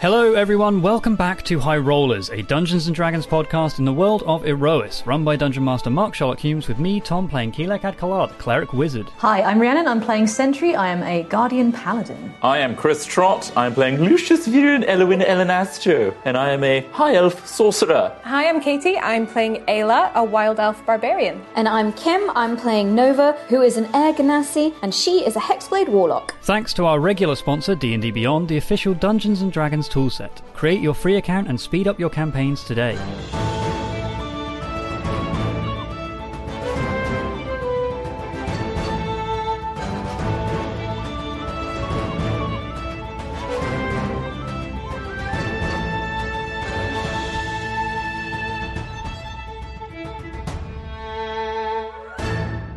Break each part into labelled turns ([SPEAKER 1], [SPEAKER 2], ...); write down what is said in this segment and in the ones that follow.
[SPEAKER 1] Hello, everyone. Welcome back to High Rollers, a Dungeons and Dragons podcast in the world of Erois, run by Dungeon Master Mark Sherlock Humes, with me, Tom, playing Keelak Adkalar, the cleric wizard.
[SPEAKER 2] Hi, I'm Rhiannon. I'm playing Sentry. I am a Guardian Paladin.
[SPEAKER 3] I am Chris Trott. I'm playing Lucius Viren Elwin Elenastro, and I am a high elf sorcerer.
[SPEAKER 4] Hi, I'm Katie. I'm playing Ayla, a wild elf barbarian.
[SPEAKER 5] And I'm Kim. I'm playing Nova, who is an Air Ganassi, and she is a Hexblade Warlock.
[SPEAKER 1] Thanks to our regular sponsor, D&D Beyond, the official Dungeons and Dragons toolset. Create your free account and speed up your campaigns today.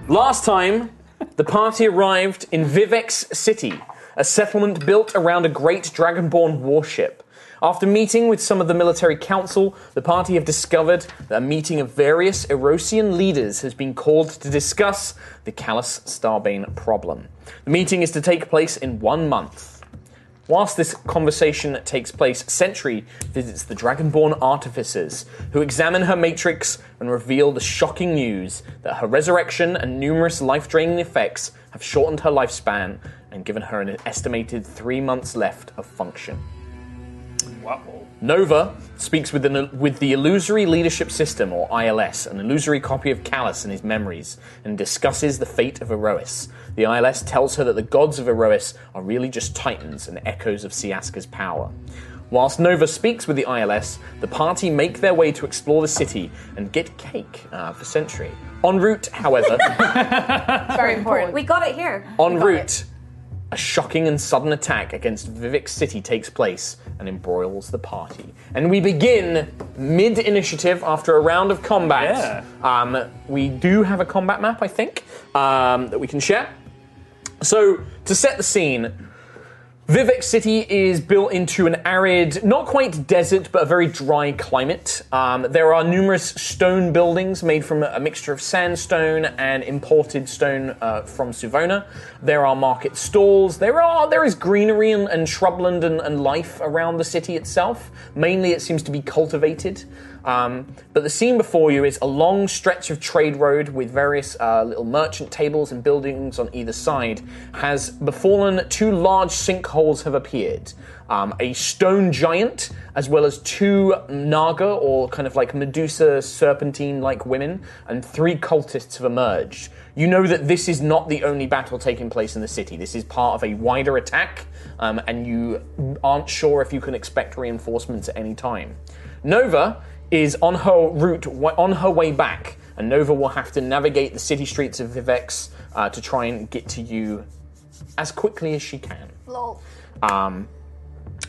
[SPEAKER 6] Last time, the party arrived in Vivex City, a settlement built around a great dragonborn warship. After meeting with some of the military council, the party have discovered that a meeting of various Erosian leaders has been called to discuss the Callus Starbane problem. The meeting is to take place in one month. Whilst this conversation takes place, Sentry visits the Dragonborn artificers, who examine her matrix and reveal the shocking news that her resurrection and numerous life draining effects have shortened her lifespan and given her an estimated three months left of function. Nova speaks with the, with the Illusory Leadership System, or ILS, an illusory copy of Callus and his memories, and discusses the fate of Erois. The ILS tells her that the gods of Erois are really just titans and echoes of Siaska's power. Whilst Nova speaks with the ILS, the party make their way to explore the city and get cake uh, for Sentry. En route, however,
[SPEAKER 4] Very important.
[SPEAKER 5] We got it here.
[SPEAKER 6] En route, a shocking and sudden attack against Vivek City takes place and embroils the party. And we begin mid initiative after a round of combat. Um, we do have a combat map, I think, um, that we can share. So, to set the scene, Vivek City is built into an arid, not quite desert, but a very dry climate. Um, there are numerous stone buildings made from a mixture of sandstone and imported stone uh, from Suvona. There are market stalls. There are there is greenery and, and shrubland and, and life around the city itself. Mainly, it seems to be cultivated. Um, but the scene before you is a long stretch of trade road with various uh, little merchant tables and buildings on either side has befallen two large sinkholes have appeared. Um, a stone giant, as well as two Naga, or kind of like Medusa serpentine like women, and three cultists have emerged. You know that this is not the only battle taking place in the city. This is part of a wider attack, um, and you aren't sure if you can expect reinforcements at any time. Nova is on her route, on her way back, and Nova will have to navigate the city streets of Vivex uh, to try and get to you as quickly as she can. Um,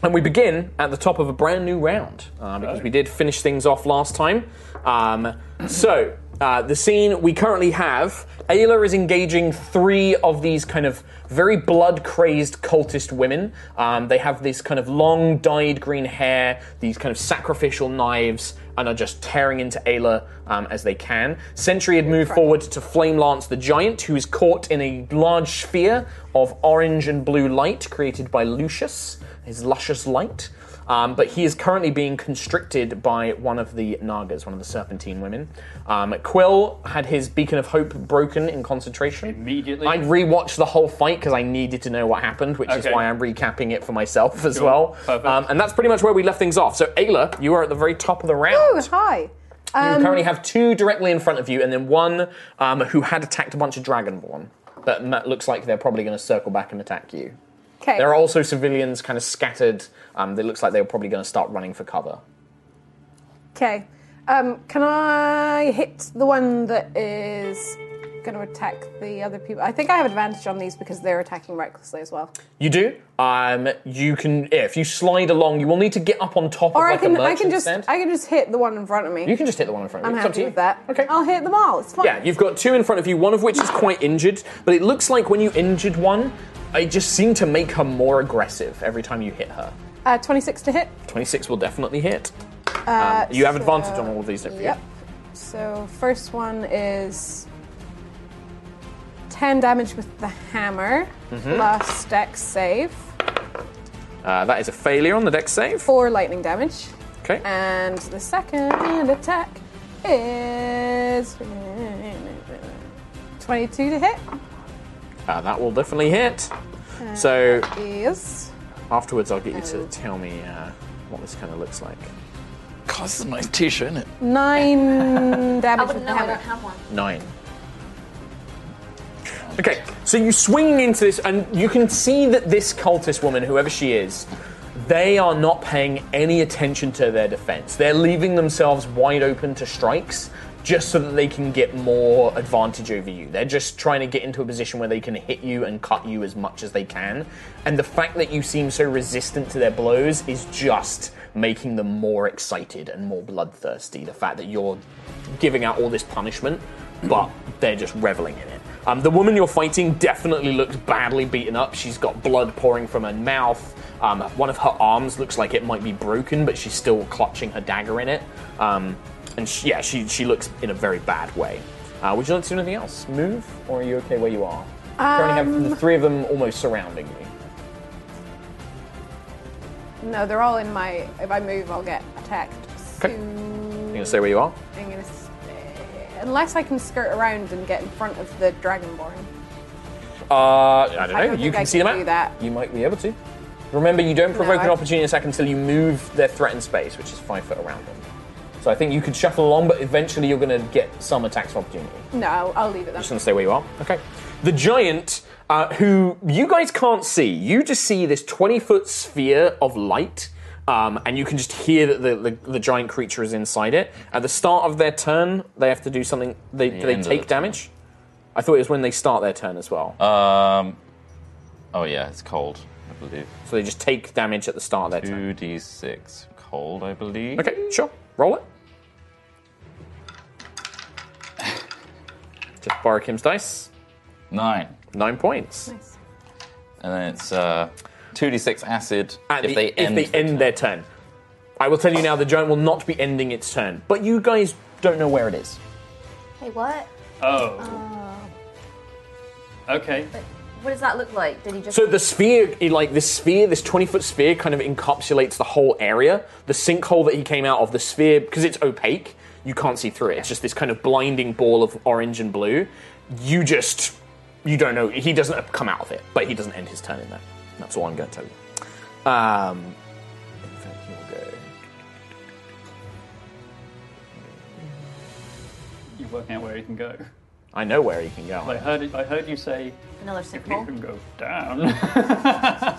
[SPEAKER 6] and we begin at the top of a brand new round uh, because we did finish things off last time. Um, so uh, the scene we currently have, Ayla is engaging three of these kind of very blood crazed cultist women. Um, they have this kind of long dyed green hair, these kind of sacrificial knives, and are just tearing into Ayla um, as they can. Sentry had moved forward to Flame Lance the Giant, who is caught in a large sphere of orange and blue light created by Lucius, his luscious light. Um, but he is currently being constricted by one of the Nagas, one of the Serpentine women. Um, Quill had his beacon of hope broken in concentration.
[SPEAKER 1] Immediately.
[SPEAKER 6] I rewatched the whole fight because I needed to know what happened, which is
[SPEAKER 1] Okay.
[SPEAKER 6] why I'm recapping it for myself as well.
[SPEAKER 1] Perfect.
[SPEAKER 6] Um, and that's pretty much where we left things off. So, Ayla, you are at the very top of the round.
[SPEAKER 4] Oh, hi. Um,
[SPEAKER 6] You currently have two directly in front of you, and then one um, who had attacked a bunch of Dragonborn. But m- looks like they're probably going to circle back and attack you.
[SPEAKER 4] Okay.
[SPEAKER 6] There are also civilians kind of scattered. Um, it looks like they were probably going to start running for cover.
[SPEAKER 4] Okay. Um, can I hit the one that is going to attack the other people? I think I have advantage on these because they're attacking recklessly as well.
[SPEAKER 6] You do. Um, you can if you slide along. You will need to get up on top
[SPEAKER 4] Or
[SPEAKER 6] of
[SPEAKER 4] I
[SPEAKER 6] like a
[SPEAKER 4] can I
[SPEAKER 6] merchant
[SPEAKER 4] can just
[SPEAKER 6] stand.
[SPEAKER 4] I can just hit the one in front of me.
[SPEAKER 6] you can just hit the one in front of
[SPEAKER 4] I'm
[SPEAKER 6] you. it's up
[SPEAKER 4] happy
[SPEAKER 6] to you.
[SPEAKER 4] with that.
[SPEAKER 6] Okay.
[SPEAKER 4] I'll hit them all. It's fine.
[SPEAKER 6] Yeah, you've got two in front of you, one of which is quite injured, but it looks like when you injured one, it just seemed to make her more aggressive every time you hit her.
[SPEAKER 4] Uh, 26 to hit.
[SPEAKER 6] 26 will definitely hit.
[SPEAKER 4] Uh,
[SPEAKER 6] You have
[SPEAKER 4] so-
[SPEAKER 6] advantage on all of these, don't forget.
[SPEAKER 4] Yep. So first one is ten damage with the hammer
[SPEAKER 6] Mm-hmm.
[SPEAKER 4] plus dex save,
[SPEAKER 6] Uh, that is a failure on the deck save.
[SPEAKER 4] four lightning damage,
[SPEAKER 6] Okay.
[SPEAKER 4] and the second attack is twenty-two to hit.
[SPEAKER 6] Uh, that will definitely hit. So
[SPEAKER 4] Is
[SPEAKER 6] afterwards, I'll get you to tell me uh, what this kind of looks like.
[SPEAKER 3] God, this is a nice t-shirt, isn't it?
[SPEAKER 4] nine
[SPEAKER 5] I
[SPEAKER 4] damage with
[SPEAKER 5] wouldn't
[SPEAKER 4] the
[SPEAKER 5] know. I don't
[SPEAKER 4] hammer.
[SPEAKER 5] have one.
[SPEAKER 6] Nine. Okay, so you swing into this, and you can see that this cultist woman, whoever she is, they are not paying any attention to their defense. They're leaving themselves wide open to strikes just so that they can get more advantage over you. They're just trying to get into a position where they can hit you and cut you as much as they can. And the fact that you seem so resistant to their blows is just making them more excited and more bloodthirsty. The fact that you're giving out all this punishment, but they're just reveling in it. Um, the woman you're fighting definitely looks badly beaten up. She's got blood pouring from her mouth. Um, one of her arms looks like it might be broken, but she's still clutching her dagger in it. Um, and she, yeah, she, she looks in a very bad way. Uh, would you like to do anything else? Move, or are you okay where you are? you currently have the three of them almost surrounding you.
[SPEAKER 4] No, they're all in my. If I move, I'll get attacked.
[SPEAKER 6] Okay.
[SPEAKER 4] So-
[SPEAKER 6] You gonna stay where you are?
[SPEAKER 4] I'm gonna stay. Unless I can skirt around and get in front of the Dragonborn.
[SPEAKER 6] Uh, I don't know.
[SPEAKER 4] I don't
[SPEAKER 6] you
[SPEAKER 4] think
[SPEAKER 6] can
[SPEAKER 4] I
[SPEAKER 6] see
[SPEAKER 4] can
[SPEAKER 6] them out.
[SPEAKER 4] do that.
[SPEAKER 6] You might be able to. Remember, you don't provoke an
[SPEAKER 4] I-
[SPEAKER 6] opportunity attack until you move their threatened space, which is five foot around them. So I think you could shuffle along, but eventually you're going to get some attacks of opportunity.
[SPEAKER 4] No, I'll, I'll leave it
[SPEAKER 6] Just going
[SPEAKER 4] then.
[SPEAKER 6] to stay where you are. Okay. The giant, uh, who you guys can't see, you just see this 20 foot sphere of light. Um, and you can just hear that the, the, the giant creature is inside it. At the start of their turn, they have to do something. They, do they
[SPEAKER 3] end of
[SPEAKER 6] take
[SPEAKER 3] the turn.
[SPEAKER 6] damage? I thought it was when they start their turn as well.
[SPEAKER 3] Um, oh yeah, it's cold, I believe.
[SPEAKER 6] So they just take damage at the start of their turn.
[SPEAKER 3] 2d6 cold, I believe.
[SPEAKER 6] Okay, sure. Roll it. Just borrow Kim's dice.
[SPEAKER 3] Nine.
[SPEAKER 6] Nine points.
[SPEAKER 3] And then it's uh, 2d6 acid
[SPEAKER 6] At
[SPEAKER 3] if,
[SPEAKER 6] the-
[SPEAKER 3] they end,
[SPEAKER 6] if they end their turn. I will tell you now the giant will not be ending its turn. But you guys don't know where it is.
[SPEAKER 5] Hey, what?
[SPEAKER 1] Oh.
[SPEAKER 7] Ah.
[SPEAKER 1] Okay.
[SPEAKER 5] What does that look like? Did he just?
[SPEAKER 6] So the sphere, it- like this sphere, this 20 foot sphere kind of encapsulates the whole area. The sinkhole that he came out of, the sphere, because it's opaque, you can't see through it. It's just this kind of blinding ball of orange and blue. You just, you don't know. He doesn't come out of it, but he doesn't end his turn in there. That's all I'm going to tell you. Um, in fact, he'll go.
[SPEAKER 1] You're working out where you can go.
[SPEAKER 6] I know where he can go.
[SPEAKER 1] I heard. I heard you say
[SPEAKER 5] Another
[SPEAKER 1] if
[SPEAKER 5] sinkhole.
[SPEAKER 1] you can go down.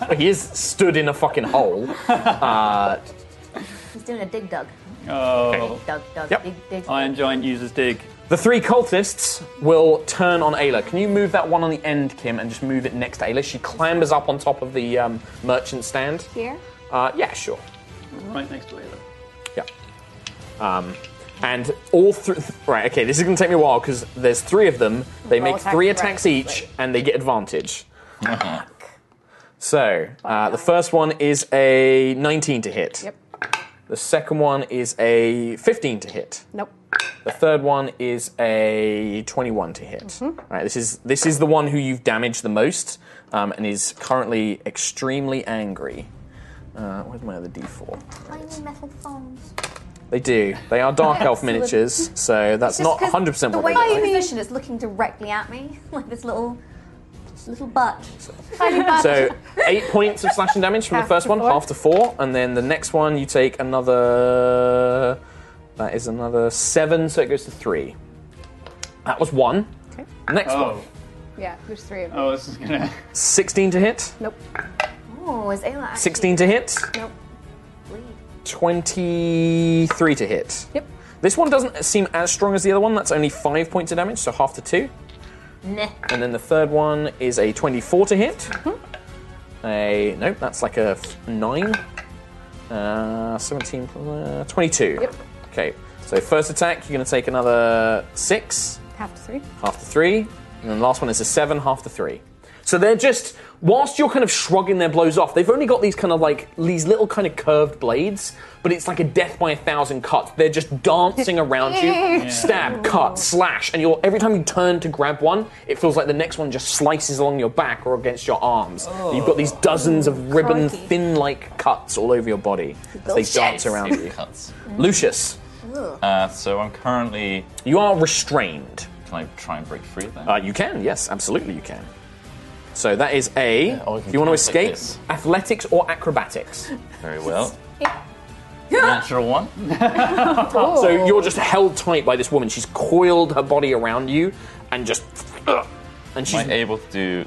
[SPEAKER 6] But he is stood in a fucking hole. Uh,
[SPEAKER 5] He's doing a dig dug.
[SPEAKER 1] oh.
[SPEAKER 5] Dig dug dug.
[SPEAKER 6] Yep.
[SPEAKER 5] Dig dig.
[SPEAKER 1] Iron giant uses dig.
[SPEAKER 6] The three cultists will turn on Ayla. Can you move that one on the end, Kim, and just move it next to Ayla? She clambers up on top of the um, merchant stand.
[SPEAKER 4] Here.
[SPEAKER 6] Uh, yeah, sure.
[SPEAKER 1] Right next to Leela.
[SPEAKER 6] Yeah. Um, and all three. Right, okay, this is going to take me a while because there's three of them. They
[SPEAKER 4] Roll
[SPEAKER 6] make
[SPEAKER 4] attack
[SPEAKER 6] three
[SPEAKER 4] right,
[SPEAKER 6] attacks each,
[SPEAKER 4] right.
[SPEAKER 6] and they get advantage. So, uh, the first one is a 19 to hit.
[SPEAKER 4] Yep.
[SPEAKER 6] The second one is a 15 to hit.
[SPEAKER 4] Nope.
[SPEAKER 6] The third one is a 21 to hit. All
[SPEAKER 4] Mm-hmm.
[SPEAKER 6] right, this is this is the one who you've damaged the most um, and is currently extremely angry. Uh, where's my other d4?
[SPEAKER 7] Tiny metal phones.
[SPEAKER 6] They do. They are dark elf
[SPEAKER 7] Excellent.
[SPEAKER 6] miniatures, so that's not 100%
[SPEAKER 7] The
[SPEAKER 6] what they
[SPEAKER 7] way
[SPEAKER 6] look
[SPEAKER 7] it's
[SPEAKER 6] like.
[SPEAKER 7] positioned is looking directly at me, like this little, this little butt.
[SPEAKER 6] So eight points of slashing damage from the
[SPEAKER 4] Half
[SPEAKER 6] first
[SPEAKER 4] to
[SPEAKER 6] one,
[SPEAKER 4] four.
[SPEAKER 6] half to four, and then the next one you take another. That is another seven, so it goes to three. That was one.
[SPEAKER 4] Okay.
[SPEAKER 6] Next one,
[SPEAKER 1] Oh,
[SPEAKER 4] Yeah, there's three of them.
[SPEAKER 1] oh, this is gonna.
[SPEAKER 6] 16 to hit,
[SPEAKER 4] Nope.
[SPEAKER 7] Oh, is Ayla actually
[SPEAKER 6] 16 to hit,
[SPEAKER 4] Nope.
[SPEAKER 6] 23 to hit.
[SPEAKER 4] Yep.
[SPEAKER 6] This one doesn't seem as strong as the other one. That's only five points of damage, so half to two.
[SPEAKER 7] Nah.
[SPEAKER 6] And then the third one is a 24 to hit.
[SPEAKER 4] Mm-hmm.
[SPEAKER 6] A nope, that's like a f- nine. Uh, 17 plus uh, 22.
[SPEAKER 4] Yep.
[SPEAKER 6] Okay, so first attack, you're going to take another six,
[SPEAKER 4] Half to three.
[SPEAKER 6] half to three, and then the last one is a seven, half to three. So they're just whilst you're kind of shrugging their blows off, they've only got these kind of like these little kind of curved blades, but it's like a death by a thousand cuts. They're just dancing around you, stab, cut, slash, and you're every time you turn to grab one, it feels like the next one just slices along your back or against your arms. And You've got these dozens of ribbon
[SPEAKER 4] Crikey.
[SPEAKER 6] thin like cuts all over your body. as They dance around you.
[SPEAKER 3] Cuts.
[SPEAKER 6] Lucius,
[SPEAKER 3] Uh, so I'm currently.
[SPEAKER 6] you are restrained.
[SPEAKER 3] Can I try and break free of that?
[SPEAKER 6] Uh, you can, yes, absolutely you can. So that is A.
[SPEAKER 3] Yeah, or I
[SPEAKER 6] Do
[SPEAKER 3] can
[SPEAKER 6] you want to
[SPEAKER 3] cast like
[SPEAKER 6] escape?
[SPEAKER 3] this.
[SPEAKER 6] athletics or acrobatics?
[SPEAKER 3] Very well. Natural one.
[SPEAKER 6] So you're just held tight by this woman. She's coiled her body around you and just. ugh, and
[SPEAKER 3] Am
[SPEAKER 6] she's.
[SPEAKER 3] I able to do?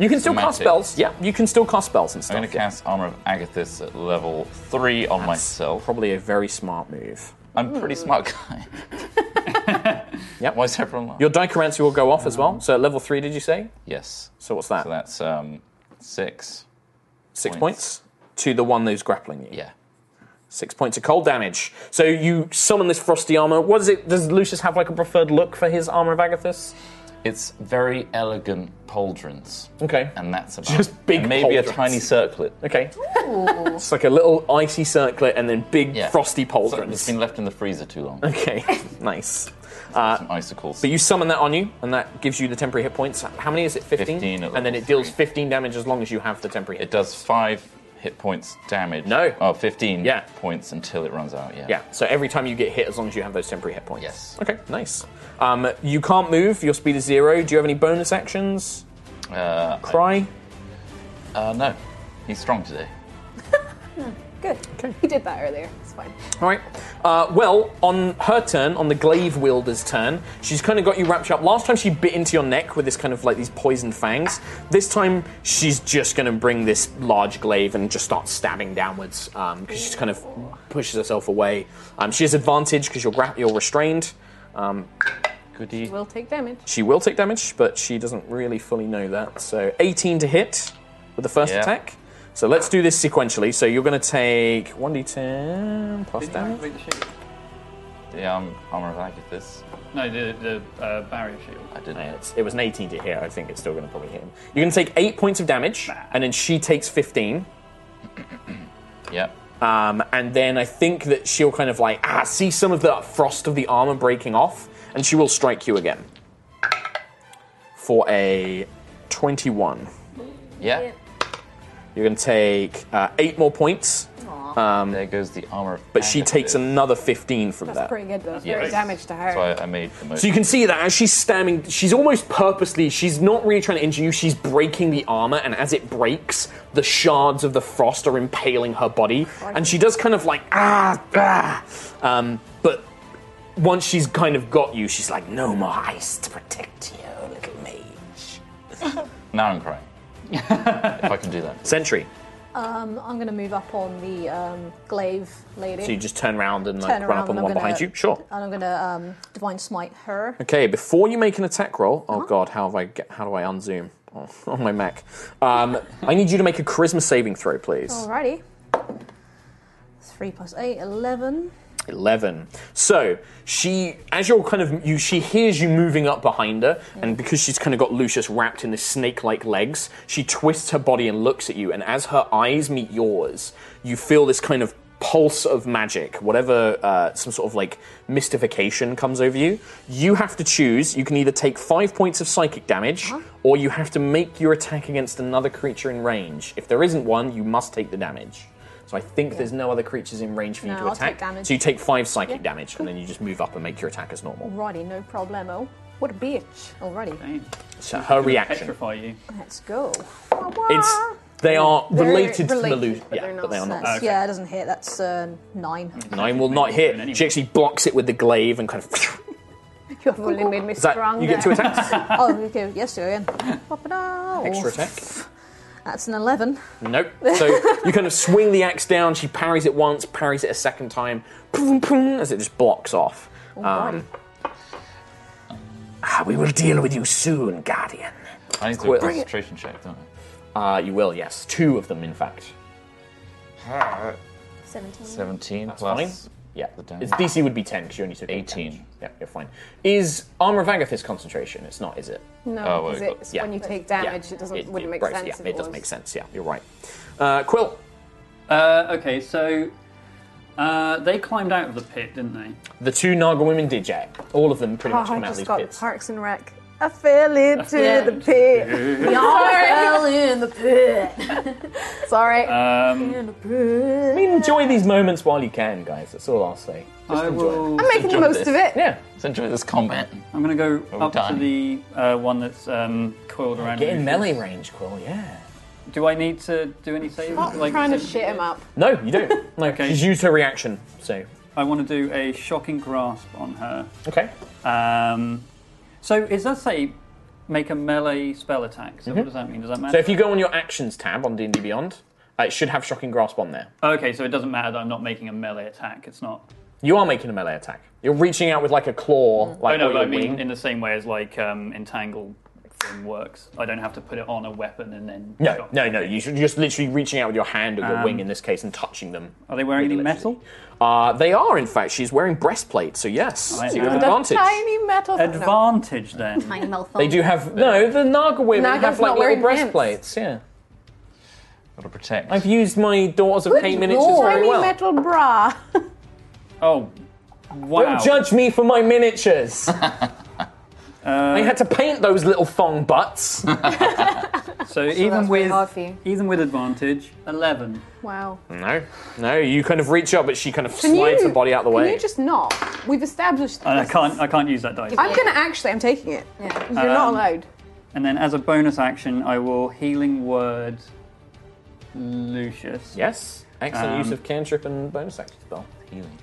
[SPEAKER 6] you can still cast
[SPEAKER 3] magic?
[SPEAKER 6] spells. Yeah, you can still cast spells and
[SPEAKER 3] I'm
[SPEAKER 6] stuff.
[SPEAKER 3] going to cast Armor of Agathis at level three on myself.
[SPEAKER 6] Probably a very smart move.
[SPEAKER 3] I'm a pretty smart guy.
[SPEAKER 6] Yep.
[SPEAKER 3] Why is everyone laughing?
[SPEAKER 6] Your dichomancy will go off as well. So at level three, did you say?
[SPEAKER 3] Yes.
[SPEAKER 6] So what's that?
[SPEAKER 3] Um, So that's um, six.
[SPEAKER 6] Six
[SPEAKER 3] points.
[SPEAKER 6] points to the one who's grappling you.
[SPEAKER 3] Yeah.
[SPEAKER 6] Six points of cold damage. So you summon this frosty armor. What is it? Does Lucius have like a preferred look for his armor of Agathis?
[SPEAKER 3] It's very elegant pauldrons.
[SPEAKER 6] Okay.
[SPEAKER 3] And that's about
[SPEAKER 6] Just big
[SPEAKER 3] and maybe
[SPEAKER 6] pauldrons.
[SPEAKER 3] a tiny circlet.
[SPEAKER 6] Okay. it's like a little icy circlet and then big
[SPEAKER 3] Yeah.
[SPEAKER 6] frosty
[SPEAKER 3] Something
[SPEAKER 6] pauldrons.
[SPEAKER 3] that's been left in the freezer too long.
[SPEAKER 6] okay, nice.
[SPEAKER 3] Some icicles.
[SPEAKER 6] But you summon that on you, and that gives you the temporary hit points. How many is it? 15?
[SPEAKER 3] 15 at
[SPEAKER 6] and then
[SPEAKER 3] level
[SPEAKER 6] it deals
[SPEAKER 3] three.
[SPEAKER 6] 15 damage as long as you have the temporary hit.
[SPEAKER 3] It does five hit points damage.
[SPEAKER 6] No.
[SPEAKER 3] Oh, 15
[SPEAKER 6] Yeah.
[SPEAKER 3] points until it runs out, yeah.
[SPEAKER 6] Yeah, so every time you get hit, as long as you have those temporary hit points.
[SPEAKER 3] Yes.
[SPEAKER 6] Okay, nice. Um, you can't move, your speed is zero. Do you have any bonus actions?
[SPEAKER 3] Uh,
[SPEAKER 6] Cry?
[SPEAKER 3] uh, no. He's strong today.
[SPEAKER 4] Good. Okay. He did that earlier. It's fine.
[SPEAKER 6] All right. Uh, well, on her turn, on the glaive wielder's turn, she's kind of got you wrapped up. Last time she bit into your neck with this kind of like these poisoned fangs. This time she's just going to bring this large glaive and just start stabbing downwards because she's kind of pushes herself away. Um, she has advantage because you're gra- you're restrained. Um,
[SPEAKER 3] Goody.
[SPEAKER 4] Will take damage.
[SPEAKER 6] she will take damage, but she doesn't really fully know that. So 18 to hit with the first
[SPEAKER 3] Yeah.
[SPEAKER 6] attack. So let's do this sequentially. So you're going to take 1d10 plus damage.
[SPEAKER 3] The um, armor of Agathis.
[SPEAKER 1] No, the, the uh, barrier shield.
[SPEAKER 3] I didn't.
[SPEAKER 6] Oh, Yeah, it's- it was an 18 to hit. I think it's still going to probably hit him. You're going to take eight points of damage, and then she takes 15.
[SPEAKER 3] Yeah.
[SPEAKER 6] Um, and then I think that she'll kind of like ah see some of the frost of the armor breaking off, and she will strike you again for a 21.
[SPEAKER 3] Yeah.
[SPEAKER 6] You're going to take uh, eight more points,
[SPEAKER 3] there goes the armor of
[SPEAKER 6] but she takes
[SPEAKER 3] another.
[SPEAKER 6] another 15 from
[SPEAKER 4] That's
[SPEAKER 6] that.
[SPEAKER 4] pretty good, though. It's
[SPEAKER 3] Yeah.
[SPEAKER 4] Very damage to her.
[SPEAKER 3] So I, I made the most.
[SPEAKER 6] So you can see that as she's stabbing, she's almost purposely, she's not really trying to injure you, she's breaking the armor, and as it breaks, the shards of the frost are impaling her body. And she does kind of like, ah, ah. Um, but once she's kind of got you, she's like, no more ice to protect you, little mage.
[SPEAKER 3] Now I'm crying. if I can do that.
[SPEAKER 6] Sentry.
[SPEAKER 4] Um, I'm going to move up on the um, glaive lady.
[SPEAKER 6] So you just turn around and like,
[SPEAKER 4] Turn
[SPEAKER 6] run
[SPEAKER 4] around
[SPEAKER 6] up on
[SPEAKER 4] and
[SPEAKER 6] the
[SPEAKER 4] I'm
[SPEAKER 6] one
[SPEAKER 4] gonna-
[SPEAKER 6] behind you? Sure.
[SPEAKER 4] and I'm going to um, divine smite her.
[SPEAKER 6] Okay, before you make an attack roll,
[SPEAKER 4] Uh-huh.
[SPEAKER 6] oh god, how have I get, how do I unzoom? Oh, on my Mac. Um, I need you to make a charisma saving throw, please.
[SPEAKER 4] Alrighty. 3 plus 8, 11.
[SPEAKER 6] 11 so she as you're kind of you she hears you moving up behind her and because she's kind of got lucius wrapped in the snake-like legs she twists her body and looks at you and as her eyes meet yours you feel this kind of pulse of magic whatever uh, some sort of like mystification comes over you you have to choose you can either take five points of psychic damage or you have to make your attack against another creature in range if there isn't one you must take the damage So I think there's no other creatures in range for you
[SPEAKER 4] No,
[SPEAKER 6] to
[SPEAKER 4] I'll
[SPEAKER 6] attack.
[SPEAKER 4] take damage.
[SPEAKER 6] So you take five psychic damage, and then you just move up and make your attack as normal.
[SPEAKER 4] Alrighty, no problemo. What a bitch. Alrighty,
[SPEAKER 6] So her reaction.
[SPEAKER 8] Petrify you.
[SPEAKER 4] let's go.
[SPEAKER 6] It's they are
[SPEAKER 4] They're
[SPEAKER 6] related, to
[SPEAKER 4] related,
[SPEAKER 6] Malu.
[SPEAKER 4] but
[SPEAKER 6] yeah,
[SPEAKER 4] they're not
[SPEAKER 6] but they are not.
[SPEAKER 4] That's- Yeah, it doesn't hit. That's uh, nine.
[SPEAKER 6] Nine will not hit.
[SPEAKER 8] Anyway.
[SPEAKER 6] She actually blocks it with the glaive and kind of. Is
[SPEAKER 4] You have really made me
[SPEAKER 6] that
[SPEAKER 4] strong.
[SPEAKER 6] you get two
[SPEAKER 4] there.
[SPEAKER 6] attacks?
[SPEAKER 4] Oh, okay. Yes, do it again. Ba-ba-da. Oh,
[SPEAKER 6] Extra attack. Oh,
[SPEAKER 4] That's an eleven.
[SPEAKER 6] Nope. So you kind of swing the axe down. She parries it once, parries it a second time, pum, pum, as it just blocks off.
[SPEAKER 4] Oh,
[SPEAKER 6] Um, "Ah, we will deal with you soon, Guardian.
[SPEAKER 9] I need to do a
[SPEAKER 6] Quick.
[SPEAKER 9] concentration check, don't
[SPEAKER 6] Uh, you will, yes. Two of them, in fact.
[SPEAKER 9] I?
[SPEAKER 10] 17.
[SPEAKER 9] 17
[SPEAKER 6] That's
[SPEAKER 9] plus.
[SPEAKER 6] fine. Yeah.
[SPEAKER 9] the damage.
[SPEAKER 6] It's DC would be 10 because you only took eight
[SPEAKER 9] 18.
[SPEAKER 6] damage. Yeah, you're fine. Is Armor of Agathis concentration? It's not, is it?
[SPEAKER 4] No,
[SPEAKER 9] Oh, well,
[SPEAKER 4] because
[SPEAKER 9] you got-
[SPEAKER 4] it's
[SPEAKER 6] yeah.
[SPEAKER 4] when you take damage,
[SPEAKER 6] Yeah.
[SPEAKER 4] it doesn't wouldn't make
[SPEAKER 6] right,
[SPEAKER 4] sense. if
[SPEAKER 6] Yeah, it does
[SPEAKER 4] was-
[SPEAKER 6] make sense. Yeah, you're right. Uh, Quill,
[SPEAKER 8] Uh, okay, so uh, they climbed out of the pit, didn't they?
[SPEAKER 6] the two Naga women did jack. All of them pretty
[SPEAKER 4] Oh,
[SPEAKER 6] much
[SPEAKER 4] I
[SPEAKER 6] come out of
[SPEAKER 4] just
[SPEAKER 6] these
[SPEAKER 4] got
[SPEAKER 6] pits.
[SPEAKER 4] Parks and Rec. I fell into the pit.
[SPEAKER 10] fell in the pit.
[SPEAKER 4] Sorry.
[SPEAKER 6] Um,
[SPEAKER 10] In the pit.
[SPEAKER 6] I mean, enjoy these moments while you can, guys. That's all I'll say. Just
[SPEAKER 8] I
[SPEAKER 6] enjoy them.
[SPEAKER 8] will.
[SPEAKER 4] I'm making the
[SPEAKER 9] Enjoy
[SPEAKER 4] most
[SPEAKER 9] this.
[SPEAKER 4] of it.
[SPEAKER 6] Yeah.
[SPEAKER 9] Let's enjoy this combat.
[SPEAKER 8] I'm going to go
[SPEAKER 9] Well
[SPEAKER 8] up
[SPEAKER 9] done.
[SPEAKER 8] to the uh, one that's um, coiled around.
[SPEAKER 6] Get in
[SPEAKER 8] Lucius.
[SPEAKER 6] melee range, Quill, yeah.
[SPEAKER 8] Do I need to do any saves?
[SPEAKER 4] Stop trying to
[SPEAKER 8] saves?
[SPEAKER 4] shit him up.
[SPEAKER 6] No, you don't. No,
[SPEAKER 8] Okay.
[SPEAKER 6] She's used her reaction, so.
[SPEAKER 8] I want to do a shocking grasp on her.
[SPEAKER 6] Okay.
[SPEAKER 8] Um, so is that say make a melee spell attack? So what does that mean? Does that matter?
[SPEAKER 6] Mm-hmm. So if you go on your actions tab on D&D Beyond, uh, it should have Shocking Grasp on there.
[SPEAKER 8] okay, so it doesn't matter that I'm not making a melee attack. It's not.
[SPEAKER 6] You are making a melee attack. You're reaching out with like a claw,
[SPEAKER 8] I
[SPEAKER 6] like
[SPEAKER 8] know,
[SPEAKER 6] or
[SPEAKER 8] but
[SPEAKER 6] your
[SPEAKER 8] I mean
[SPEAKER 6] wing.
[SPEAKER 8] in the same way as like um, entangle thing works. I don't have to put it on a weapon and then.
[SPEAKER 6] No,
[SPEAKER 8] shock.
[SPEAKER 6] no, no. You should just literally reaching out with your hand or your wing in this case and touching them.
[SPEAKER 8] Um, Are they wearing any
[SPEAKER 6] Literally.
[SPEAKER 8] metal?
[SPEAKER 6] Uh, they are, in fact. She's wearing breastplates, so yes.
[SPEAKER 8] I
[SPEAKER 6] so you have
[SPEAKER 8] know.
[SPEAKER 6] advantage.
[SPEAKER 4] Tiny metal. No.
[SPEAKER 8] Advantage then.
[SPEAKER 10] Tiny malfunction.
[SPEAKER 6] They do have. No, the Naga women
[SPEAKER 4] Naga's
[SPEAKER 6] have like
[SPEAKER 4] not
[SPEAKER 6] little
[SPEAKER 4] wearing pants.
[SPEAKER 6] breastplates, yeah.
[SPEAKER 9] Gotta protect.
[SPEAKER 6] I've used my Daughters of Pain miniatures very
[SPEAKER 4] Tiny
[SPEAKER 6] well.
[SPEAKER 4] metal bra.
[SPEAKER 8] Oh, wow.
[SPEAKER 6] Don't judge me for my miniatures.
[SPEAKER 8] Uh,
[SPEAKER 6] I had to paint those little thong butts.
[SPEAKER 8] So, even
[SPEAKER 4] that's really
[SPEAKER 8] with
[SPEAKER 4] hard for you.
[SPEAKER 8] even with advantage, eleven.
[SPEAKER 4] wow.
[SPEAKER 6] no, no, you kind of reach up, but she kind of
[SPEAKER 4] Can
[SPEAKER 6] slides
[SPEAKER 4] you-
[SPEAKER 6] her body out the way.
[SPEAKER 4] Can you just not? We've established.
[SPEAKER 8] And I
[SPEAKER 4] this.
[SPEAKER 8] can't I can't use that dice.
[SPEAKER 4] I'm gonna actually. I'm taking it.
[SPEAKER 10] Yeah.
[SPEAKER 4] You're not
[SPEAKER 8] Um,
[SPEAKER 4] allowed.
[SPEAKER 8] And then as a bonus action, I will healing word Lucius.
[SPEAKER 6] Yes, excellent
[SPEAKER 8] Um,
[SPEAKER 6] use of cantrip and bonus action spell. Healing.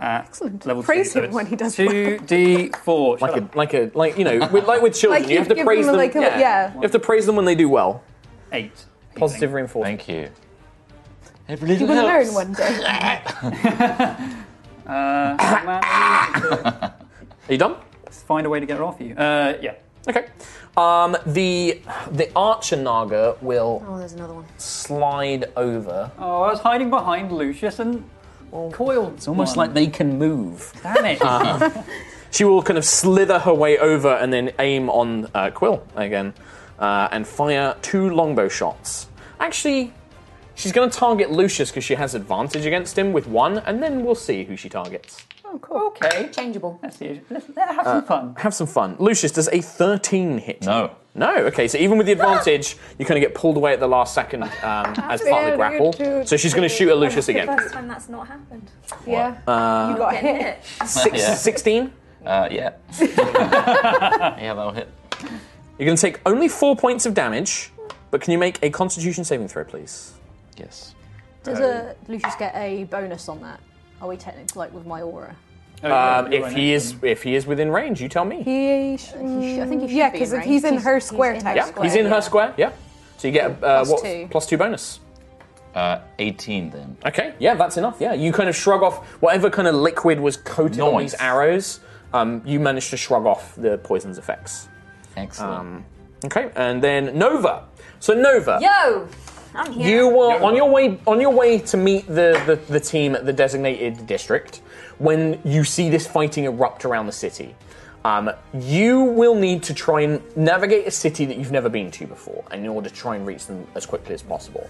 [SPEAKER 8] At
[SPEAKER 4] Excellent.
[SPEAKER 8] Level
[SPEAKER 4] Praise
[SPEAKER 8] two,
[SPEAKER 4] him when he does
[SPEAKER 8] Two D four.
[SPEAKER 6] Like a, like a, like you know, with, like with children,
[SPEAKER 4] Like
[SPEAKER 6] you have
[SPEAKER 4] you
[SPEAKER 6] to
[SPEAKER 4] give
[SPEAKER 6] praise
[SPEAKER 4] them,
[SPEAKER 6] them.
[SPEAKER 4] like, a-
[SPEAKER 6] yeah.
[SPEAKER 4] yeah.
[SPEAKER 6] you have to praise them when they do well.
[SPEAKER 8] eight.
[SPEAKER 6] Positive
[SPEAKER 8] healing.
[SPEAKER 6] reinforcement.
[SPEAKER 9] Thank you. Every little
[SPEAKER 4] You will
[SPEAKER 9] helps.
[SPEAKER 4] learn one day.
[SPEAKER 8] Uh, man, I need to
[SPEAKER 6] Are you done?
[SPEAKER 8] find a way to get her off you. Uh, yeah.
[SPEAKER 6] Okay. Um, the the archer naga will
[SPEAKER 10] Oh, there's another one.
[SPEAKER 6] slide over.
[SPEAKER 8] Oh, I was hiding behind Lucius and coiled.
[SPEAKER 6] It's almost like they can move.
[SPEAKER 8] Damn it.
[SPEAKER 6] Uh-huh. She will kind of slither her way over and then aim on uh, Quill again uh, and fire two longbow shots. Actually, she's going to target Lucius because she has advantage against him with one, and then we'll see who she targets. Uh,
[SPEAKER 4] oh, cool.
[SPEAKER 8] okay.
[SPEAKER 10] Changeable.
[SPEAKER 8] Let's, see. let's let's have some fun.
[SPEAKER 6] Have some fun. Lucius, does a 13 hit? you?
[SPEAKER 9] No.
[SPEAKER 6] No, okay, so even with the advantage, you kind of get pulled away at the last second um, as part of the
[SPEAKER 4] Yeah,
[SPEAKER 6] grapple.
[SPEAKER 4] you do-
[SPEAKER 6] So she's going to shoot at Lucius again.
[SPEAKER 10] First time that's not happened.
[SPEAKER 4] Yeah.
[SPEAKER 6] Uh,
[SPEAKER 4] you got
[SPEAKER 10] Getting
[SPEAKER 4] hit.
[SPEAKER 10] hit.
[SPEAKER 6] Six,
[SPEAKER 9] Yeah.
[SPEAKER 6] 16?
[SPEAKER 9] Uh, yeah. yeah, that'll hit.
[SPEAKER 6] You're going to take only four points of damage, but can you make a constitution saving throw, please?
[SPEAKER 9] Yes.
[SPEAKER 11] Does uh, Lucius get a bonus on that? Are we technically like with my aura?
[SPEAKER 6] Um, if he is if he is within range, you tell me.
[SPEAKER 4] He sh-
[SPEAKER 10] He sh- I think he should
[SPEAKER 4] yeah,
[SPEAKER 10] be
[SPEAKER 4] because
[SPEAKER 10] in
[SPEAKER 4] he's
[SPEAKER 10] range.
[SPEAKER 4] in her square
[SPEAKER 10] he's in
[SPEAKER 4] type
[SPEAKER 10] her
[SPEAKER 6] yeah,
[SPEAKER 10] square,
[SPEAKER 6] he's in
[SPEAKER 10] yeah.
[SPEAKER 6] her square. Yeah, so you get a uh,
[SPEAKER 4] Plus
[SPEAKER 6] what,
[SPEAKER 4] two.
[SPEAKER 6] plus two bonus.
[SPEAKER 9] Uh, 18 then.
[SPEAKER 6] Okay, yeah, that's enough. Yeah, you kind of shrug off whatever kind of liquid was coated on
[SPEAKER 9] Nice.
[SPEAKER 6] these arrows. Um, you managed to shrug off the poison's effects.
[SPEAKER 9] Excellent.
[SPEAKER 6] Okay, and then Nova. So Nova,
[SPEAKER 10] Yo! I'm here.
[SPEAKER 6] you were on your way on your way to meet the, the the team at the designated district when you see this fighting erupt around the city. Um, you will need to try and navigate a city that you've never been to before in order to try and reach them as quickly as possible.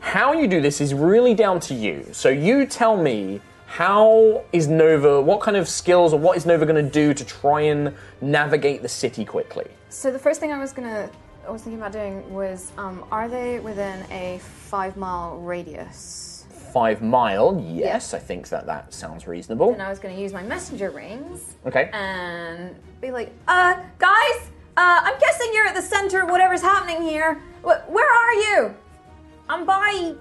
[SPEAKER 6] How you do this is really down to you. So you tell me how is Nova, what kind of skills or what is Nova going to do to try and navigate the city quickly?
[SPEAKER 12] So the first thing I was gonna, I was thinking about doing was, um, are they within a five mile radius?
[SPEAKER 6] five mile. Yes, I think that that sounds reasonable.
[SPEAKER 12] And I was going to use my messenger rings.
[SPEAKER 6] Okay.
[SPEAKER 12] And be like, uh, guys, uh, I'm guessing you're at the center of whatever's happening here. Wh- where are you? I'm by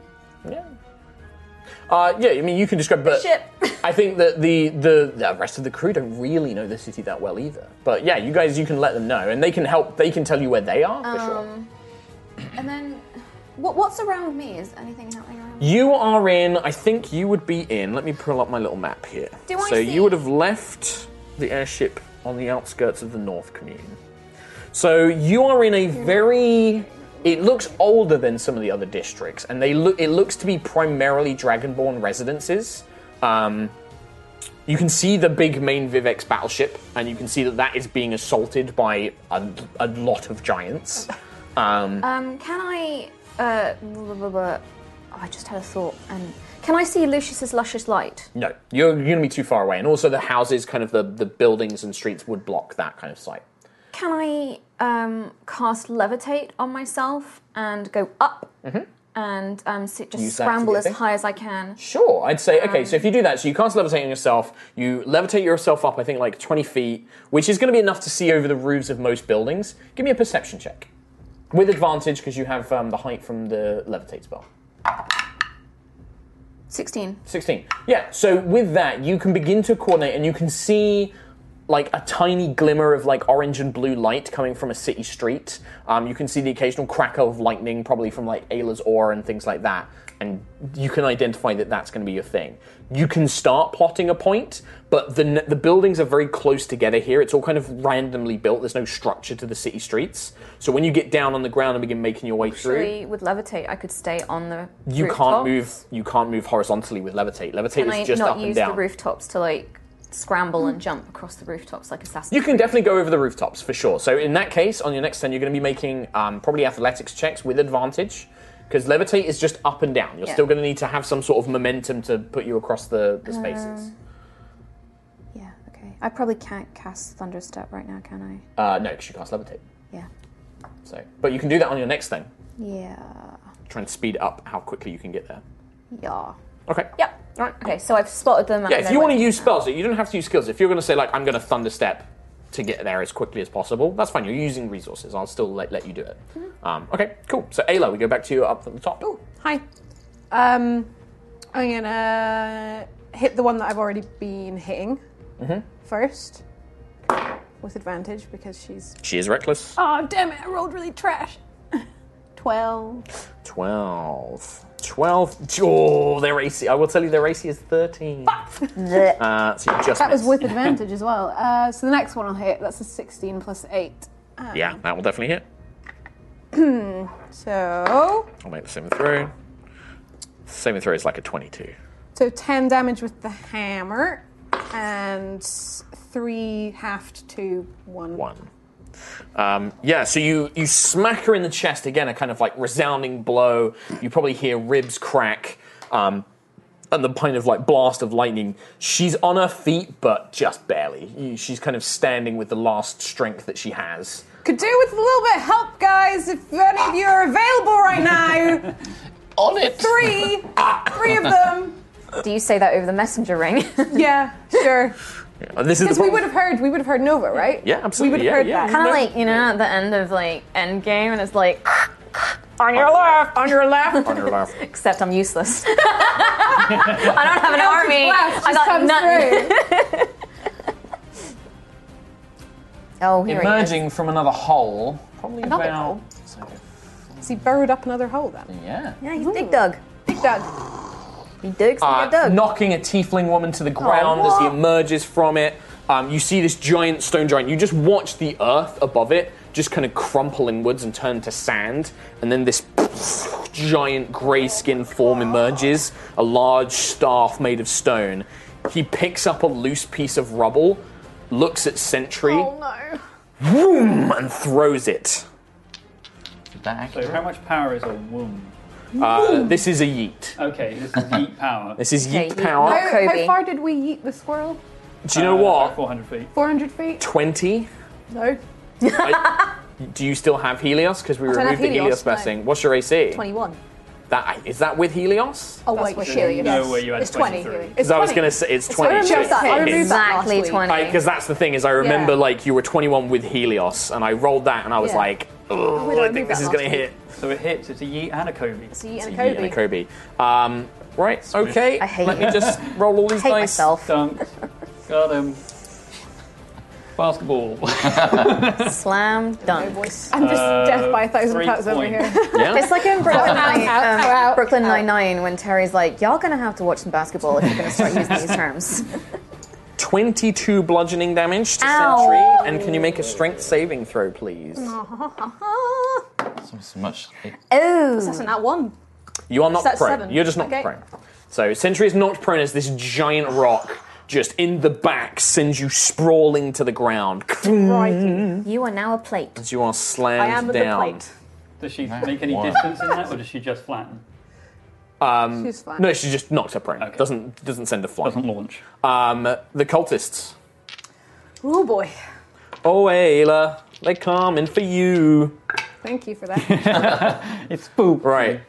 [SPEAKER 6] Uh, yeah, I mean you can describe, but
[SPEAKER 12] ship.
[SPEAKER 6] Uh, I think that the, the the rest of the crew don't really know the city that well either. But yeah, you guys, you can let them know, and they can help. They can tell you where they are. for sure.
[SPEAKER 12] Um, and then, what, what's around me? Is anything happening around?
[SPEAKER 6] You are in. I think you would be in. Let me pull up my little map here.
[SPEAKER 12] Do I
[SPEAKER 6] so
[SPEAKER 12] see-
[SPEAKER 6] you would have left the airship on the outskirts of the North Commune. So you are in a very. It looks older than some of the other districts, and they look. It looks to be primarily Dragonborn residences. Um, you can see the big main Vivex battleship, and you can see that that is being assaulted by a, a lot of giants. Um,
[SPEAKER 12] Um, can I? Uh, blah, blah, blah. Oh, I just had a thought. And can I see Lucius's luscious light?
[SPEAKER 6] No, you're, you're going to be too far away. And also, the houses, kind of the, the buildings and streets would block that kind of sight.
[SPEAKER 12] Can I um, cast levitate on myself and go up
[SPEAKER 6] Mhm.
[SPEAKER 12] and um, sit, just
[SPEAKER 6] Use that to
[SPEAKER 12] scramble
[SPEAKER 6] get
[SPEAKER 12] as
[SPEAKER 6] there.
[SPEAKER 12] high as I can?
[SPEAKER 6] Sure, I'd say, okay, so if you do that, so you cast levitate on yourself, you levitate yourself up, I think, like 20 feet, which is going to be enough to see over the roofs of most buildings. Give me a perception check. With advantage, because you have um, the height from the levitate spell.
[SPEAKER 12] Sixteen.
[SPEAKER 6] 16. Yeah, so with that, you can begin to coordinate and you can see like a tiny glimmer of like orange and blue light coming from a city street. Um, you can see the occasional crackle of lightning, probably from like Ayla's ore and things like that. And you can identify that that's going to be your thing. You can start plotting a point, but the n- the buildings are very close together here. It's all kind of randomly built. There's no structure to the city streets. So when you get down on the ground and begin making your way through,
[SPEAKER 12] Actually, with levitate, I could stay on the.
[SPEAKER 6] you
[SPEAKER 12] rooftop.
[SPEAKER 6] can't move. You can't move horizontally with levitate. Levitate
[SPEAKER 12] Can
[SPEAKER 6] is
[SPEAKER 12] I
[SPEAKER 6] just
[SPEAKER 12] not
[SPEAKER 6] up and
[SPEAKER 12] use
[SPEAKER 6] down.
[SPEAKER 12] the rooftops to like scramble and jump across the rooftops like assassins?
[SPEAKER 6] You can definitely go over the rooftops for sure. So in that case, on your next turn, you're going to be making um, probably athletics checks with advantage because levitate is just up and down. You're
[SPEAKER 12] Yeah.
[SPEAKER 6] still going to need to have some sort of momentum to put you across the, the spaces.
[SPEAKER 12] Um, yeah. Okay. I probably can't cast thunderstep right now, can I?
[SPEAKER 6] Uh, no, because you cast levitate.
[SPEAKER 12] Yeah.
[SPEAKER 6] So, but you can do that on your next thing.
[SPEAKER 12] Yeah.
[SPEAKER 6] Try and speed up how quickly you can get there.
[SPEAKER 12] Yeah.
[SPEAKER 6] Okay.
[SPEAKER 12] Yep. All right. Okay. So I've spotted them.
[SPEAKER 6] Yeah, if you want to use spells, you don't have to use skills. If you're going to say like, I'm going to thunder step to get there as quickly as possible, that's fine. You're using resources. I'll still let, let you do it.
[SPEAKER 12] Mm-hmm.
[SPEAKER 6] Um, okay, cool. So Ayla, we go back to you up at the top.
[SPEAKER 4] Hi. Um, I'm gonna hit the one that I've already been hitting
[SPEAKER 6] Mhm.
[SPEAKER 4] Mm-hmm. first with advantage because she's.
[SPEAKER 6] She is reckless.
[SPEAKER 4] Oh damn it! I rolled really trash. Twelve.
[SPEAKER 6] 12. 12. Oh, their AC. I will tell you their AC is 13. Uh, so you just
[SPEAKER 4] that was
[SPEAKER 6] missed.
[SPEAKER 4] with advantage as well. Uh, so the next one I'll hit. That's a sixteen plus eight.
[SPEAKER 6] Yeah, that will definitely hit.
[SPEAKER 4] so
[SPEAKER 6] I'll make the saving throw. Saving throw is like a 22.
[SPEAKER 4] so ten damage with the hammer and three halved to one.
[SPEAKER 6] One. Um, yeah, so you, you smack her in the chest again, a kind of like resounding blow. You probably hear ribs crack um, and the kind of like blast of lightning. She's on her feet, but just barely. You- She's kind of standing with the last strength that she has.
[SPEAKER 4] Could do with a little bit of help, guys. If any of you are available right now,
[SPEAKER 6] on it.
[SPEAKER 4] Three, three of them.
[SPEAKER 12] Do you say that over the messenger ring?
[SPEAKER 4] yeah, sure.
[SPEAKER 6] Uh, This is
[SPEAKER 4] Because
[SPEAKER 6] the
[SPEAKER 4] we
[SPEAKER 6] problem.
[SPEAKER 4] would have heard, we would have heard Nova, right?
[SPEAKER 6] Yeah, absolutely.
[SPEAKER 4] We would have heard
[SPEAKER 6] Yeah, yeah.
[SPEAKER 4] that.
[SPEAKER 12] kind of like you know at the end of like Endgame, and it's like on
[SPEAKER 6] your
[SPEAKER 12] left, on your left,
[SPEAKER 6] On your left.
[SPEAKER 12] Except I'm useless. I don't have an army.
[SPEAKER 4] Blast just
[SPEAKER 12] I got
[SPEAKER 4] comes
[SPEAKER 12] nothing. oh, here he is.
[SPEAKER 6] Emerging from another hole, probably
[SPEAKER 4] Another
[SPEAKER 6] about.
[SPEAKER 4] hole? Is he burrowed up another hole then?
[SPEAKER 6] Yeah.
[SPEAKER 7] Yeah, he's Big Doug.
[SPEAKER 4] Big Doug.
[SPEAKER 7] He digs like
[SPEAKER 6] Uh,
[SPEAKER 7] a Doug.
[SPEAKER 6] knocking a tiefling woman to the ground as he
[SPEAKER 7] what?
[SPEAKER 6] emerges from it. Um, you see this giant stone giant. You just watch the earth above it just kind of crumple inwards and turn to sand, and then this giant grey skinned form emerges, a large staff made of stone. He picks up a loose piece of rubble, looks at Sentry,
[SPEAKER 4] Oh, no.
[SPEAKER 6] whoom, and throws it.
[SPEAKER 1] So how much power is a womb?
[SPEAKER 6] Uh, this is a yeet.
[SPEAKER 1] Okay, this is deep power.
[SPEAKER 6] This is
[SPEAKER 1] Okay,
[SPEAKER 6] yeet
[SPEAKER 1] yeet.
[SPEAKER 12] Oh,
[SPEAKER 6] power.
[SPEAKER 1] Not
[SPEAKER 4] How,
[SPEAKER 1] Kobe.
[SPEAKER 4] how far did we eat the squirrel?
[SPEAKER 6] Do you know
[SPEAKER 1] Uh,
[SPEAKER 6] what?
[SPEAKER 1] 400 feet.
[SPEAKER 4] 400 feet?
[SPEAKER 6] 20.
[SPEAKER 4] No.
[SPEAKER 6] Do you still have Helios? Because we
[SPEAKER 4] I don't
[SPEAKER 6] removed
[SPEAKER 4] have
[SPEAKER 6] the Helios
[SPEAKER 4] Helios, no.
[SPEAKER 6] blessing. What's your AC?
[SPEAKER 4] 21.
[SPEAKER 6] That is that with Helios?
[SPEAKER 2] Oh wait,
[SPEAKER 6] what it
[SPEAKER 2] Helios.
[SPEAKER 6] is.
[SPEAKER 2] No way you had It's 23. 20.
[SPEAKER 6] Because I was going to say it's 20.
[SPEAKER 7] exactly 20.
[SPEAKER 6] Because that's the thing is I remember like you were 21 with Helios, and I rolled that, and I was
[SPEAKER 7] Yeah.
[SPEAKER 6] like,
[SPEAKER 7] Oh,
[SPEAKER 6] oh,
[SPEAKER 7] wait, I
[SPEAKER 6] I
[SPEAKER 7] removed
[SPEAKER 6] think this
[SPEAKER 7] that
[SPEAKER 6] is
[SPEAKER 7] last
[SPEAKER 6] going to
[SPEAKER 7] week.
[SPEAKER 6] hit.
[SPEAKER 1] So it hits. It's a Yeet and a Kobe. It's
[SPEAKER 2] a Yeet
[SPEAKER 6] Yeet and a Kobe. Um, right. Okay.
[SPEAKER 1] I hate
[SPEAKER 6] Let
[SPEAKER 1] it.
[SPEAKER 6] me just roll all these
[SPEAKER 1] Hate
[SPEAKER 6] dice.
[SPEAKER 1] myself. Got him. Basketball.
[SPEAKER 7] Slam dunk.
[SPEAKER 4] I'm just death by a thousand cuts over here.
[SPEAKER 1] Yeah.
[SPEAKER 7] It's like in Brooklyn,
[SPEAKER 4] Out,
[SPEAKER 7] Nine-
[SPEAKER 4] out,
[SPEAKER 7] um,
[SPEAKER 4] out, out,
[SPEAKER 7] Brooklyn Nine-Nine when Terry's like, y'all gonna have to watch some basketball if you're gonna start using these terms.
[SPEAKER 6] 22 bludgeoning damage to
[SPEAKER 7] Ow.
[SPEAKER 6] Sentry, and can you make a strength saving throw, please?
[SPEAKER 7] oh.
[SPEAKER 6] So much.
[SPEAKER 12] Oh,
[SPEAKER 2] Assassin at one.
[SPEAKER 6] You are not
[SPEAKER 2] Is that
[SPEAKER 6] prone.
[SPEAKER 2] seven?
[SPEAKER 6] You're just not
[SPEAKER 2] Okay.
[SPEAKER 6] prone. So Sentry is knocked prone as this giant rock just in the back sends you sprawling to the ground
[SPEAKER 7] You are now a plate.
[SPEAKER 6] as you are slammed down.
[SPEAKER 1] Does she make any
[SPEAKER 6] Wow.
[SPEAKER 1] distance in that, or does she just flatten?
[SPEAKER 6] Um,
[SPEAKER 1] She's fine.
[SPEAKER 6] No, she just knocked her prone. Doesn't doesn't send a fly. Doesn't
[SPEAKER 1] launch.
[SPEAKER 6] Um, the cultists.
[SPEAKER 4] Oh boy.
[SPEAKER 6] Oh, Ayla, they coming for you.
[SPEAKER 4] Thank you for that.
[SPEAKER 1] It's poop.
[SPEAKER 6] Right.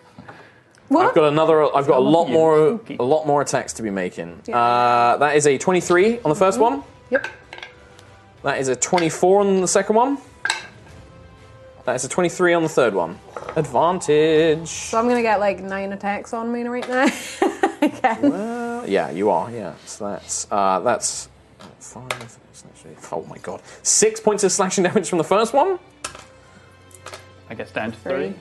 [SPEAKER 4] What?
[SPEAKER 6] I've got another. I've got
[SPEAKER 4] Some
[SPEAKER 6] a lot
[SPEAKER 4] of you.
[SPEAKER 6] more. A lot more attacks to be making. Uh, that is a twenty-three on the 1st one.
[SPEAKER 4] Yep.
[SPEAKER 6] That is a twenty-four on the second one. That is a twenty-three on the third one. Advantage.
[SPEAKER 4] So I'm gonna get like nine attacks on me right now.
[SPEAKER 6] Uh, yeah, you are. Yeah. So that's uh, that's five. Oh my god! Six points of slashing damage from the first one.
[SPEAKER 1] I guess down to three.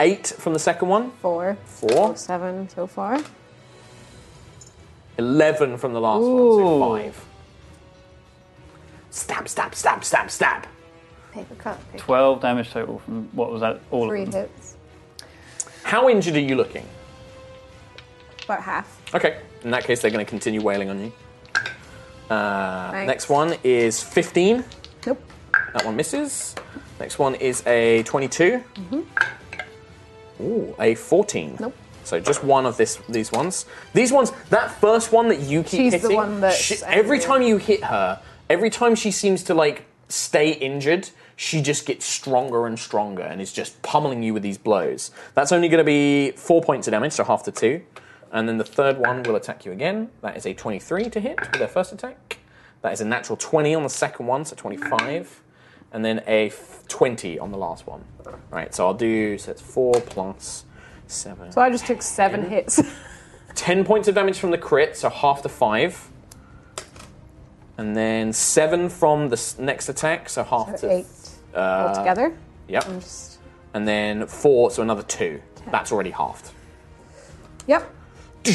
[SPEAKER 6] Eight from the second one.
[SPEAKER 4] Four.
[SPEAKER 6] Four.
[SPEAKER 4] Seven so far.
[SPEAKER 6] Eleven from the last one. So five. Stab! Stab! Stab! Stab! Stab!
[SPEAKER 4] Paper cut.
[SPEAKER 1] Twelve damage total from what was that? All
[SPEAKER 4] Three
[SPEAKER 1] of them.
[SPEAKER 4] hits.
[SPEAKER 6] How injured are you looking?
[SPEAKER 4] About half.
[SPEAKER 6] Okay. In that case, they're going to continue wailing on you. Uh,
[SPEAKER 4] Thanks.
[SPEAKER 6] next one is 15.
[SPEAKER 4] Nope.
[SPEAKER 6] That one misses. Next one is a 22.
[SPEAKER 4] Mhm.
[SPEAKER 6] Ooh, a 14.
[SPEAKER 4] Nope.
[SPEAKER 6] So just one of this these ones. These ones. That first one that you keep
[SPEAKER 4] She's the
[SPEAKER 6] hitting.
[SPEAKER 4] one that's
[SPEAKER 6] she- every time you hit her, every time she seems to like stay injured, she just gets stronger and stronger and is just pummeling you with these blows. That's only going to be four points of damage, so half the two. And then the third one will attack you again. That is a 23 to hit with their first attack. That is a natural 20 on the second one, so 25. And then a f- 20 on the last one. All right, so I'll do, so it's 4 plus 7.
[SPEAKER 4] So I just took seven hits.
[SPEAKER 6] 10 points of damage from the crit, so half the 5. And then 7 from the s- next attack, so half
[SPEAKER 4] So
[SPEAKER 6] to.
[SPEAKER 4] eight
[SPEAKER 6] uh,
[SPEAKER 4] altogether. Mm.
[SPEAKER 6] Yep.
[SPEAKER 4] I'm just-
[SPEAKER 6] And then 4, so another 2. That's already halved.
[SPEAKER 4] Yep. Do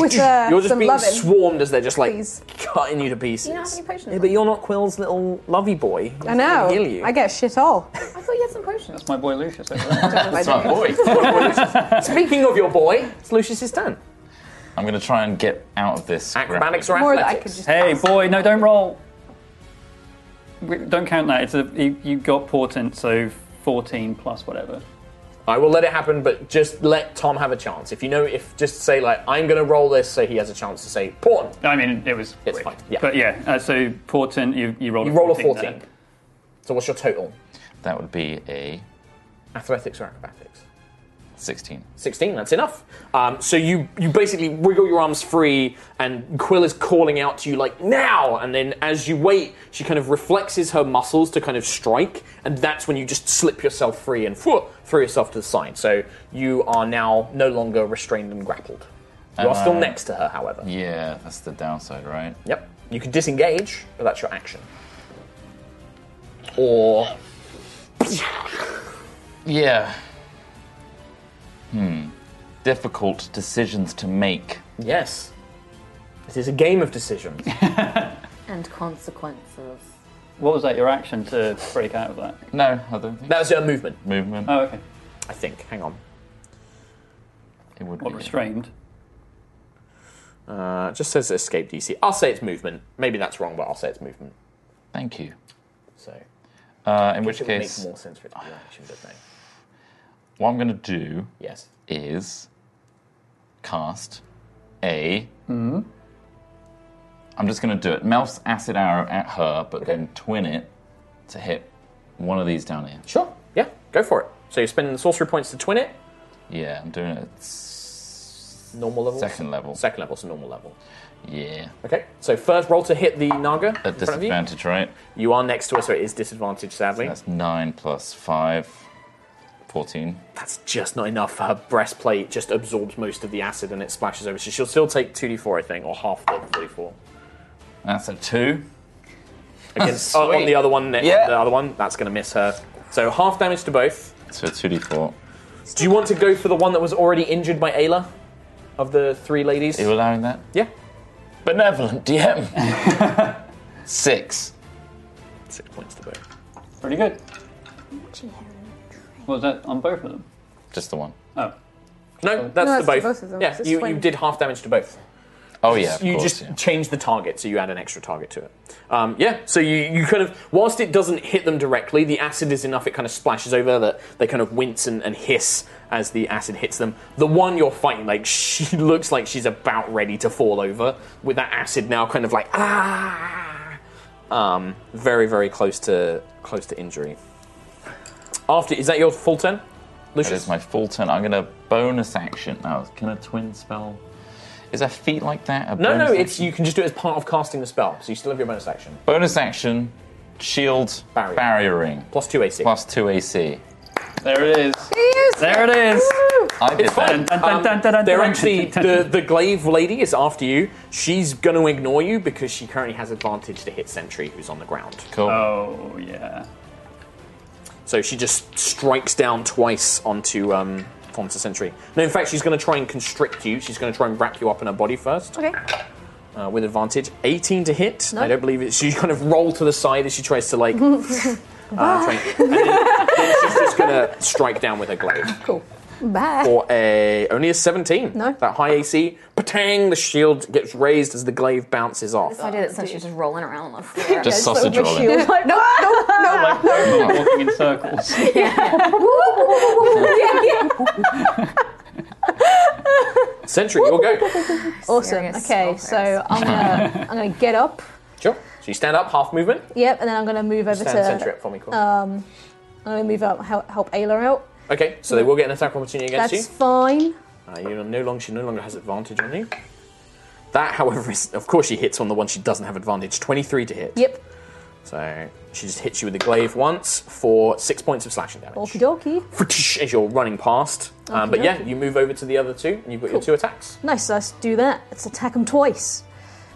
[SPEAKER 4] with uh,
[SPEAKER 6] you're just
[SPEAKER 4] some
[SPEAKER 6] being
[SPEAKER 4] loving.
[SPEAKER 6] swarmed as they're just like
[SPEAKER 4] Please.
[SPEAKER 6] cutting you to pieces.
[SPEAKER 4] You don't have any potions
[SPEAKER 6] Yeah, but you're not Quill's little lovey boy.
[SPEAKER 4] I know.
[SPEAKER 6] Heal you.
[SPEAKER 4] I get shit all.
[SPEAKER 12] I thought you had some potions.
[SPEAKER 1] That's my boy Lucius. over
[SPEAKER 4] That's my
[SPEAKER 6] boy. Speaking of your boy, it's Lucius's turn.
[SPEAKER 9] I'm going to try and get out of this.
[SPEAKER 6] Acrobatics
[SPEAKER 9] grapple.
[SPEAKER 6] or More that I athletics? could just
[SPEAKER 1] hey, boy, no, don't roll. We- Don't count that. It's a you, you got portent, so fourteen plus whatever.
[SPEAKER 6] I will let it happen, but just let Tom have a chance. If you know, if just say like, I'm going to roll this, so he has a chance to say porn.
[SPEAKER 1] I mean, it was.
[SPEAKER 6] It's fine. Yeah.
[SPEAKER 1] But yeah, uh, so portent, you you roll.
[SPEAKER 6] You roll a
[SPEAKER 1] then.
[SPEAKER 6] 14. So what's your total?
[SPEAKER 9] That would be a
[SPEAKER 6] Athletics or acrobatics?
[SPEAKER 9] 16.
[SPEAKER 6] 16. That's enough. Um, so you you basically wiggle your arms free, and Quill is calling out to you like now. And then as you wait, she kind of reflexes her muscles to kind of strike, and that's when you just slip yourself free and phew, throw yourself to the side. So you are now no longer restrained and grappled. You are
[SPEAKER 9] Am
[SPEAKER 6] still
[SPEAKER 9] I-
[SPEAKER 6] next to her, however.
[SPEAKER 9] Yeah, that's the downside, right?
[SPEAKER 6] Yep. You can disengage, but that's your action. Or
[SPEAKER 9] Yeah. Hmm. Difficult decisions to make.
[SPEAKER 6] Yes. It is a game of decisions.
[SPEAKER 7] And consequences.
[SPEAKER 1] What was that? Your action to break out of that?
[SPEAKER 9] No, I don't think.
[SPEAKER 6] That was your movement.
[SPEAKER 9] Movement.
[SPEAKER 1] Oh, okay.
[SPEAKER 6] I think. Hang on.
[SPEAKER 9] It would
[SPEAKER 1] what, restrained?
[SPEAKER 6] Uh, it just says escape DC. I'll say it's movement. Maybe that's wrong, but I'll say it's movement.
[SPEAKER 9] Thank you.
[SPEAKER 6] So.
[SPEAKER 9] Uh, in
[SPEAKER 6] I
[SPEAKER 9] which
[SPEAKER 6] guess it would
[SPEAKER 9] case,
[SPEAKER 6] make more sense for it to be an action, but no.
[SPEAKER 9] what I'm going to do
[SPEAKER 6] Yes.
[SPEAKER 9] is cast a.
[SPEAKER 6] Mm-hmm.
[SPEAKER 9] am just going to do it. Melf's acid arrow at her, but then twin it to hit one of these down here.
[SPEAKER 6] Sure. Yeah. Go for it. So you're spending the sorcery points to twin it.
[SPEAKER 9] Yeah, I'm doing it.
[SPEAKER 6] Normal level.
[SPEAKER 9] Second level.
[SPEAKER 6] Second level, so normal level.
[SPEAKER 9] Yeah.
[SPEAKER 6] Okay. So first roll to hit the naga in
[SPEAKER 9] At
[SPEAKER 6] front of you.
[SPEAKER 9] disadvantage, right?
[SPEAKER 6] You are next to us, so it is disadvantage, sadly.
[SPEAKER 9] That's 9 plus 5. 14.
[SPEAKER 6] That's just not enough. Her breastplate just absorbs most of the acid and it splashes over. So she'll still take 2d4, I think, or half the 2d4.
[SPEAKER 9] That's a 2.
[SPEAKER 6] Against, uh, on
[SPEAKER 9] Sweet.
[SPEAKER 6] the other one, the-
[SPEAKER 9] Yeah.
[SPEAKER 6] the other one, that's going to miss her. So half damage to both.
[SPEAKER 9] So 2d4.
[SPEAKER 6] Do you want to go for the one that was already injured by Ayla of the three ladies?
[SPEAKER 9] Are you allowing that?
[SPEAKER 6] Yeah.
[SPEAKER 9] Benevolent DM. Six.
[SPEAKER 6] Six points to both.
[SPEAKER 8] Pretty good. What was that on both of them?
[SPEAKER 9] Just the one.
[SPEAKER 8] Oh.
[SPEAKER 6] No,
[SPEAKER 8] No,
[SPEAKER 6] that's the
[SPEAKER 8] it's to
[SPEAKER 6] both.
[SPEAKER 8] both of them.
[SPEAKER 6] Yeah,
[SPEAKER 8] It's
[SPEAKER 6] you,
[SPEAKER 8] twin.
[SPEAKER 6] you did half damage to both.
[SPEAKER 9] Oh, yeah, of
[SPEAKER 6] you
[SPEAKER 9] course,
[SPEAKER 6] just change the target, so you add an extra target to it. Um, yeah, so you, you kind of whilst it doesn't hit them directly, the acid is enough. It kind of splashes over that they kind of wince and, and hiss as the acid hits them. The one you're fighting, like she looks like she's about ready to fall over with that acid now, kind of like ah, um, very very close to close to injury. After is that your full turn? Lucius?
[SPEAKER 9] That is my full turn. I'm going to bonus action. Now, can a twin spell. Is a feat like that a
[SPEAKER 6] No,
[SPEAKER 9] bonus
[SPEAKER 6] no,
[SPEAKER 9] action?
[SPEAKER 6] it's you can just do it as part of casting the spell, so you still have your bonus action.
[SPEAKER 9] Bonus action, shield, barrier, ring.
[SPEAKER 6] Plus 2 AC.
[SPEAKER 9] Plus 2 AC.
[SPEAKER 8] There it is.
[SPEAKER 9] There it is. I did
[SPEAKER 6] It's fine.
[SPEAKER 9] that.
[SPEAKER 6] Um, they're actually the, the glaive lady is after you. She's going to ignore you because she currently has advantage to hit sentry who's on the ground.
[SPEAKER 9] Cool.
[SPEAKER 8] Oh yeah.
[SPEAKER 6] So she just strikes down twice onto um, onto sentry. No, in fact, she's going to try and constrict you. She's going to try and wrap you up in her body first.
[SPEAKER 2] Okay.
[SPEAKER 6] Uh, with advantage, 18 to hit.
[SPEAKER 2] No.
[SPEAKER 6] I don't believe it. She kind of roll to the side as she tries to like. uh, try and, and then, then she's just gonna strike down with her glaive.
[SPEAKER 2] Bye.
[SPEAKER 6] for a only a 17. No. That high AC. Patang, the shield gets raised as the glaive bounces off.
[SPEAKER 7] This idea that since she's just rolling around on the floor.
[SPEAKER 6] Just sausage rolling.
[SPEAKER 7] Like, no, no, no,
[SPEAKER 8] Walking in circles.
[SPEAKER 6] Sentry, you'll go.
[SPEAKER 2] Awesome. Okay, so I'm gonna I'm gonna get up.
[SPEAKER 6] Sure. So you stand up, half movement.
[SPEAKER 2] Yep, and then I'm gonna move over
[SPEAKER 6] Stand
[SPEAKER 2] to.
[SPEAKER 6] sentry up for me, cool.
[SPEAKER 2] Um, I'm gonna move up help, help Ayla out.
[SPEAKER 6] Okay, so they will get an attack opportunity against
[SPEAKER 2] That's fine.
[SPEAKER 6] you. Uh, you no longer she no longer has advantage on you. That, however, is of course she hits on the one she doesn't have advantage. Twenty-three to hit.
[SPEAKER 2] Yep.
[SPEAKER 6] So she just hits you with the glaive once for six points of slashing damage.
[SPEAKER 2] Okie dokie.
[SPEAKER 6] As you're running past, um, but yeah,
[SPEAKER 2] Okey-dokey.
[SPEAKER 6] you move over to the other two, and you've got your
[SPEAKER 2] Cool.
[SPEAKER 6] two attacks.
[SPEAKER 2] Nice. Let's do that. Let's attack them twice.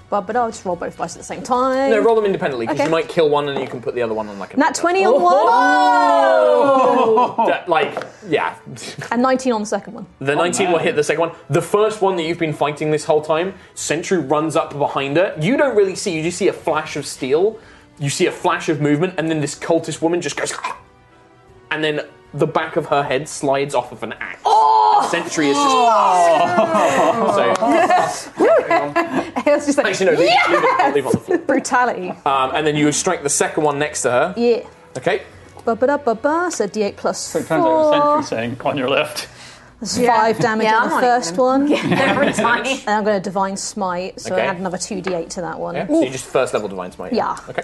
[SPEAKER 2] But but I'll just roll both dice at the same time.
[SPEAKER 6] No, roll them independently because
[SPEAKER 2] Okay.
[SPEAKER 6] you might kill one, and you can put the other one on like a
[SPEAKER 2] Nat 20 on
[SPEAKER 6] Oh.
[SPEAKER 2] one.
[SPEAKER 6] That, like yeah,
[SPEAKER 2] And 19 on the second one.
[SPEAKER 6] The 19 will
[SPEAKER 2] man.
[SPEAKER 6] hit the second one. The first one that you've been fighting this whole time, Sentry runs up behind her. You don't really see, you just see a flash of steel. You see a flash of movement, and then this cultist woman just goes. And then the back of her head slides off of an axe. Oh! Sentry is just.
[SPEAKER 2] Oh!
[SPEAKER 6] So,
[SPEAKER 2] it was just like,
[SPEAKER 6] Actually, no, leave it- leave it- I'll leave it on the floor.
[SPEAKER 2] Brutality.
[SPEAKER 6] Um, and then you strike the second one next to her.
[SPEAKER 2] Yeah.
[SPEAKER 6] Okay.
[SPEAKER 2] Ba ba da ba ba. So D8 plus four.
[SPEAKER 8] Sometimes over sentry saying on your left.
[SPEAKER 2] That's five damage
[SPEAKER 7] Yeah,
[SPEAKER 2] on
[SPEAKER 7] I'm
[SPEAKER 2] the
[SPEAKER 7] not
[SPEAKER 2] first
[SPEAKER 7] even-
[SPEAKER 2] one.
[SPEAKER 7] Every time.
[SPEAKER 2] And I'm going to divine smite, so
[SPEAKER 6] Okay.
[SPEAKER 2] I add another two d8 to that one.
[SPEAKER 6] Yeah, so you just first level divine smite.
[SPEAKER 2] Yeah.
[SPEAKER 6] Okay.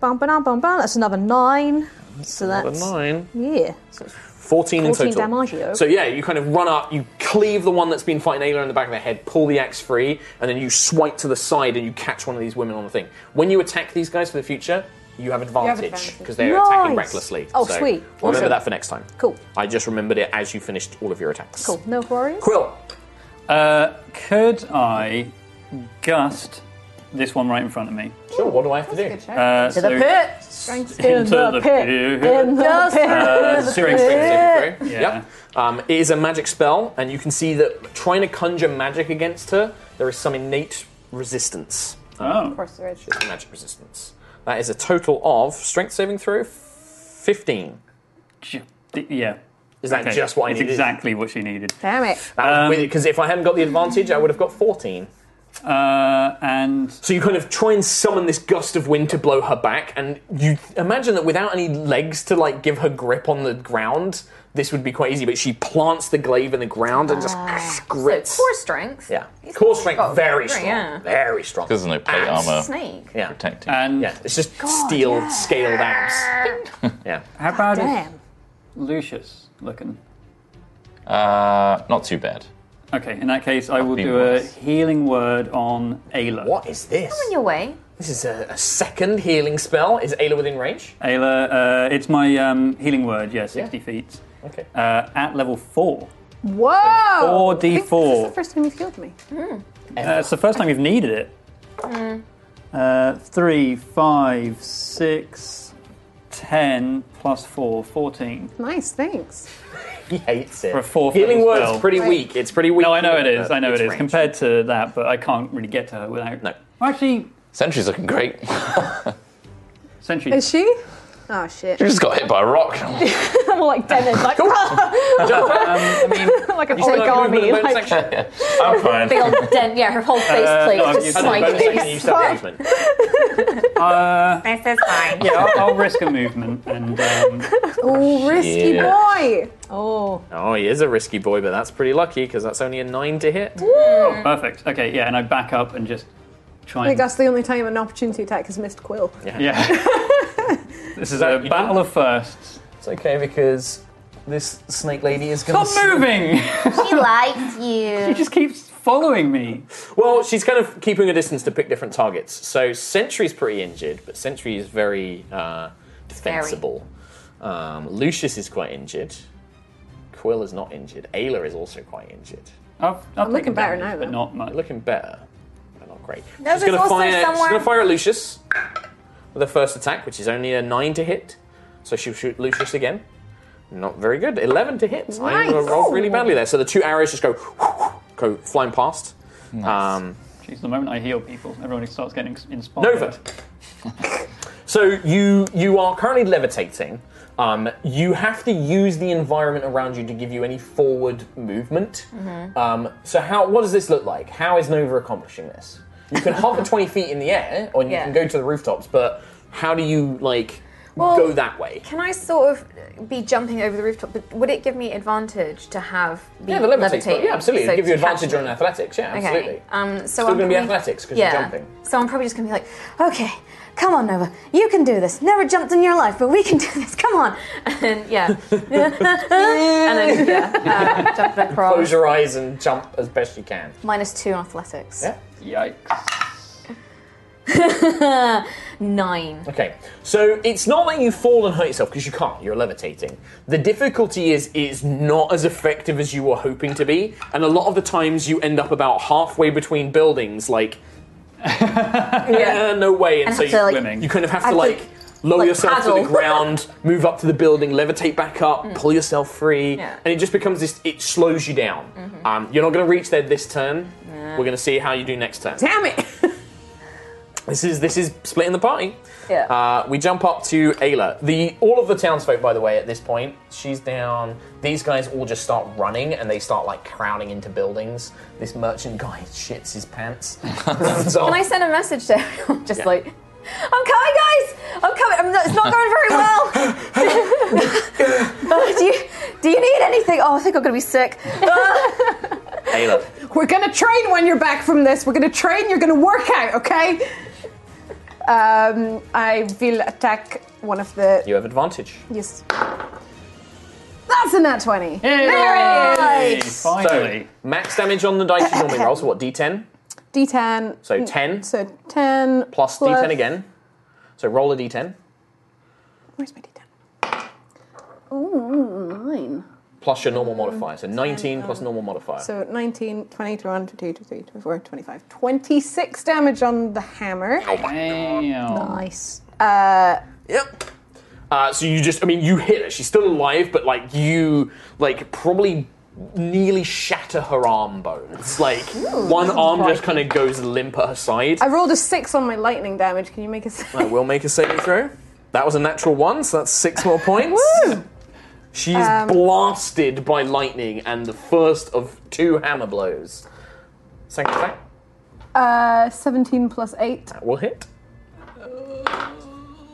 [SPEAKER 2] Bam, bam, bam, bam. That's another nine. so
[SPEAKER 6] another
[SPEAKER 2] that's
[SPEAKER 6] nine.
[SPEAKER 2] Yeah.
[SPEAKER 6] 14 in
[SPEAKER 2] 14
[SPEAKER 6] total.
[SPEAKER 2] damage.
[SPEAKER 6] So yeah, you kind of run up, you cleave the one that's been fighting Ayla in the back of the head, pull the axe free, and then you swipe to the side and you catch one of these women on the thing. When you attack these guys for the future, you have advantage
[SPEAKER 2] advantage.
[SPEAKER 6] because they're attacking
[SPEAKER 2] Nice.
[SPEAKER 6] recklessly.
[SPEAKER 2] Oh,
[SPEAKER 6] So
[SPEAKER 2] sweet.
[SPEAKER 6] Remember
[SPEAKER 2] Awesome.
[SPEAKER 6] that for next time.
[SPEAKER 2] Cool.
[SPEAKER 6] I just remembered it as you finished all of your attacks.
[SPEAKER 2] Cool. No worries.
[SPEAKER 6] Quill.
[SPEAKER 8] Uh, could I gust this one right in front of me?
[SPEAKER 6] Sure. What do I have to do?
[SPEAKER 8] Uh,
[SPEAKER 2] To the
[SPEAKER 8] so-
[SPEAKER 2] pit.
[SPEAKER 8] Into the pit.
[SPEAKER 2] In the pit.
[SPEAKER 8] Uh,
[SPEAKER 2] In the
[SPEAKER 8] strength
[SPEAKER 2] pit.
[SPEAKER 6] Saving throw.
[SPEAKER 8] Yeah.
[SPEAKER 6] Yep. Um, it is a magic spell, and you can see that trying to conjure magic against her, there is some innate resistance.
[SPEAKER 8] Oh. Of
[SPEAKER 6] course there is. magic resistance. That is a total of strength saving throw, f- 15.
[SPEAKER 8] Yeah.
[SPEAKER 6] Is that
[SPEAKER 8] Okay, um,
[SPEAKER 6] just what I
[SPEAKER 8] It's
[SPEAKER 6] needed?
[SPEAKER 8] exactly what she needed.
[SPEAKER 2] Damn it.
[SPEAKER 6] Because if I hadn't got the advantage, I would have got 14.
[SPEAKER 8] Uh, and
[SPEAKER 6] so you kind of try and summon this gust of wind to blow her back, and you imagine that without any legs to like give her grip on the ground, this would be quite easy. But she plants the glaive in the ground and just grits.
[SPEAKER 7] Core strength.
[SPEAKER 6] Yeah. Core strength,
[SPEAKER 7] got
[SPEAKER 6] very
[SPEAKER 7] three,
[SPEAKER 6] strong.
[SPEAKER 7] yeah.
[SPEAKER 6] Very strong.
[SPEAKER 9] There's no plate
[SPEAKER 6] Abs.
[SPEAKER 9] armor
[SPEAKER 7] Snake.
[SPEAKER 6] Yeah.
[SPEAKER 9] protecting.
[SPEAKER 8] And
[SPEAKER 6] yeah, it's just steel scaled abs. yeah.
[SPEAKER 8] How about
[SPEAKER 7] Damn.
[SPEAKER 8] if Lucius looking?
[SPEAKER 9] Uh, not too bad.
[SPEAKER 8] Okay, in that case, I will
[SPEAKER 9] been
[SPEAKER 8] do a healing word on Ayla.
[SPEAKER 6] What is this?
[SPEAKER 7] On your way.
[SPEAKER 6] This is a, a second healing spell. Is Ayla within range?
[SPEAKER 8] Ayla, uh, it's my um, healing word, yeah, 60 feet.
[SPEAKER 6] Okay.
[SPEAKER 8] Uh, at level 4.
[SPEAKER 4] Whoa!
[SPEAKER 8] Four D
[SPEAKER 4] Oh. This is
[SPEAKER 8] four.
[SPEAKER 4] the first time you've healed me.
[SPEAKER 8] Uh, it's the first time you've needed it. Uh, 3, 5, 6, 10, plus 4, 14.
[SPEAKER 4] Nice, thanks.
[SPEAKER 6] He hates it.
[SPEAKER 8] For a fourth
[SPEAKER 6] Healing
[SPEAKER 8] level
[SPEAKER 6] word's
[SPEAKER 8] spell.
[SPEAKER 6] pretty weak. It's pretty weak.
[SPEAKER 8] No, I know it is.
[SPEAKER 6] Uh,
[SPEAKER 8] I know
[SPEAKER 6] it's
[SPEAKER 8] it is.
[SPEAKER 6] range.
[SPEAKER 8] Compared to that, but I can't really get to her without. No. Actually.
[SPEAKER 9] Sentry's looking great.
[SPEAKER 8] Sentry.
[SPEAKER 4] Is she? Oh shit.
[SPEAKER 9] She just got hit by a rock.
[SPEAKER 4] I'm like Dennis, like,
[SPEAKER 6] Um,
[SPEAKER 4] like an
[SPEAKER 12] Oh
[SPEAKER 9] You said like
[SPEAKER 4] origami.
[SPEAKER 9] movement and bonus
[SPEAKER 4] Like,
[SPEAKER 9] action. I'm fine.
[SPEAKER 7] Big old dent. Yeah, her whole face
[SPEAKER 8] Uh,
[SPEAKER 7] plate
[SPEAKER 8] no, I'm
[SPEAKER 7] is just
[SPEAKER 8] using the bonus action, you
[SPEAKER 7] smiling.
[SPEAKER 8] use that Uh,
[SPEAKER 7] This is fine.
[SPEAKER 8] yeah, I'll, I'll risk a movement and. Um,
[SPEAKER 4] oh, risky
[SPEAKER 6] Yeah.
[SPEAKER 4] boy. Oh.
[SPEAKER 6] Oh, he is a risky boy, but that's pretty lucky because that's only a nine to hit.
[SPEAKER 8] oh, perfect. Okay, yeah, and I back up and just
[SPEAKER 4] I
[SPEAKER 8] try
[SPEAKER 4] think
[SPEAKER 8] and.
[SPEAKER 4] that's the only time an opportunity attack has missed Quill.
[SPEAKER 8] Yeah. this is a battle of firsts.
[SPEAKER 6] It's okay because this snake lady is going
[SPEAKER 8] Stop moving!
[SPEAKER 7] She likes
[SPEAKER 8] She
[SPEAKER 7] you.
[SPEAKER 8] just keeps following me.
[SPEAKER 6] Well, she's kind of keeping a distance to pick different targets. So Sentry's pretty injured, but Sentry is very uh, defensible. Um, Lucius is quite injured. Quill is not injured. Ayla is also quite injured.
[SPEAKER 8] I've, I've
[SPEAKER 4] I'm looking
[SPEAKER 8] taken
[SPEAKER 4] better
[SPEAKER 8] damage,
[SPEAKER 4] now,
[SPEAKER 8] but
[SPEAKER 4] though.
[SPEAKER 8] not much.
[SPEAKER 6] Looking better, but not great.
[SPEAKER 12] No, there's
[SPEAKER 6] she's going to
[SPEAKER 12] also
[SPEAKER 6] fire. She's
[SPEAKER 12] someone-
[SPEAKER 6] going to fire at Lucius with her first attack, which is only a nine to hit. So she'll shoot Lucius again. Not very good. Eleven to hit. I'm going
[SPEAKER 4] Nice.
[SPEAKER 6] to roll really badly there. So the two arrows just go go flying past. Um,
[SPEAKER 8] Jeez, the moment I heal people, everyone starts getting inspired.
[SPEAKER 6] Nova. so you you are currently levitating. Um, you have to use the environment around you to give you any forward movement.
[SPEAKER 12] Mm-hmm.
[SPEAKER 6] Um, so how what does this look like? How is Nova accomplishing this? You can hover twenty feet in the air, or you
[SPEAKER 12] Yeah.
[SPEAKER 6] can go to the rooftops. But how do you like
[SPEAKER 12] Well-
[SPEAKER 6] go that way?
[SPEAKER 12] Can I sort of be jumping over the rooftop? But would it give me advantage to have be
[SPEAKER 6] Yeah, the levitate.
[SPEAKER 12] levitating?
[SPEAKER 6] Yeah, absolutely.
[SPEAKER 12] So
[SPEAKER 6] It'll give you
[SPEAKER 12] to catch
[SPEAKER 6] advantage
[SPEAKER 12] me.
[SPEAKER 6] on athletics. Yeah, absolutely.
[SPEAKER 12] Okay. Um, so
[SPEAKER 6] Still
[SPEAKER 12] I'm
[SPEAKER 6] gonna be
[SPEAKER 12] probably-
[SPEAKER 6] athletics 'cause you're
[SPEAKER 12] yeah.
[SPEAKER 6] jumping.
[SPEAKER 12] So I'm probably just gonna be like, okay, come on, Nova, you can do this. Never jumped in your life, but we can do this. Come on. And yeah, and then yeah, uh, jump across.
[SPEAKER 6] Close your eyes and jump as best you can.
[SPEAKER 12] Minus two on athletics.
[SPEAKER 6] Yeah.
[SPEAKER 8] Yikes.
[SPEAKER 12] Nine.
[SPEAKER 6] Okay, so it's not that you fall and hurt yourself because you can't. You're levitating. The difficulty is it's not as effective as you were hoping to be, and a lot of the times you end up about halfway between buildings, like yeah, no way, and,
[SPEAKER 12] And
[SPEAKER 6] so
[SPEAKER 12] have to,
[SPEAKER 6] you,
[SPEAKER 12] like-
[SPEAKER 8] Swimming.
[SPEAKER 6] you kind of have
[SPEAKER 12] I
[SPEAKER 6] to like
[SPEAKER 12] think,
[SPEAKER 6] lower
[SPEAKER 12] like,
[SPEAKER 6] yourself to
[SPEAKER 12] paddle. Mm.
[SPEAKER 6] the ground, move up to the building, levitate back up, pull yourself free,
[SPEAKER 12] Yeah. Mm-hmm.
[SPEAKER 6] and it just becomes this. It slows you down. Um, you're not going to reach there this turn. We're going to see how you do next turn.
[SPEAKER 4] Damn it.
[SPEAKER 6] This is this is splitting the party.
[SPEAKER 12] Yeah.
[SPEAKER 6] Uh, we jump up to Ayla. The all of the townsfolk, by the way, at this point, she's down. These guys all just start running and they start like crowding into buildings. This merchant guy shits his pants. So-
[SPEAKER 12] Can I send a message to everyone? Just like, I'm coming, guys. I'm coming. I'm not, it's not going very well. do you do you need anything? Oh, I think I'm gonna be sick.
[SPEAKER 6] Ayla.
[SPEAKER 4] We're gonna train when you're back from this. We're gonna train. You're gonna work out, okay? Um, I will attack one of the.
[SPEAKER 6] You have advantage.
[SPEAKER 4] Yes. That's a nat twenty.
[SPEAKER 8] Hey,
[SPEAKER 4] There it is.
[SPEAKER 8] Finally.
[SPEAKER 6] So max damage on the dice you normally roll. So what? D10.
[SPEAKER 4] D10.
[SPEAKER 6] So 10
[SPEAKER 4] So ten
[SPEAKER 6] plus D10 again. So roll a D10
[SPEAKER 4] Where's my D10? Ooh, nine.
[SPEAKER 6] plus your normal modifier. So 19 plus normal modifier.
[SPEAKER 4] So 19, 20, 21, 22, 23, 24, 25. 26 damage on the hammer.
[SPEAKER 8] Damn.
[SPEAKER 7] Nice.
[SPEAKER 4] Uh,
[SPEAKER 6] Yep. Uh, so you just, I mean, you hit her. She's still alive, but like you, like probably nearly shatter her arm bones. Like one arm just kind of goes limp at her side.
[SPEAKER 4] I rolled a 6 on my lightning damage. Can you make a save?
[SPEAKER 6] I will make a saving throw. That was a natural one, so that's six more points.
[SPEAKER 4] Woo! Um,
[SPEAKER 6] She's blasted by lightning and the first of two hammer blows. Second attack
[SPEAKER 4] Uh, 17 plus 8.
[SPEAKER 6] that will hit.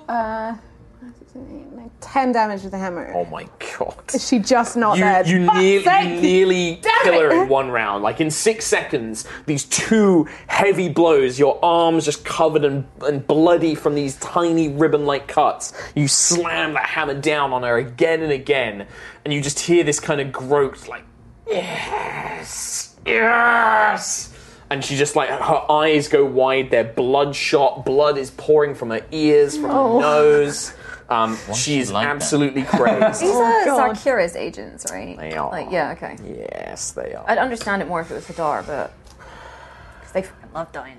[SPEAKER 4] Uh, 10 damage with the hammer.
[SPEAKER 6] Oh my shocked.
[SPEAKER 4] She just not
[SPEAKER 6] You,
[SPEAKER 4] dead.
[SPEAKER 6] you,
[SPEAKER 4] Fuck's
[SPEAKER 6] nearly, you
[SPEAKER 4] sake!
[SPEAKER 6] nearly
[SPEAKER 4] Damn
[SPEAKER 6] kill her
[SPEAKER 4] it.
[SPEAKER 6] in one round. Like in six seconds, these two heavy blows, your arms just covered and, and bloody from these tiny ribbon like cuts. You slam the hammer down on her again and again, and you just hear this kind of groat like, yes, yes. And she just like, her eyes go wide, they're bloodshot, blood is pouring from her ears, from
[SPEAKER 7] No.
[SPEAKER 4] Oh.
[SPEAKER 6] her nose. Um, she is absolutely crazed.
[SPEAKER 7] These are
[SPEAKER 6] Oh, God.
[SPEAKER 7] Sarkira's agents, right?
[SPEAKER 6] They are.
[SPEAKER 7] Like, yeah, okay.
[SPEAKER 6] Yes, they are.
[SPEAKER 7] I'd understand it more if it was Hadar, but because they fucking love dying.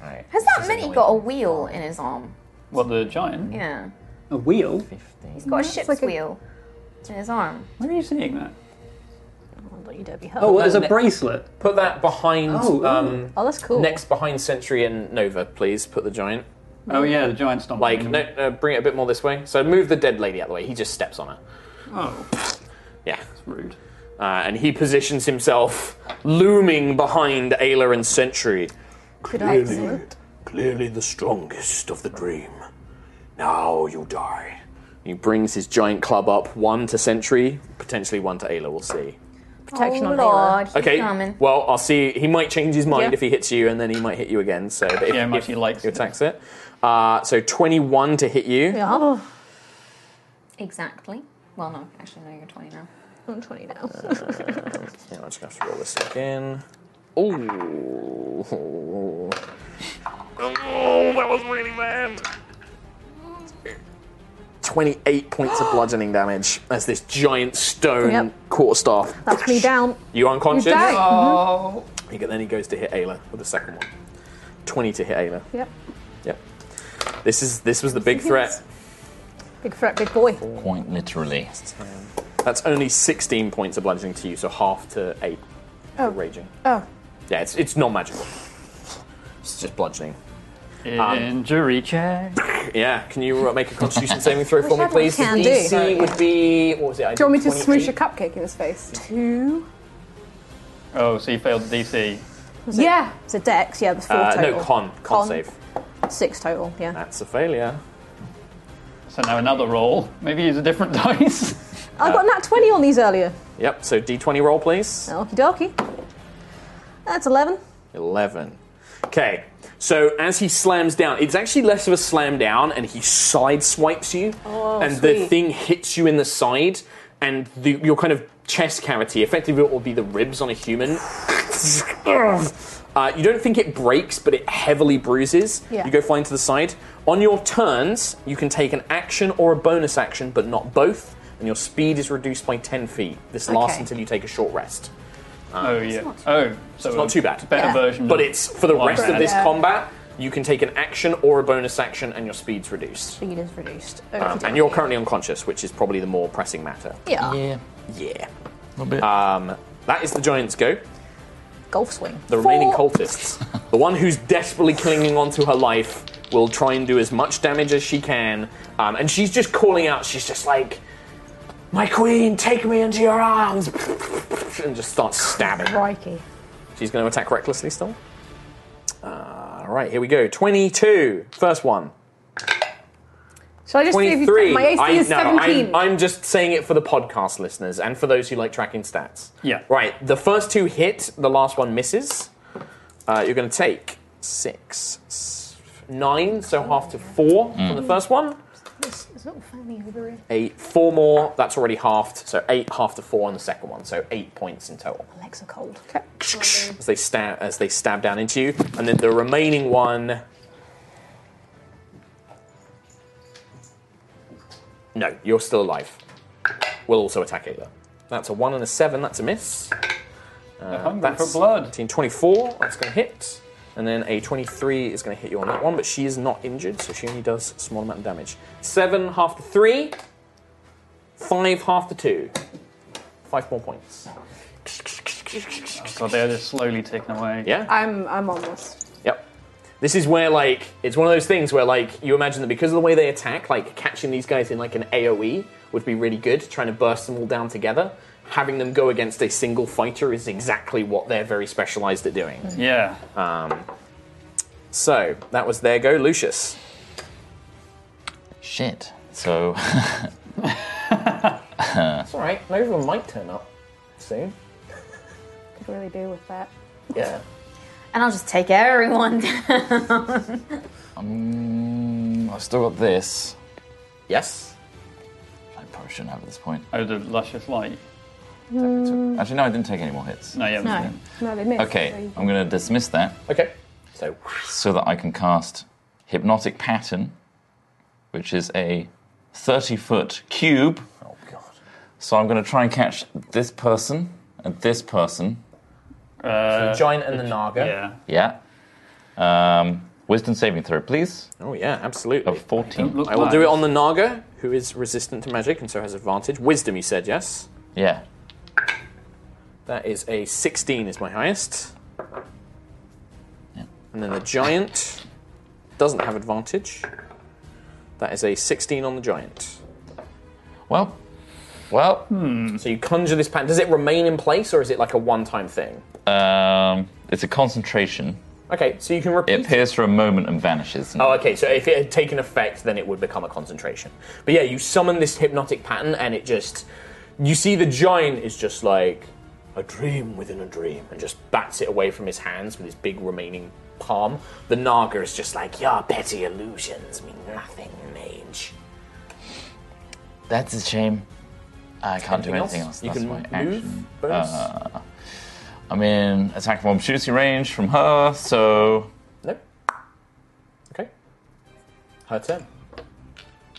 [SPEAKER 9] Right.
[SPEAKER 7] Has that mini got a wheel in his arm?
[SPEAKER 8] What, the giant?
[SPEAKER 7] Yeah,
[SPEAKER 8] A wheel?
[SPEAKER 7] he's got a
[SPEAKER 8] That's
[SPEAKER 7] ship's
[SPEAKER 8] like a-
[SPEAKER 7] wheel in his arm.
[SPEAKER 8] Where are you seeing that?
[SPEAKER 7] you dare be
[SPEAKER 8] Oh, well, there's a bracelet.
[SPEAKER 6] Put that behind.
[SPEAKER 8] Oh, ooh.
[SPEAKER 6] um,
[SPEAKER 2] Oh, that's cool.
[SPEAKER 6] Next behind Sentry and Nova, please. Put the giant.
[SPEAKER 8] Oh, yeah, the giant's not.
[SPEAKER 6] Like,
[SPEAKER 13] Mm.
[SPEAKER 6] no, no, bring it a bit more this way. So move the dead lady out of the way. He just steps on her.
[SPEAKER 8] Oh.
[SPEAKER 6] Yeah. That's
[SPEAKER 8] rude.
[SPEAKER 6] Uh, and he positions himself, looming behind Ayla and Sentry.
[SPEAKER 13] Could
[SPEAKER 14] I
[SPEAKER 13] clearly, clearly the strongest of the dream. Now you die.
[SPEAKER 6] He brings his giant club up, one to Sentry, potentially one to Ayla. We'll see.
[SPEAKER 7] Protection
[SPEAKER 2] Oh,
[SPEAKER 7] on
[SPEAKER 2] Lord,
[SPEAKER 7] Ayla.
[SPEAKER 6] Okay.
[SPEAKER 7] Coming.
[SPEAKER 6] Well, I'll see. He might change his mind
[SPEAKER 7] Yeah.
[SPEAKER 6] if he hits you, and then he might hit you again. So, but if,
[SPEAKER 8] Yeah, he might
[SPEAKER 6] if he likes he attacks it. Uh, so twenty-one to hit you.
[SPEAKER 7] Yeah. Exactly. Well, no, actually, no. You're 20 now.
[SPEAKER 2] I'm 20 now.
[SPEAKER 6] Yeah, I'm just gonna have to roll this again. Ooh. Oh, that was really bad. 28 points of bludgeoning damage as this giant stone
[SPEAKER 2] Yep.
[SPEAKER 6] quarterstaff.
[SPEAKER 2] That's me down.
[SPEAKER 6] You unconscious?
[SPEAKER 2] You die. Oh.
[SPEAKER 6] He go- then he goes to hit Ayla with the second one. 20 to hit Ayla.
[SPEAKER 2] Yep.
[SPEAKER 6] Yep. This is this was the big threat.
[SPEAKER 2] Big threat, big boy.
[SPEAKER 6] Point literally. That's only 16 points of bludgeoning to you, so half to 8 for raging.
[SPEAKER 2] Oh.
[SPEAKER 6] Yeah, it's, it's non magical. It's just bludgeoning. Um,
[SPEAKER 8] Injury check.
[SPEAKER 6] Yeah, can you uh, make a constitution saving throw for me,
[SPEAKER 4] Whichever
[SPEAKER 6] please?
[SPEAKER 4] can
[SPEAKER 6] The
[SPEAKER 4] do.
[SPEAKER 6] DC would be. What was it? I
[SPEAKER 4] Do you want me to
[SPEAKER 6] did
[SPEAKER 4] smoosh a cupcake in his face? Two.
[SPEAKER 8] Oh, so you failed the DC.
[SPEAKER 2] yeah. It's a dex, yeah, the four
[SPEAKER 6] Uh, no,
[SPEAKER 2] total.
[SPEAKER 6] con. Con save.
[SPEAKER 2] Six total, yeah.
[SPEAKER 6] That's a failure.
[SPEAKER 8] So now another roll. Maybe use a different dice.
[SPEAKER 6] Ah. Uh,
[SPEAKER 2] I got nat 20 on these earlier.
[SPEAKER 6] Yep, so d20 roll, please.
[SPEAKER 2] Okie dokie. That's 11.
[SPEAKER 6] 11. Okay, so as he slams down, it's actually less of a slam down, and he side swipes you,
[SPEAKER 13] Oh,
[SPEAKER 6] and the
[SPEAKER 13] sweet.
[SPEAKER 6] thing hits you in the side, and the, your kind of chest cavity, effectively, it will be the ribs on a human. Uh, you don't think it breaks, but it heavily bruises.
[SPEAKER 13] Yeah.
[SPEAKER 6] You go flying to the side. On your turns, you can take an action or a bonus action, but not both, and your speed is reduced by 10 feet. This lasts
[SPEAKER 8] Okay.
[SPEAKER 6] until you take a short rest. Um,
[SPEAKER 8] Oh, yeah. Oh, so
[SPEAKER 6] it's not too bad.
[SPEAKER 8] Better version.
[SPEAKER 6] But
[SPEAKER 8] of
[SPEAKER 6] it's for the
[SPEAKER 8] one
[SPEAKER 6] rest of
[SPEAKER 8] had.
[SPEAKER 6] this combat. You can take an action or a bonus action, and your speed's reduced.
[SPEAKER 2] Speed is reduced.
[SPEAKER 6] Um,
[SPEAKER 2] Okie
[SPEAKER 6] and you're currently unconscious, which is probably the more pressing matter.
[SPEAKER 2] Yeah. Yeah.
[SPEAKER 6] Yeah. Um, that is the giant's go.
[SPEAKER 2] Golf swing.
[SPEAKER 6] The remaining cultists, the one who's desperately clinging on to her life, will try and do as much damage as she can. Um, and she's just calling out. She's just like, "My queen, take me into your arms!" and just starts stabbing.
[SPEAKER 2] Crikey.
[SPEAKER 6] She's going to attack recklessly still. Uh, all right, here we go. 22. First one.
[SPEAKER 4] Shall I just see if you
[SPEAKER 6] 23.
[SPEAKER 4] my AC
[SPEAKER 6] I-
[SPEAKER 4] is
[SPEAKER 6] no,
[SPEAKER 4] seventeen?
[SPEAKER 6] I'm, I'm just saying it for the podcast listeners and for those who like tracking stats.
[SPEAKER 8] Yeah.
[SPEAKER 6] Right, the first two hit, the last one misses. Uh, you're going to take six, s- nine, so half to four
[SPEAKER 13] Mm.
[SPEAKER 6] on the first one.
[SPEAKER 2] It's, it's not funny over here.
[SPEAKER 6] Eight, four more, that's already halved, so eight, half to four on the second one, so eight points in total.
[SPEAKER 2] My legs are cold.
[SPEAKER 6] as they stab as they stab down into you, and then the remaining one. No, you're still alive. Will also attack Ayla. That's a one and a seven. That's a miss. Uh,
[SPEAKER 8] hungry
[SPEAKER 6] that's
[SPEAKER 8] for blood.
[SPEAKER 6] 18, 24. That's going to hit, and then a twenty-three is going to hit you on that one. But she is not injured, so she only does a small amount of damage. Seven half to three. Five half to two. Five more points.
[SPEAKER 8] So they're just slowly taken away.
[SPEAKER 6] Yeah.
[SPEAKER 4] I'm I'm almost.
[SPEAKER 6] Yep. This is where like it's one of those things where like you imagine that because of the way they attack, like catching these guys in like an AOE would be really good, trying to burst them all down together. Having them go against a single fighter is exactly what they're very specialized at doing.
[SPEAKER 8] Yeah.
[SPEAKER 6] Um, so that was their go, Lucius.
[SPEAKER 9] Shit. So
[SPEAKER 6] It's all right. Nova might turn up soon.
[SPEAKER 4] Could really do with that.
[SPEAKER 6] Yeah.
[SPEAKER 12] And I'll just take everyone
[SPEAKER 9] Um, I've still got this.
[SPEAKER 6] Yes.
[SPEAKER 9] I probably shouldn't have at this point.
[SPEAKER 8] Oh, the luscious light.
[SPEAKER 9] Actually, no, I didn't take any more hits.
[SPEAKER 8] No, yeah.
[SPEAKER 4] No, no, they missed. so
[SPEAKER 9] Okay,
[SPEAKER 4] you-
[SPEAKER 9] I'm going to dismiss that.
[SPEAKER 6] Okay. So.
[SPEAKER 9] So that I can cast Hypnotic Pattern, which is a 30 foot cube. Oh, God. So I'm going to try and catch this person and this person.
[SPEAKER 6] Uh, the giant and the naga. Yeah.
[SPEAKER 9] Yeah. Um, wisdom saving throw, please.
[SPEAKER 6] Oh yeah, absolutely.
[SPEAKER 9] Of 14.
[SPEAKER 6] I will do it on the naga, who is resistant to magic and so has advantage. Wisdom, you said, yes.
[SPEAKER 9] Yeah.
[SPEAKER 6] That is a 16 is my highest. And then the giant doesn't have advantage. That is a 16 on the giant.
[SPEAKER 9] Well, well.
[SPEAKER 6] So you conjure this pattern. Does it remain in place or is it like a one-time thing?
[SPEAKER 9] Um, it's a concentration.
[SPEAKER 6] Okay, so you can repeat.
[SPEAKER 9] It appears for a moment and vanishes.
[SPEAKER 6] Oh, okay. So if it had taken effect, then it would become a concentration. But yeah, you summon this hypnotic pattern, and it just. You see the giant is just like a dream within a dream, and just bats it away from his hands with his big remaining palm. The Naga is just like, your petty illusions mean nothing, mage.
[SPEAKER 9] That's a shame. I can't do anything
[SPEAKER 6] Anything
[SPEAKER 9] else.
[SPEAKER 6] else? You
[SPEAKER 9] That's
[SPEAKER 6] can
[SPEAKER 9] my
[SPEAKER 6] move,
[SPEAKER 9] action.
[SPEAKER 6] bonus?
[SPEAKER 9] Uh, I'm in attack from opportunity range from her, so
[SPEAKER 6] Her turn.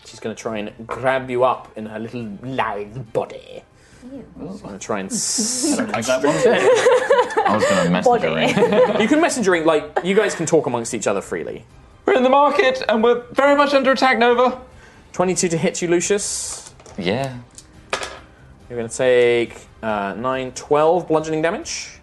[SPEAKER 6] She's going to try and grab you up in her little live body. She's going to try and. s-
[SPEAKER 9] I don't like that I was going to message her. in.
[SPEAKER 6] you can messengering like you guys can talk amongst each other freely.
[SPEAKER 9] We're in the market and we're very much under attack, Nova.
[SPEAKER 6] Twenty-two to hit you, Lucius.
[SPEAKER 9] Yeah.
[SPEAKER 6] You're going to take uh, 9, 12 bludgeoning damage,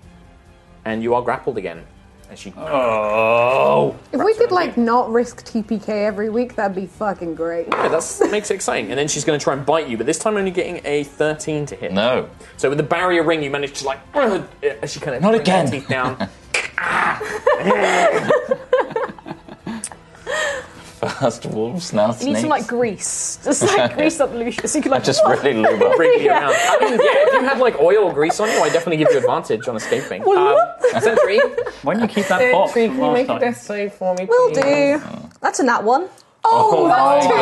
[SPEAKER 6] and you are grappled again. And she. Oh.
[SPEAKER 4] If we could like not risk TPK every week, that'd be fucking great.
[SPEAKER 6] Yeah, that's, that makes it exciting. And then she's going to try and bite you, but this time only getting a 13 to hit.
[SPEAKER 9] No.
[SPEAKER 6] So with the barrier ring, you manage to like. As she kind of.
[SPEAKER 9] Not
[SPEAKER 6] bring her
[SPEAKER 9] again.
[SPEAKER 6] Teeth down.
[SPEAKER 9] First wolves, now
[SPEAKER 2] You need
[SPEAKER 9] snakes.
[SPEAKER 2] some like grease. Just like grease up Lucius. You can like
[SPEAKER 9] I just really lube up.
[SPEAKER 6] Bring you
[SPEAKER 2] Yeah.
[SPEAKER 6] around. I mean, yeah, if you had like oil or grease on you, I definitely give you advantage on escaping. um, Sentry.
[SPEAKER 8] Why don't you keep
[SPEAKER 6] that box
[SPEAKER 4] Sentry, from can you last make a time? death
[SPEAKER 6] save for me?
[SPEAKER 4] Will do. That's a nat one.
[SPEAKER 9] Oh,
[SPEAKER 4] that's
[SPEAKER 9] my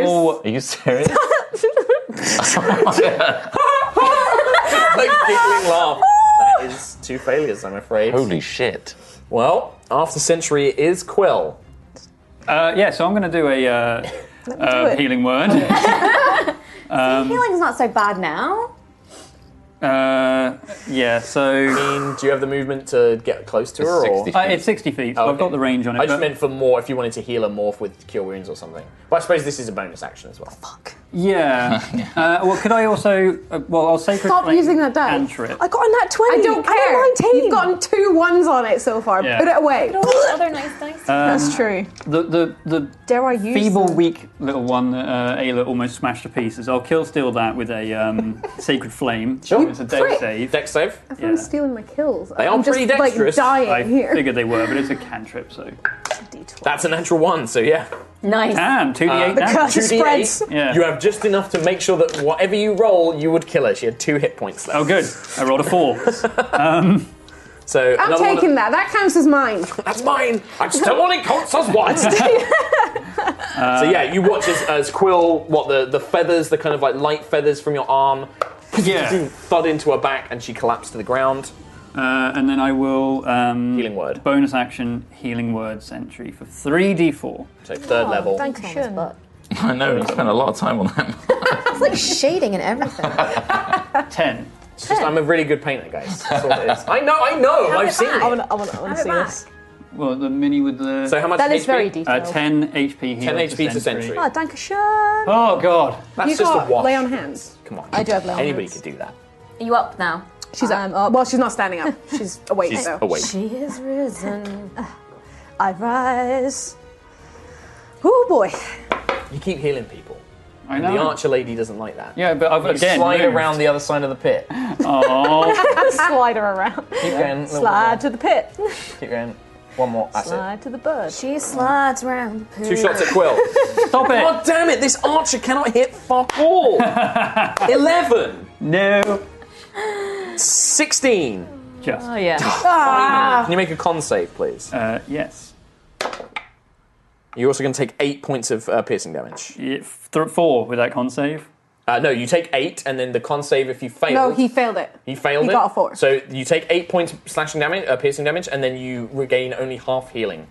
[SPEAKER 4] two
[SPEAKER 9] God.
[SPEAKER 4] failures.
[SPEAKER 9] Are you serious?
[SPEAKER 6] like giggling laugh. That is two failures, I'm afraid.
[SPEAKER 9] Holy shit.
[SPEAKER 6] Well, after Century is Quill.
[SPEAKER 8] Uh, yeah, so I'm going to do a uh, uh, healing word. um,
[SPEAKER 12] Healing's not so bad now.
[SPEAKER 8] uh, yeah, so.
[SPEAKER 6] do you have the movement to get close to her? Or? Oh,
[SPEAKER 8] Uh, it's 60 feet, so I've got the range on it.
[SPEAKER 6] I just
[SPEAKER 8] but-
[SPEAKER 6] meant for more if you wanted to heal a morph with Cure Wounds or something. But I suppose this is a bonus action as well. Fuck.
[SPEAKER 8] Yeah. uh, well, could I also. Uh, well, I'll sacred.
[SPEAKER 4] Stop
[SPEAKER 8] flame
[SPEAKER 4] using that die.
[SPEAKER 8] Enter it.
[SPEAKER 4] I got a nat 20.
[SPEAKER 8] I don't
[SPEAKER 4] care. I got 19. You've gotten two ones on it so far.
[SPEAKER 8] Yeah.
[SPEAKER 4] Put it away.
[SPEAKER 7] Other nice dice.
[SPEAKER 4] That's true.
[SPEAKER 8] The, the, the
[SPEAKER 4] Dare I use
[SPEAKER 8] feeble, weak little one that uh, Ayla almost smashed to pieces. I'll kill steal that with a um, sacred flame. Sure. It's a dex
[SPEAKER 4] prick.
[SPEAKER 8] save.
[SPEAKER 6] Dex save?
[SPEAKER 4] Everyone's stealing my kills.
[SPEAKER 8] They
[SPEAKER 4] I'm
[SPEAKER 8] are
[SPEAKER 4] just,
[SPEAKER 8] pretty
[SPEAKER 4] Like
[SPEAKER 8] dexterous.
[SPEAKER 4] dying
[SPEAKER 8] I
[SPEAKER 4] here.
[SPEAKER 8] figured they were, but it's a cantrip, so.
[SPEAKER 6] That's a natural one, so yeah.
[SPEAKER 12] Nice.
[SPEAKER 8] Damn, 2d8
[SPEAKER 6] Uh,
[SPEAKER 8] damage.
[SPEAKER 6] 2d8.
[SPEAKER 8] Yeah.
[SPEAKER 6] You have just enough to make sure that whatever you roll, you would kill her. She had two hit points left.
[SPEAKER 8] Oh, good. I rolled a four. um,
[SPEAKER 6] so
[SPEAKER 4] I'm
[SPEAKER 6] another one
[SPEAKER 4] taking that. That counts as mine.
[SPEAKER 6] That's mine. I still only counts as one. so yeah, you watch as, as Quill, what the the feathers, the kind of like light feathers from your arm,
[SPEAKER 8] Yeah.
[SPEAKER 6] thud into her back, and she collapsed to the ground.
[SPEAKER 8] Uh, and then I will um,
[SPEAKER 6] healing word.
[SPEAKER 8] Bonus action healing word sentry for three d four.
[SPEAKER 6] So third
[SPEAKER 12] Oh, Thank you. It's
[SPEAKER 9] I know, you spent a lot of time on that.
[SPEAKER 12] like shading and everything.
[SPEAKER 8] Ten.
[SPEAKER 6] It's just, I'm a really good painter, guys. That's all it is. I know, I know. I've seen it.
[SPEAKER 8] I want to
[SPEAKER 6] see
[SPEAKER 8] this. Well, the mini with the.
[SPEAKER 6] So how much That is HP? very detailed.
[SPEAKER 8] Uh, Ten HP. Heal
[SPEAKER 6] 10 HP to sentry.
[SPEAKER 4] Oh, Dankeschön.
[SPEAKER 8] Oh god,
[SPEAKER 6] That's
[SPEAKER 4] you
[SPEAKER 6] just
[SPEAKER 4] got
[SPEAKER 6] a wash.
[SPEAKER 4] lay on hands.
[SPEAKER 6] Come on.
[SPEAKER 4] I do have lay on
[SPEAKER 6] Anybody
[SPEAKER 4] hands.
[SPEAKER 6] could do that.
[SPEAKER 4] Are you up now? She's up. Well, she's not standing up. She's awake.
[SPEAKER 6] She's
[SPEAKER 4] though.
[SPEAKER 6] awake.
[SPEAKER 4] She is risen. I rise. Oh boy.
[SPEAKER 6] You keep healing people.
[SPEAKER 8] I
[SPEAKER 6] And
[SPEAKER 8] know.
[SPEAKER 6] The archer lady doesn't like that.
[SPEAKER 8] Yeah, but I've
[SPEAKER 6] you
[SPEAKER 8] again
[SPEAKER 6] slide
[SPEAKER 8] moved.
[SPEAKER 6] around the other side of the pit.
[SPEAKER 8] Oh.
[SPEAKER 4] Slide her around.
[SPEAKER 6] Keep going.
[SPEAKER 4] Slide to the pit.
[SPEAKER 6] Keep going. One more. That's it.
[SPEAKER 2] Slide to the bird.
[SPEAKER 12] She slides round the pool.
[SPEAKER 6] Two shots at Quill. Stop it! God damn it! This archer cannot hit fuck all. Eleven.
[SPEAKER 8] No.
[SPEAKER 6] Sixteen.
[SPEAKER 8] Just.
[SPEAKER 6] Oh
[SPEAKER 2] yeah.
[SPEAKER 6] Can you make a con save, please?
[SPEAKER 8] Uh, yes.
[SPEAKER 6] You're also going to take eight points of uh, piercing damage.
[SPEAKER 8] th- four with that con save.
[SPEAKER 6] Uh, no, you take eight, and then the con save if you fail.
[SPEAKER 4] No, he failed it.
[SPEAKER 6] He failed
[SPEAKER 4] he
[SPEAKER 6] it.
[SPEAKER 4] got a four.
[SPEAKER 6] So you take eight points slashing damage, uh, piercing damage, and then you regain only half healing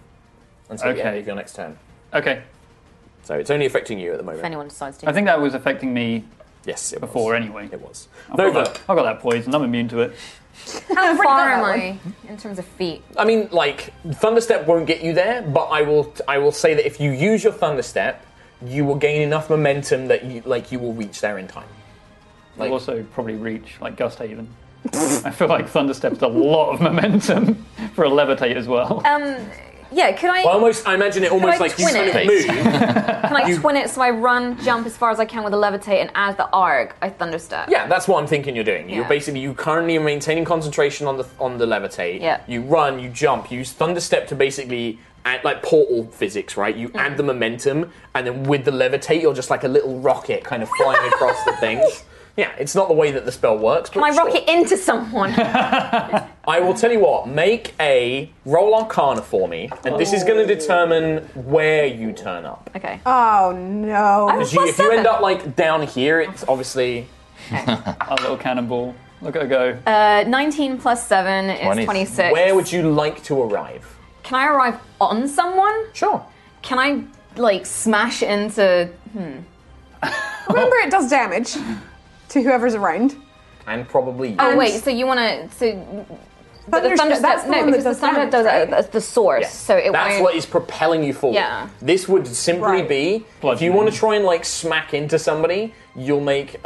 [SPEAKER 6] until the end
[SPEAKER 8] Okay.
[SPEAKER 6] of your next turn.
[SPEAKER 8] Okay.
[SPEAKER 6] So it's only affecting you at the moment.
[SPEAKER 7] If anyone decides to.
[SPEAKER 8] I think that was affecting me.
[SPEAKER 6] Yes,
[SPEAKER 8] before anyway. It
[SPEAKER 6] was.
[SPEAKER 8] I've
[SPEAKER 6] Nova.
[SPEAKER 8] got, that, I've got that poison. I'm immune to it.
[SPEAKER 7] How far am
[SPEAKER 6] that
[SPEAKER 7] I in terms of feet?
[SPEAKER 6] I mean, like Thunderstep won't get you there, but I will. I will say that if you use your Thunderstep, you will gain enough momentum that you like you will reach there in time.
[SPEAKER 8] I'll also probably reach like Gust Haven. I feel like Thunderstep's a lot of momentum for a levitate as well.
[SPEAKER 7] Um, yeah, could I?
[SPEAKER 6] Well, almost. I imagine it
[SPEAKER 7] Can
[SPEAKER 6] almost
[SPEAKER 7] I
[SPEAKER 6] like you
[SPEAKER 7] twin
[SPEAKER 6] kind of
[SPEAKER 7] it?
[SPEAKER 6] move.
[SPEAKER 7] Can I twin it so I run, jump as far as I can with a levitate, and as the arc, I thunderstep?
[SPEAKER 6] yeah, that's what I'm thinking. You're doing. You're
[SPEAKER 7] Yeah.
[SPEAKER 6] basically you currently are maintaining concentration on the on the levitate.
[SPEAKER 7] Yeah.
[SPEAKER 6] You run. You jump. You use Thunderstep to basically. Add, like portal physics, right? You
[SPEAKER 7] Mm.
[SPEAKER 6] add the momentum, and then with the levitate, you're just like a little rocket kind of flying across the things. Yeah, it's not the way that the spell works.
[SPEAKER 7] Can
[SPEAKER 6] but
[SPEAKER 7] I
[SPEAKER 6] sure.
[SPEAKER 7] rocket into someone?
[SPEAKER 6] I will tell you what, make a roll arcana for me, and this is going to determine where you turn up.
[SPEAKER 7] Okay. Uh,
[SPEAKER 4] Oh no.
[SPEAKER 6] Because you, if you end up like down here, it's obviously
[SPEAKER 8] a little cannonball. Look at her go.
[SPEAKER 7] Uh, 19 plus 7 is 26.
[SPEAKER 6] Where would you like to arrive?
[SPEAKER 7] Can I arrive on someone?
[SPEAKER 6] Sure.
[SPEAKER 7] Can I, like, smash into. Hmm.
[SPEAKER 4] Remember, it does damage to whoever's around.
[SPEAKER 6] And probably.
[SPEAKER 7] Oh, wait, so you want to. So, but the
[SPEAKER 4] Thunderstep-
[SPEAKER 7] thunder
[SPEAKER 4] that's the
[SPEAKER 7] no,
[SPEAKER 4] one that
[SPEAKER 7] because
[SPEAKER 4] does
[SPEAKER 7] the thunder
[SPEAKER 4] damage,
[SPEAKER 7] does it at the source, so it
[SPEAKER 6] That's
[SPEAKER 7] won't.
[SPEAKER 6] what is propelling you forward.
[SPEAKER 7] Yeah.
[SPEAKER 6] This would simply be if you want to try and like smack into somebody, you'll make.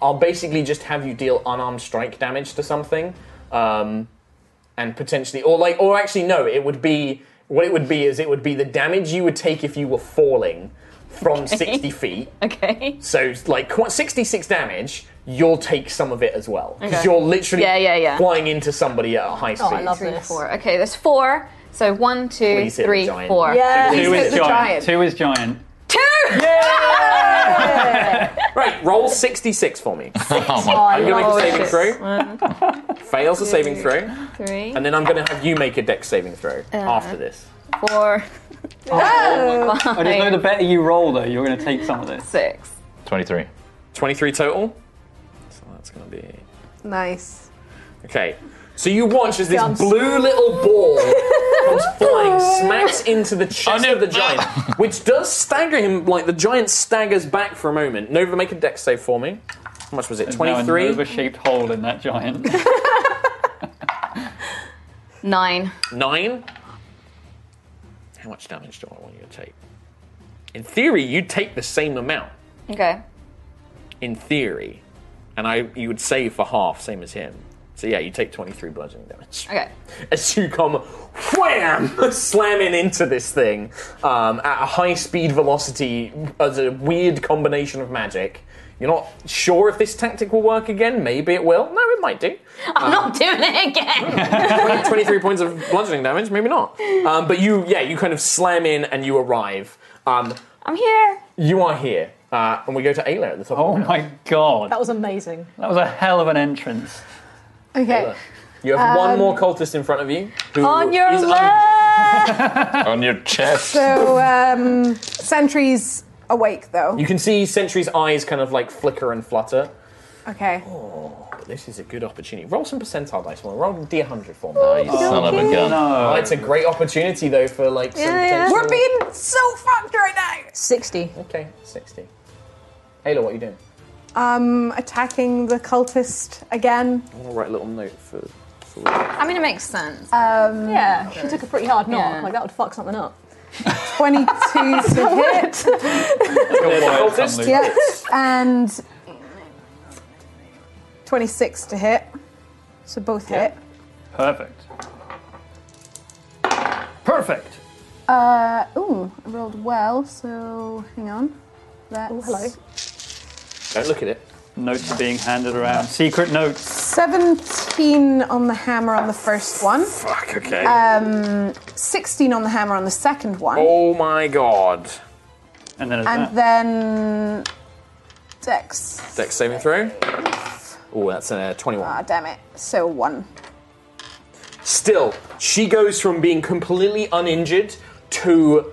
[SPEAKER 6] I'll basically just have you deal unarmed strike damage to something, um, and potentially, or like, or actually, no. It would be what it would be is it would be the damage you would take if you were falling from
[SPEAKER 7] Okay.
[SPEAKER 6] sixty feet.
[SPEAKER 7] Okay.
[SPEAKER 6] So like qu- sixty-six damage, you'll take some of it as well because
[SPEAKER 7] Okay.
[SPEAKER 6] you're literally
[SPEAKER 7] Yeah, yeah, yeah.
[SPEAKER 6] flying into somebody at a high speed.
[SPEAKER 7] Oh, I love this. Four. Okay, there's four. So one, two,
[SPEAKER 6] Please hit the
[SPEAKER 7] three,
[SPEAKER 6] giant.
[SPEAKER 7] four.
[SPEAKER 6] Yes,
[SPEAKER 8] Two
[SPEAKER 6] hit
[SPEAKER 8] is
[SPEAKER 6] the
[SPEAKER 8] giant.
[SPEAKER 6] giant.
[SPEAKER 8] Two is giant.
[SPEAKER 7] Two!
[SPEAKER 6] Right, roll 66 for me.
[SPEAKER 9] Oh
[SPEAKER 7] my
[SPEAKER 6] I'm going to
[SPEAKER 7] lord.
[SPEAKER 6] make a saving throw.
[SPEAKER 7] One,
[SPEAKER 6] Fails the saving throw.
[SPEAKER 7] three,
[SPEAKER 6] And then I'm going to have you make a dex saving throw
[SPEAKER 7] Uh.
[SPEAKER 6] after this.
[SPEAKER 7] four,
[SPEAKER 8] I just know
[SPEAKER 7] five,
[SPEAKER 8] the better you roll, though, you're going to take some of this.
[SPEAKER 7] six.
[SPEAKER 6] 23. 23 total. So that's going to be.
[SPEAKER 4] Nice.
[SPEAKER 6] Okay. So you watch as this
[SPEAKER 4] Jumps.
[SPEAKER 6] blue little ball comes flying, smacks into the chest of the giant, which does stagger him. Like the giant staggers back for a moment. Nova, make a dex save for me. How much was it?
[SPEAKER 8] There's now a
[SPEAKER 6] 23?
[SPEAKER 8] Nova-shaped hole in that giant.
[SPEAKER 7] Nine.
[SPEAKER 6] Nine. How much damage do I want you to take? In theory, you'd take the same amount.
[SPEAKER 7] Okay.
[SPEAKER 6] In theory, and I, you would save for half, same as him. So yeah, you take twenty-three bludgeoning damage
[SPEAKER 7] Okay.
[SPEAKER 6] as you come wham slamming into this thing um, at a high speed velocity as a weird combination of magic. You're not sure if this tactic will work again. Maybe it will. No, it might do.
[SPEAKER 7] I'm
[SPEAKER 6] Um,
[SPEAKER 7] not doing it again.
[SPEAKER 6] 20 23 points of bludgeoning damage, maybe not. Um, but you, yeah, you kind of slam in and you arrive. Um,
[SPEAKER 7] I'm here.
[SPEAKER 6] you are here. Uh, and we go to Ayla at the top. Oh
[SPEAKER 8] my god.
[SPEAKER 2] That was amazing.
[SPEAKER 8] That was a hell of an entrance.
[SPEAKER 2] Okay.
[SPEAKER 6] You have one
[SPEAKER 2] Um,
[SPEAKER 6] more cultist in front of you. Who
[SPEAKER 4] On your
[SPEAKER 6] is un-
[SPEAKER 9] on your chest.
[SPEAKER 4] So, um, sentries awake though.
[SPEAKER 6] You can see Sentry's eyes kind of like flicker and flutter.
[SPEAKER 4] Okay.
[SPEAKER 2] Oh.
[SPEAKER 6] But This is a good opportunity. Roll some percentile dice for me. Roll D100 for me.
[SPEAKER 9] you son of a gun.
[SPEAKER 6] Oh, it's a great opportunity though for like some potential-
[SPEAKER 4] We're being so fucked right now.
[SPEAKER 2] Sixty.
[SPEAKER 6] Okay, sixty. Ayla, what are you doing?
[SPEAKER 4] Um, attacking the cultist again.
[SPEAKER 6] I'm gonna write a little note for. for...
[SPEAKER 7] I mean, it makes sense.
[SPEAKER 4] Um,
[SPEAKER 2] Yeah, she took a pretty hard knock.
[SPEAKER 7] Yeah.
[SPEAKER 2] Like that would fuck something up.
[SPEAKER 4] Twenty-two to hit.
[SPEAKER 6] Cultist?
[SPEAKER 4] Yep. And 26 to hit. So both hit.
[SPEAKER 8] Perfect. Perfect.
[SPEAKER 4] Uh, ooh, I rolled well, so hang on. That's
[SPEAKER 2] hello.
[SPEAKER 6] Don't look at it.
[SPEAKER 8] Notes are being handed around. Secret notes.
[SPEAKER 4] Seventeen on the hammer on the first one. Fuck.
[SPEAKER 6] okay.
[SPEAKER 4] Um, sixteen on the hammer on the second one.
[SPEAKER 6] Oh my god.
[SPEAKER 8] And then
[SPEAKER 4] and then Dex.
[SPEAKER 6] Dex saving throw. Oh, that's a 21.
[SPEAKER 4] Ah, damn it. So one.
[SPEAKER 6] Still, she goes from being completely uninjured to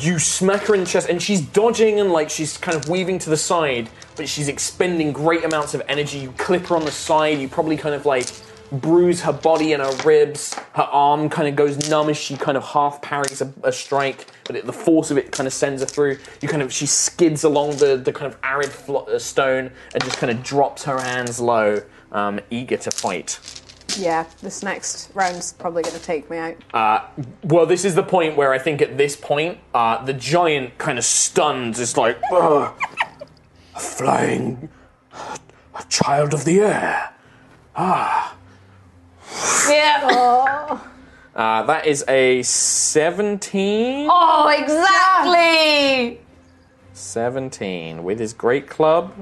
[SPEAKER 6] you smack her in the chest, and she's dodging and like she's kind of weaving to the side, but she's expending great amounts of energy. You clip her on the side, you probably kind of like bruise her body and her ribs. Her arm kind of goes numb as she kind of half parries a, a strike, but it, the force of it kind of sends her through. You kind of she skids along the, the kind of arid flo- uh, stone and just kind of drops her hands low, um, eager to fight.
[SPEAKER 4] Yeah, this next round's probably going to take me out.
[SPEAKER 6] Uh, well, this is the point where I think at this point, uh, the giant kind of stuns. It's like, "Ugh,
[SPEAKER 13] A flying. a child of the air.
[SPEAKER 6] ah.
[SPEAKER 12] Yeah. Oh,
[SPEAKER 6] Uh, that is a 17.
[SPEAKER 12] Oh!
[SPEAKER 7] Oh,
[SPEAKER 12] exactly.
[SPEAKER 6] 17 with his great club.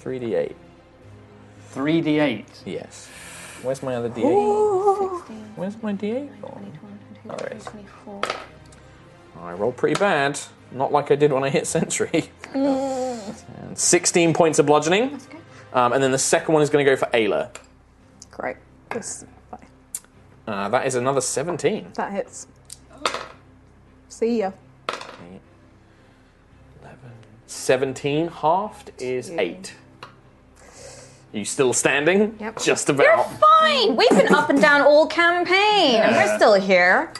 [SPEAKER 6] 3d8.
[SPEAKER 8] 3d8?
[SPEAKER 6] Yes. Where's my other d8? Where's my d8? Alright. I rolled pretty bad. Not like I did when I hit Sentry. And 16 points of bludgeoning. Um, and then the second one is going to go for Ayla.
[SPEAKER 4] Great. This,
[SPEAKER 6] Uh, that is another 17.
[SPEAKER 4] that hits. See ya.
[SPEAKER 6] 17 halved is 8. Are you still standing?
[SPEAKER 12] Yep.
[SPEAKER 6] Just about.
[SPEAKER 12] Fine. We've been up and down all campaign, and
[SPEAKER 6] Yeah.
[SPEAKER 12] we're still here.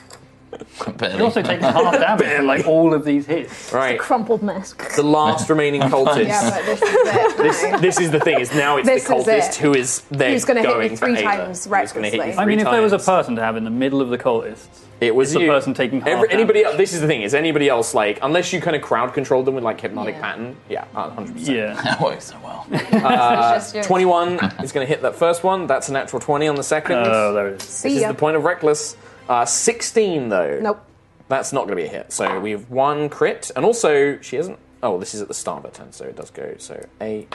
[SPEAKER 8] It also takes half damage from like all of these hits.
[SPEAKER 6] Right.
[SPEAKER 2] Crumpled mess.
[SPEAKER 6] The last remaining cultist.
[SPEAKER 4] this is it.
[SPEAKER 6] this, this is the thing, is now it's
[SPEAKER 4] This
[SPEAKER 6] the
[SPEAKER 4] is
[SPEAKER 6] cultist
[SPEAKER 4] it.
[SPEAKER 6] who is there
[SPEAKER 4] Who's gonna hit me
[SPEAKER 6] going
[SPEAKER 4] three
[SPEAKER 6] for
[SPEAKER 4] times
[SPEAKER 6] Ayla. Who's gonna hit you
[SPEAKER 4] recklessly.
[SPEAKER 6] three
[SPEAKER 8] I mean, if there was a
[SPEAKER 6] times.
[SPEAKER 8] person to have in the middle of the cultists,
[SPEAKER 6] It was
[SPEAKER 8] it's the
[SPEAKER 6] you.
[SPEAKER 8] person taking half
[SPEAKER 6] Every,
[SPEAKER 8] damage.
[SPEAKER 6] anybody else, this is the thing, is anybody else like, unless you kind of crowd controlled them with like hypnotic
[SPEAKER 8] Yeah.
[SPEAKER 6] pattern, yeah, 100%.
[SPEAKER 8] Yeah.
[SPEAKER 9] That works so well.
[SPEAKER 6] Uh,
[SPEAKER 9] It's just you.
[SPEAKER 6] 21 is going to hit that first one. That's a natural 20 on the second.
[SPEAKER 8] Oh, there it is.
[SPEAKER 4] See
[SPEAKER 6] this
[SPEAKER 4] ya.
[SPEAKER 6] is the point of reckless. Uh, 16, though.
[SPEAKER 4] Nope.
[SPEAKER 6] That's not going to be a hit. So we have one crit. And also, she isn't. Oh, this is at the start of her turn, so it does go. So 8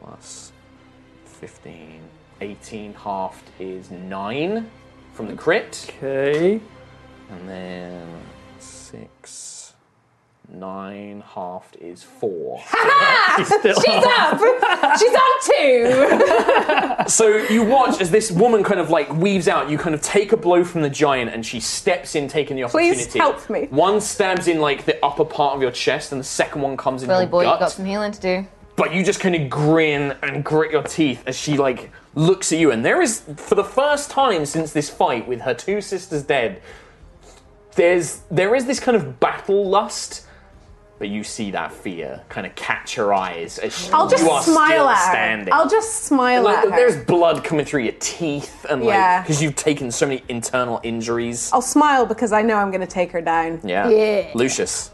[SPEAKER 6] plus 15. 18 halved is 9 from the crit.
[SPEAKER 8] Okay.
[SPEAKER 6] And then 6. 9 halved is 4.
[SPEAKER 7] Ah,
[SPEAKER 12] She's up. She's up too.
[SPEAKER 6] so you watch as this woman kind of like weaves out. You kind of take a blow from the giant, and she steps in, taking the opportunity.
[SPEAKER 4] Please help me.
[SPEAKER 6] One stabs in like the upper part of your chest, and the second one comes in
[SPEAKER 7] Billy
[SPEAKER 6] your
[SPEAKER 7] boy,
[SPEAKER 6] gut.
[SPEAKER 7] you've got some healing to do.
[SPEAKER 6] But you just kind of grin and grit your teeth as she like looks at you, and there is, for the first time since this fight with her two sisters dead, there's there is this kind of battle lust. But you see that fear kind of catch her eyes as she,
[SPEAKER 4] I'll just
[SPEAKER 6] you are
[SPEAKER 4] smile
[SPEAKER 6] still
[SPEAKER 4] at her.
[SPEAKER 6] standing.
[SPEAKER 4] I'll just smile
[SPEAKER 6] like,
[SPEAKER 4] at her.
[SPEAKER 6] There's blood coming through your teeth, and like
[SPEAKER 4] Yeah. Oh,
[SPEAKER 6] because you've taken so many internal injuries.
[SPEAKER 4] I'll smile because I know I'm going to take her down.
[SPEAKER 9] Yeah.
[SPEAKER 6] Lucius.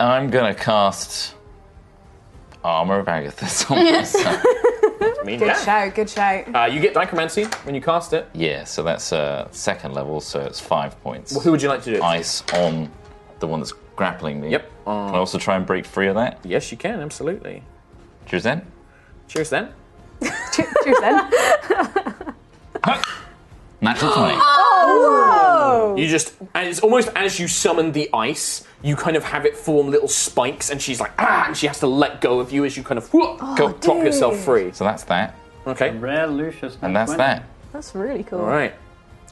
[SPEAKER 9] I'm gonna cast Armor of Agathis on myself.
[SPEAKER 6] I mean,
[SPEAKER 4] Good
[SPEAKER 6] yeah.
[SPEAKER 4] shout. Good shout.
[SPEAKER 6] Uh, you get dichromancy when you cast it.
[SPEAKER 9] yeah, so that's uh, second level, so it's five points.
[SPEAKER 6] Well, who would you like to do it?
[SPEAKER 9] Ice on the one that's grappling me. Yep. can I also try and break free of that?
[SPEAKER 6] Yes, you can, absolutely.
[SPEAKER 9] Cheers then.
[SPEAKER 6] Cheers then.
[SPEAKER 4] Cheers then.
[SPEAKER 9] Natural 20.
[SPEAKER 4] Oh,
[SPEAKER 6] You just, and it's almost as you summon the ice, you kind of have it form little spikes, and she's like, ah, and she has to let go of you as you kind of whoop,
[SPEAKER 4] Oh,
[SPEAKER 6] go, drop yourself free.
[SPEAKER 9] So that's that.
[SPEAKER 6] Okay.
[SPEAKER 8] Rare Lucius.
[SPEAKER 9] And that's that.
[SPEAKER 2] That's really
[SPEAKER 4] Oh.
[SPEAKER 2] cool.
[SPEAKER 6] All right.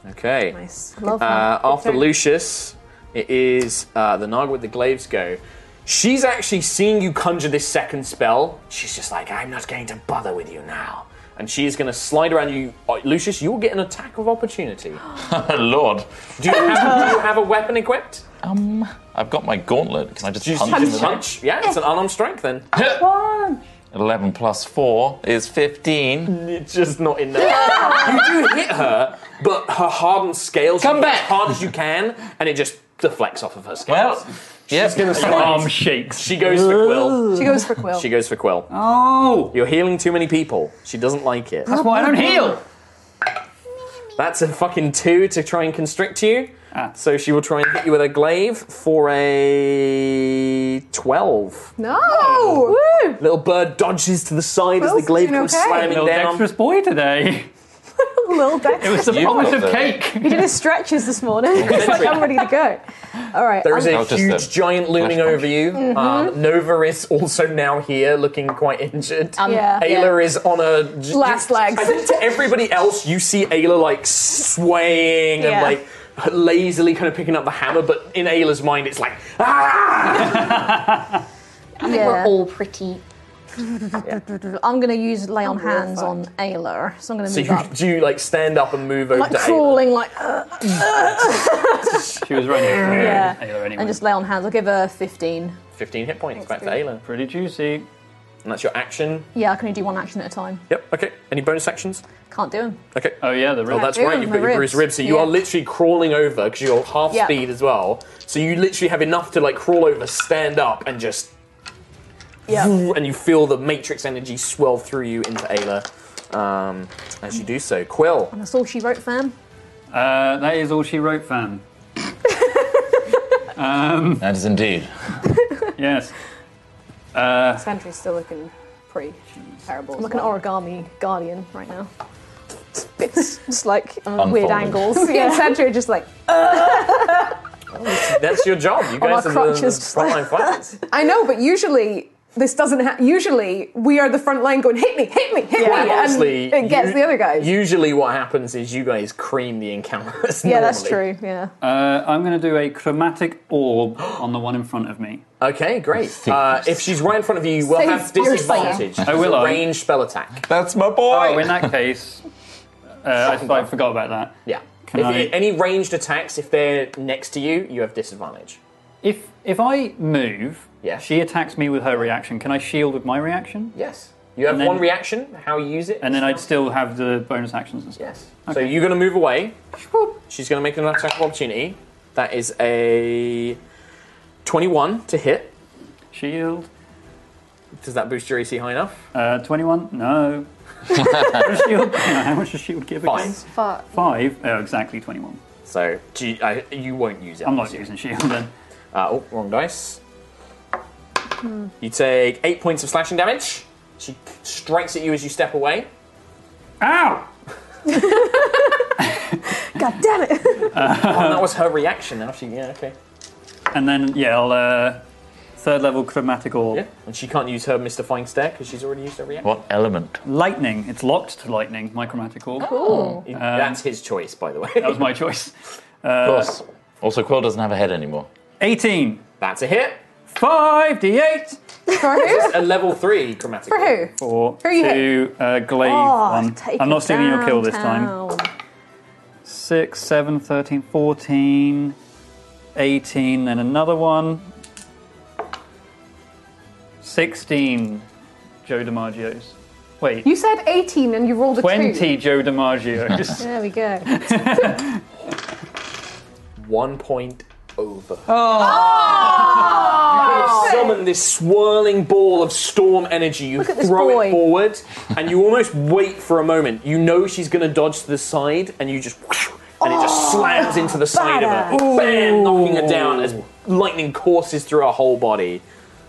[SPEAKER 6] Okay.
[SPEAKER 2] Nice.
[SPEAKER 6] Uh,
[SPEAKER 2] Love that.
[SPEAKER 6] after
[SPEAKER 2] Okay.
[SPEAKER 6] Lucius, it is uh, the Naga with the glaives go. She's actually seeing you conjure this second spell. She's just like, I'm not going to bother with you now. And she is going to slide around you. Uh, Lucius, you will get an attack of opportunity.
[SPEAKER 9] Oh, Lord.
[SPEAKER 6] Do you have, do you have a weapon equipped?
[SPEAKER 9] Um, I've got my gauntlet. Can I just
[SPEAKER 6] Do you
[SPEAKER 9] punch
[SPEAKER 6] punch?
[SPEAKER 9] him with it?
[SPEAKER 6] punch? Yeah, it's an unarmed strike then.
[SPEAKER 9] 11 plus 4 is 15.
[SPEAKER 6] It's just not enough. you do hit her, but her hardened scales come back as hard as you can, and it just deflects off of her scales. Well,
[SPEAKER 9] she's
[SPEAKER 6] going to
[SPEAKER 8] Her arm shakes.
[SPEAKER 6] She goes for Quill.
[SPEAKER 4] She goes for Quill.
[SPEAKER 6] She goes for Quill.
[SPEAKER 8] Oh!
[SPEAKER 6] You're healing too many people. She doesn't like it.
[SPEAKER 8] That's why I don't heal.
[SPEAKER 6] That's a fucking two to try and constrict you. So she will try and hit you with a glaive for a 12.
[SPEAKER 4] No! Woo!
[SPEAKER 6] Little bird dodges to the side as
[SPEAKER 4] Will's
[SPEAKER 6] the glaive
[SPEAKER 4] doing
[SPEAKER 6] comes
[SPEAKER 4] okay.
[SPEAKER 6] slamming
[SPEAKER 4] Little
[SPEAKER 6] down.
[SPEAKER 8] dexterous boy today.
[SPEAKER 4] Little Dex.
[SPEAKER 8] It was the You promise of love it. cake.
[SPEAKER 4] He did his stretches this morning. It's like, I'm ready to go. All right.
[SPEAKER 6] There is
[SPEAKER 4] I'm-
[SPEAKER 6] a huge giant looming over you.
[SPEAKER 4] Mhm.
[SPEAKER 6] Um, Nova is also now here, looking quite injured.
[SPEAKER 4] Um, Yeah.
[SPEAKER 6] Ayla
[SPEAKER 4] yeah.
[SPEAKER 6] is on a j-
[SPEAKER 4] Last legs.
[SPEAKER 6] I think to everybody else, you see Ayla like swaying
[SPEAKER 4] Yeah.
[SPEAKER 6] and like lazily kind of picking up the hammer, but in Ayla's mind, it's like "Ah!"
[SPEAKER 12] I think we're
[SPEAKER 2] Yeah.
[SPEAKER 12] all pretty.
[SPEAKER 2] I'm going to use lay on hands on Ayla, so I'm going to
[SPEAKER 6] so.
[SPEAKER 2] move
[SPEAKER 6] You,
[SPEAKER 2] up.
[SPEAKER 6] do you like stand up and move over
[SPEAKER 2] Like
[SPEAKER 6] to
[SPEAKER 2] crawling, like. uh,
[SPEAKER 6] Ayla? She was right here.
[SPEAKER 2] yeah. And just lay on hands. I'll give her 15.
[SPEAKER 6] 15 hit points back to Ayla.
[SPEAKER 8] Pretty juicy. And
[SPEAKER 6] that's your action.
[SPEAKER 2] Yeah, I can only do one action at a time.
[SPEAKER 6] Yep. Okay. Any bonus actions?
[SPEAKER 2] Can't do them.
[SPEAKER 6] Okay.
[SPEAKER 8] Oh yeah, the
[SPEAKER 6] Oh,
[SPEAKER 2] ribs.
[SPEAKER 6] that's right.
[SPEAKER 2] Yeah,
[SPEAKER 6] You've
[SPEAKER 2] the
[SPEAKER 6] got your
[SPEAKER 2] ribs.
[SPEAKER 6] bruised ribs, so you
[SPEAKER 2] Yeah.
[SPEAKER 6] are literally crawling over because you're half
[SPEAKER 2] Yeah.
[SPEAKER 6] speed as well. So you literally have enough to like crawl over, stand up, and just and you feel the matrix energy swell through you into Ayla um, as you do so. Quill.
[SPEAKER 2] And that's all she wrote, fam.
[SPEAKER 8] Uh, that is all she wrote, fam. um,
[SPEAKER 9] that is indeed.
[SPEAKER 8] yes. Uh,
[SPEAKER 4] Sentry's still looking pretty terrible.
[SPEAKER 2] I'm
[SPEAKER 4] as
[SPEAKER 2] like an
[SPEAKER 4] well.
[SPEAKER 2] origami guardian right now.
[SPEAKER 4] It's just like uh, weird
[SPEAKER 6] Unfolding.
[SPEAKER 4] angles.
[SPEAKER 2] Yeah.
[SPEAKER 4] yeah, Sentry just like.
[SPEAKER 6] That's your job. You
[SPEAKER 4] On our
[SPEAKER 6] guys are the- the
[SPEAKER 4] crutches, just like-
[SPEAKER 6] frontline fighters.
[SPEAKER 4] I know, but usually this doesn't happen. Usually we are the front line going, hit me, hit me, hit me.
[SPEAKER 6] Honestly,
[SPEAKER 4] and it gets
[SPEAKER 6] you-
[SPEAKER 4] the other guys.
[SPEAKER 6] Usually, what happens is you guys cream the encounters.
[SPEAKER 4] Yeah, that's
[SPEAKER 6] normally.
[SPEAKER 4] true. Yeah.
[SPEAKER 8] uh, I'm going to do a chromatic orb on the one in front of me.
[SPEAKER 6] Okay, great. Uh, if she's right in front of you, you will
[SPEAKER 8] Save
[SPEAKER 6] have
[SPEAKER 8] yourself.
[SPEAKER 6] disadvantage.
[SPEAKER 8] Oh, will
[SPEAKER 6] It's a
[SPEAKER 8] I?
[SPEAKER 6] Ranged spell attack.
[SPEAKER 9] That's my boy.
[SPEAKER 8] Oh, in that case, uh, I, I forgot about that.
[SPEAKER 6] Yeah.
[SPEAKER 8] Can
[SPEAKER 6] if,
[SPEAKER 8] I-
[SPEAKER 6] Any ranged attacks, if they're next to you, you have disadvantage.
[SPEAKER 8] If if I move, she attacks me with her reaction. Can I shield with my reaction?
[SPEAKER 6] Yes. You have
[SPEAKER 8] And then-
[SPEAKER 6] one reaction, how you use it.
[SPEAKER 8] And then I'd still have the bonus actions and stuff.
[SPEAKER 6] Yes. So you're going to move away. She's going to make an attack of opportunity. That is a 21 to hit.
[SPEAKER 8] Shield.
[SPEAKER 6] Does that boost your AC high enough?
[SPEAKER 8] Uh, 21? No. What does shield- how much does shield give again?
[SPEAKER 6] Five.
[SPEAKER 8] Five? Oh, exactly 21.
[SPEAKER 6] So do you, I, you won't use it.
[SPEAKER 8] I'm not using shield then.
[SPEAKER 6] Uh, oh, wrong dice. You take eight points of slashing damage. She strikes at you as you step away.
[SPEAKER 8] Ow!
[SPEAKER 4] God damn it!
[SPEAKER 6] oh, that was her reaction. Now she, yeah, okay.
[SPEAKER 8] And then, yeah, I'll. Uh, third level chromatic orb.
[SPEAKER 6] Yeah. And she can't use her mystifying stare because she's already used her
[SPEAKER 8] Oh.
[SPEAKER 6] reaction.
[SPEAKER 9] What element?
[SPEAKER 8] Lightning. It's locked to lightning, my chromatic orb.
[SPEAKER 4] Oh.
[SPEAKER 6] Cool.
[SPEAKER 8] Um,
[SPEAKER 6] That's his choice, by the way.
[SPEAKER 8] That was my choice.
[SPEAKER 9] of
[SPEAKER 6] Uh,
[SPEAKER 9] course. Also, Quill doesn't have a head anymore.
[SPEAKER 8] 18.
[SPEAKER 6] That's a hit.
[SPEAKER 8] 5d8.
[SPEAKER 4] For who?
[SPEAKER 6] a level three chromatic.
[SPEAKER 4] For who?
[SPEAKER 8] Four,
[SPEAKER 4] Who you
[SPEAKER 8] two, uh, glaive
[SPEAKER 4] Oh,
[SPEAKER 8] one.
[SPEAKER 4] take
[SPEAKER 8] I'm
[SPEAKER 4] it
[SPEAKER 8] not stealing your kill this time.
[SPEAKER 4] downtown.
[SPEAKER 8] Six, seven, 13, 14, 18, then another one. 16 Joe DiMaggio's. Wait,
[SPEAKER 4] You said 18 and you rolled a
[SPEAKER 8] 20 Joe
[SPEAKER 4] two.
[SPEAKER 8] DiMaggio's.
[SPEAKER 4] There we go.
[SPEAKER 6] One point over.
[SPEAKER 4] Oh!
[SPEAKER 6] Summon this swirling ball of storm energy. You
[SPEAKER 4] Look at this
[SPEAKER 6] throw
[SPEAKER 4] boy.
[SPEAKER 6] it forward, and you almost wait for a moment. You know she's going to dodge to the side, and you just. And it
[SPEAKER 4] Oh.
[SPEAKER 6] just slams into the side of her,
[SPEAKER 14] badass.
[SPEAKER 6] bam, knocking her down as lightning courses through her whole body.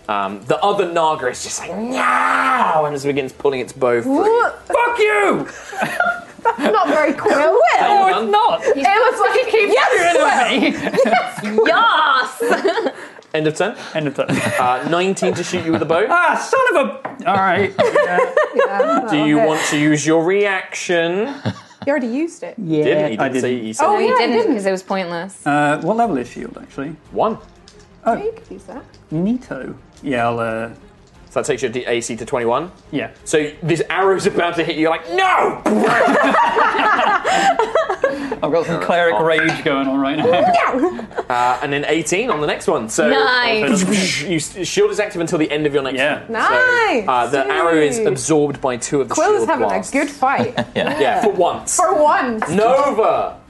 [SPEAKER 6] Um, the other Naga is just like, now, and just begins pulling its bow free. Fuck you!
[SPEAKER 4] not very quick. Will.
[SPEAKER 6] No, it's
[SPEAKER 8] not.
[SPEAKER 4] It was like he keeps
[SPEAKER 12] Ah,
[SPEAKER 2] yes!
[SPEAKER 6] End of turn.
[SPEAKER 8] End of turn.
[SPEAKER 6] Uh, 19 to shoot you with a bow.
[SPEAKER 8] ah, son of a. All right.
[SPEAKER 6] Do you want to use your reaction?
[SPEAKER 4] You already used it.
[SPEAKER 8] Yeah,
[SPEAKER 6] Didn't he?
[SPEAKER 8] I
[SPEAKER 6] Didn't say
[SPEAKER 8] didn't.
[SPEAKER 6] he said-
[SPEAKER 4] Oh,
[SPEAKER 12] no,
[SPEAKER 4] yeah,
[SPEAKER 12] you
[SPEAKER 4] I
[SPEAKER 12] didn't
[SPEAKER 4] didn't.
[SPEAKER 12] because it was pointless.
[SPEAKER 8] Uh, what level is shield, actually?
[SPEAKER 6] One.
[SPEAKER 8] Oh.
[SPEAKER 4] Yeah, you could use that.
[SPEAKER 8] Neato. Yeah, I'll. Uh...
[SPEAKER 6] So that takes your D- AC to 21.
[SPEAKER 8] Yeah.
[SPEAKER 6] So this arrow's about to hit you. You're like, no!
[SPEAKER 8] I've got some cleric rage going on right now.
[SPEAKER 6] Uh, and then 18 on the next one. So
[SPEAKER 8] Nice.
[SPEAKER 6] you, shield is active until the end of your next yeah. turn.
[SPEAKER 4] Nice.
[SPEAKER 6] Uh, the arrow is
[SPEAKER 4] Dude.
[SPEAKER 6] absorbed by two of the
[SPEAKER 4] Quill is
[SPEAKER 6] shield
[SPEAKER 4] having
[SPEAKER 6] blasts.
[SPEAKER 4] a good fight.
[SPEAKER 6] yeah. for once.
[SPEAKER 4] For once.
[SPEAKER 6] Nova!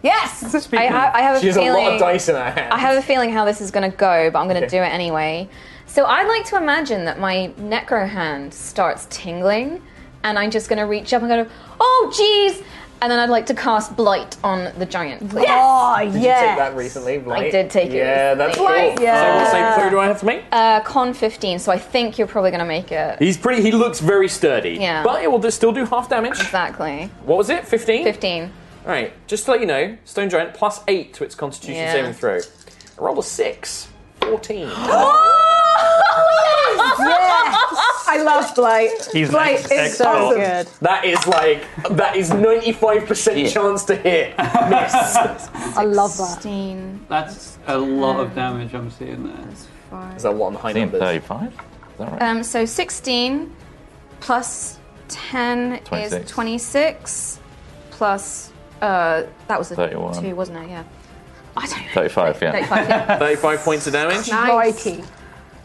[SPEAKER 12] Yes, I, ha- I have a
[SPEAKER 6] she has
[SPEAKER 12] feeling.
[SPEAKER 6] a lot of dice in her hand.
[SPEAKER 12] I have a feeling how this is going to go, but I'm going to
[SPEAKER 6] Okay.
[SPEAKER 12] do it anyway. So I'd like to imagine that my necro hand starts tingling, and I'm just going to reach up and go, "Oh, geez!" And then I'd like to cast Blight on the giant. Please.
[SPEAKER 6] Oh, Did you take that recently, Blight?
[SPEAKER 12] I did take it
[SPEAKER 6] Yeah, that's cool.
[SPEAKER 12] recently.
[SPEAKER 6] So
[SPEAKER 12] Yeah.
[SPEAKER 6] what save throw do I have to make?
[SPEAKER 12] Uh, con 15, so I think you're probably going to make it.
[SPEAKER 6] He's pretty. He looks very sturdy.
[SPEAKER 12] Yeah.
[SPEAKER 6] But it will just still do half damage.
[SPEAKER 12] Exactly.
[SPEAKER 6] What was it? Fifteen.
[SPEAKER 12] 15.
[SPEAKER 6] All right. Just to let you know, stone giant plus eight to its Constitution
[SPEAKER 12] Yeah.
[SPEAKER 6] saving throw. I rolled a six. Fourteen.
[SPEAKER 4] I love Blight. Blight is so good.
[SPEAKER 6] That is like that is ninety five percent chance to hit. Miss.
[SPEAKER 4] I love that.
[SPEAKER 8] That's a lot of damage I'm seeing there.
[SPEAKER 6] Is that what I'm high
[SPEAKER 9] numbers? Thirty-five. Is that right?
[SPEAKER 12] Um, so 16 plus 10 is
[SPEAKER 9] 26.
[SPEAKER 12] 26 plus. Uh, that was a
[SPEAKER 9] 31.
[SPEAKER 12] 2, wasn't it? Yeah.
[SPEAKER 9] Thirty-five. Yeah.
[SPEAKER 12] 35, yeah.
[SPEAKER 6] Thirty-five points of damage.
[SPEAKER 4] Blighty.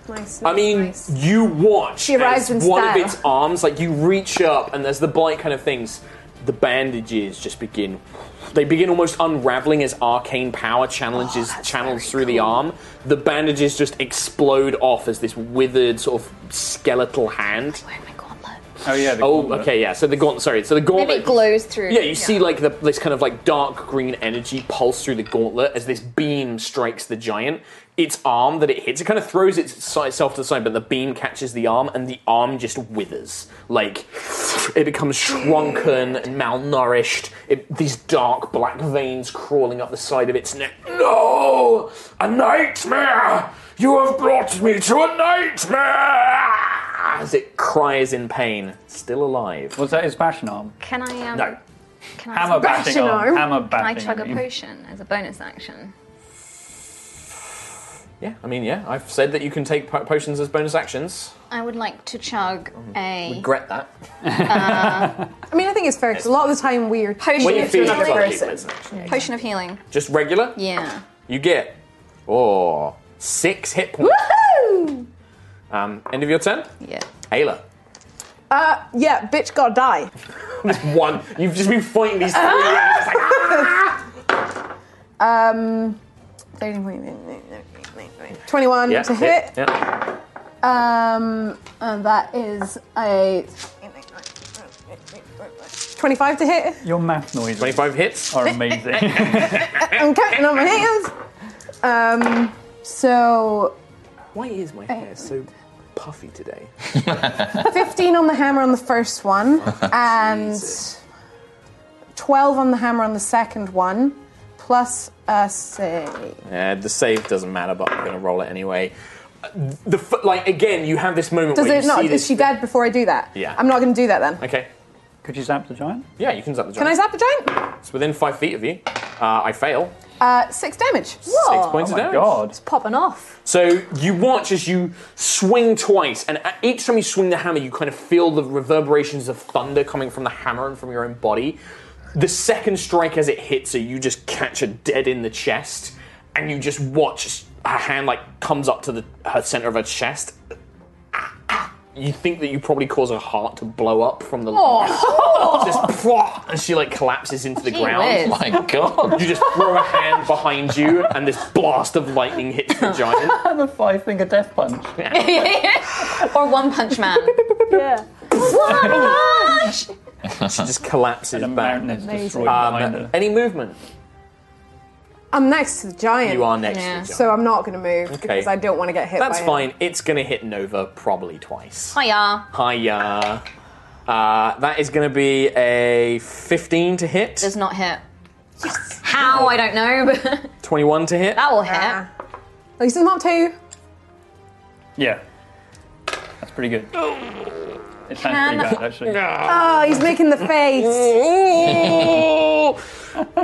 [SPEAKER 4] Nice.
[SPEAKER 6] I mean, you watch
[SPEAKER 4] She arrives
[SPEAKER 6] as
[SPEAKER 4] in
[SPEAKER 6] one
[SPEAKER 4] style.
[SPEAKER 6] of its arms, like you reach up, and there's the blight kind of things. The bandages just begin. They begin almost unraveling as arcane power challenges
[SPEAKER 4] Oh,
[SPEAKER 6] channels through the arm. The bandages just explode off as this withered sort of skeletal hand.
[SPEAKER 8] Oh yeah.
[SPEAKER 6] oh, okay, yeah. So the gauntlet. Sorry. So the gauntlet.
[SPEAKER 12] Maybe it glows through.
[SPEAKER 6] Yeah, you see like the, this kind of like dark green energy pulse through the gauntlet as this beam strikes the giant. Its arm that it hits, it kind of throws its, itself to the side, but the beam catches the arm, and the arm just withers. Like it becomes shrunken and malnourished. It, these dark black veins crawling up the side of its neck.
[SPEAKER 15] No! A nightmare! You have brought me to a nightmare!
[SPEAKER 6] As it cries in pain, still alive.
[SPEAKER 8] Was that his passion arm?
[SPEAKER 12] Can I. Um,
[SPEAKER 6] No.
[SPEAKER 12] Can I
[SPEAKER 8] Hammer batting arm. Hammer
[SPEAKER 12] Can I
[SPEAKER 8] batting.
[SPEAKER 12] chug a
[SPEAKER 8] arm.
[SPEAKER 12] potion as a bonus action?
[SPEAKER 6] Yeah, I mean, yeah, I've said that you can take po- potions as bonus actions.
[SPEAKER 12] I would like to chug
[SPEAKER 6] Mm-hmm.
[SPEAKER 12] a.
[SPEAKER 6] Regret that.
[SPEAKER 4] I mean, I think it's fair because a lot of the time we are
[SPEAKER 12] Potion
[SPEAKER 6] When you
[SPEAKER 12] of
[SPEAKER 6] feel
[SPEAKER 12] healing.
[SPEAKER 6] it's up, it's an action.
[SPEAKER 12] Potion of healing.
[SPEAKER 6] Just regular?
[SPEAKER 12] Yeah.
[SPEAKER 6] You get oh six hit points. Um, end of your turn.
[SPEAKER 12] Yeah.
[SPEAKER 6] Ayla,
[SPEAKER 4] Uh, yeah, bitch gotta die.
[SPEAKER 6] just one. You've just been fighting these three.
[SPEAKER 4] Ah!
[SPEAKER 6] rounds, just like, ah,
[SPEAKER 4] Um, 21
[SPEAKER 6] yeah,
[SPEAKER 4] to hit.
[SPEAKER 6] yeah.
[SPEAKER 4] Um, and that is a 25 to hit.
[SPEAKER 8] Your math noises.
[SPEAKER 6] Twenty-five hits
[SPEAKER 8] are amazing.
[SPEAKER 4] I'm counting on my hands. Um, so
[SPEAKER 6] Why is my hair so puffy today?
[SPEAKER 4] 15 on the hammer on the first one, and 12 on the hammer on the second one, plus a save.
[SPEAKER 6] Uh, the save doesn't matter, but I'm going to roll it anyway. Uh, The f- like again, you have this moment
[SPEAKER 4] Does
[SPEAKER 6] where
[SPEAKER 4] it
[SPEAKER 6] you
[SPEAKER 4] not?
[SPEAKER 6] see
[SPEAKER 4] Is
[SPEAKER 6] this.
[SPEAKER 4] she dead before I do that?
[SPEAKER 6] Yeah.
[SPEAKER 4] I'm not going to do that then.
[SPEAKER 6] Okay.
[SPEAKER 8] Could you zap the giant?
[SPEAKER 6] Yeah, you can zap the
[SPEAKER 4] Can
[SPEAKER 6] giant.
[SPEAKER 4] I zap the giant?
[SPEAKER 6] It's within five feet of you. Uh, I fail.
[SPEAKER 4] Uh, six damage.
[SPEAKER 6] Six
[SPEAKER 8] Oh
[SPEAKER 6] points of damage.
[SPEAKER 4] It's popping off.
[SPEAKER 6] So you watch as you swing twice, and at each time you swing the hammer, you kind of feel the reverberations of thunder coming from the hammer and from your own body. The second strike, as it hits her, you just catch her dead in the chest, and you just watch as her hand like comes up to the her center of her chest. You think that you probably cause her heart to blow up from the just and she like collapses into the
[SPEAKER 9] Oh. Gee
[SPEAKER 6] ground.
[SPEAKER 9] whiz. My God.
[SPEAKER 6] You just throw a hand behind you, and this blast of lightning hits the giant.
[SPEAKER 8] the five finger death punch.
[SPEAKER 12] or One Punch Man. yeah. One Punch!
[SPEAKER 6] she just collapses back.
[SPEAKER 4] destroyed behind
[SPEAKER 6] Um, any movement?
[SPEAKER 4] I'm next to the giant.
[SPEAKER 6] You are next to the Yeah. giant.
[SPEAKER 4] So I'm not going to move
[SPEAKER 6] Okay.
[SPEAKER 4] because I don't want to get hit.
[SPEAKER 6] That's
[SPEAKER 4] by
[SPEAKER 6] fine. It's going to hit Nova probably twice.
[SPEAKER 12] Hiya.
[SPEAKER 6] Hiya. Uh, that is going to be a 15 to hit,
[SPEAKER 12] Does not hit. Yes. How? I don't know, but
[SPEAKER 6] 21 to hit.
[SPEAKER 12] that will hit.
[SPEAKER 4] At least it's not two.
[SPEAKER 8] Yeah. That's pretty good. It sounds
[SPEAKER 4] Can-
[SPEAKER 8] pretty bad actually.
[SPEAKER 4] Oh, he's making the face.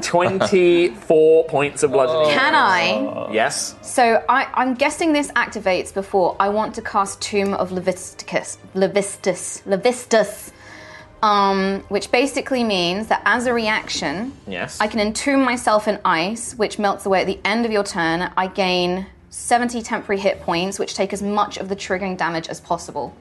[SPEAKER 6] 24 points of bludgeoning.
[SPEAKER 12] Can I?
[SPEAKER 6] Yes.
[SPEAKER 12] So I, I'm guessing this activates before I want to cast Tomb of Leviticus, Levistus, Levistus, um, which basically means that as a reaction,
[SPEAKER 6] Yes.
[SPEAKER 12] I can entomb myself in ice, which melts away at the end of your turn. I gain 70 temporary hit points, which take as much of the triggering damage as possible.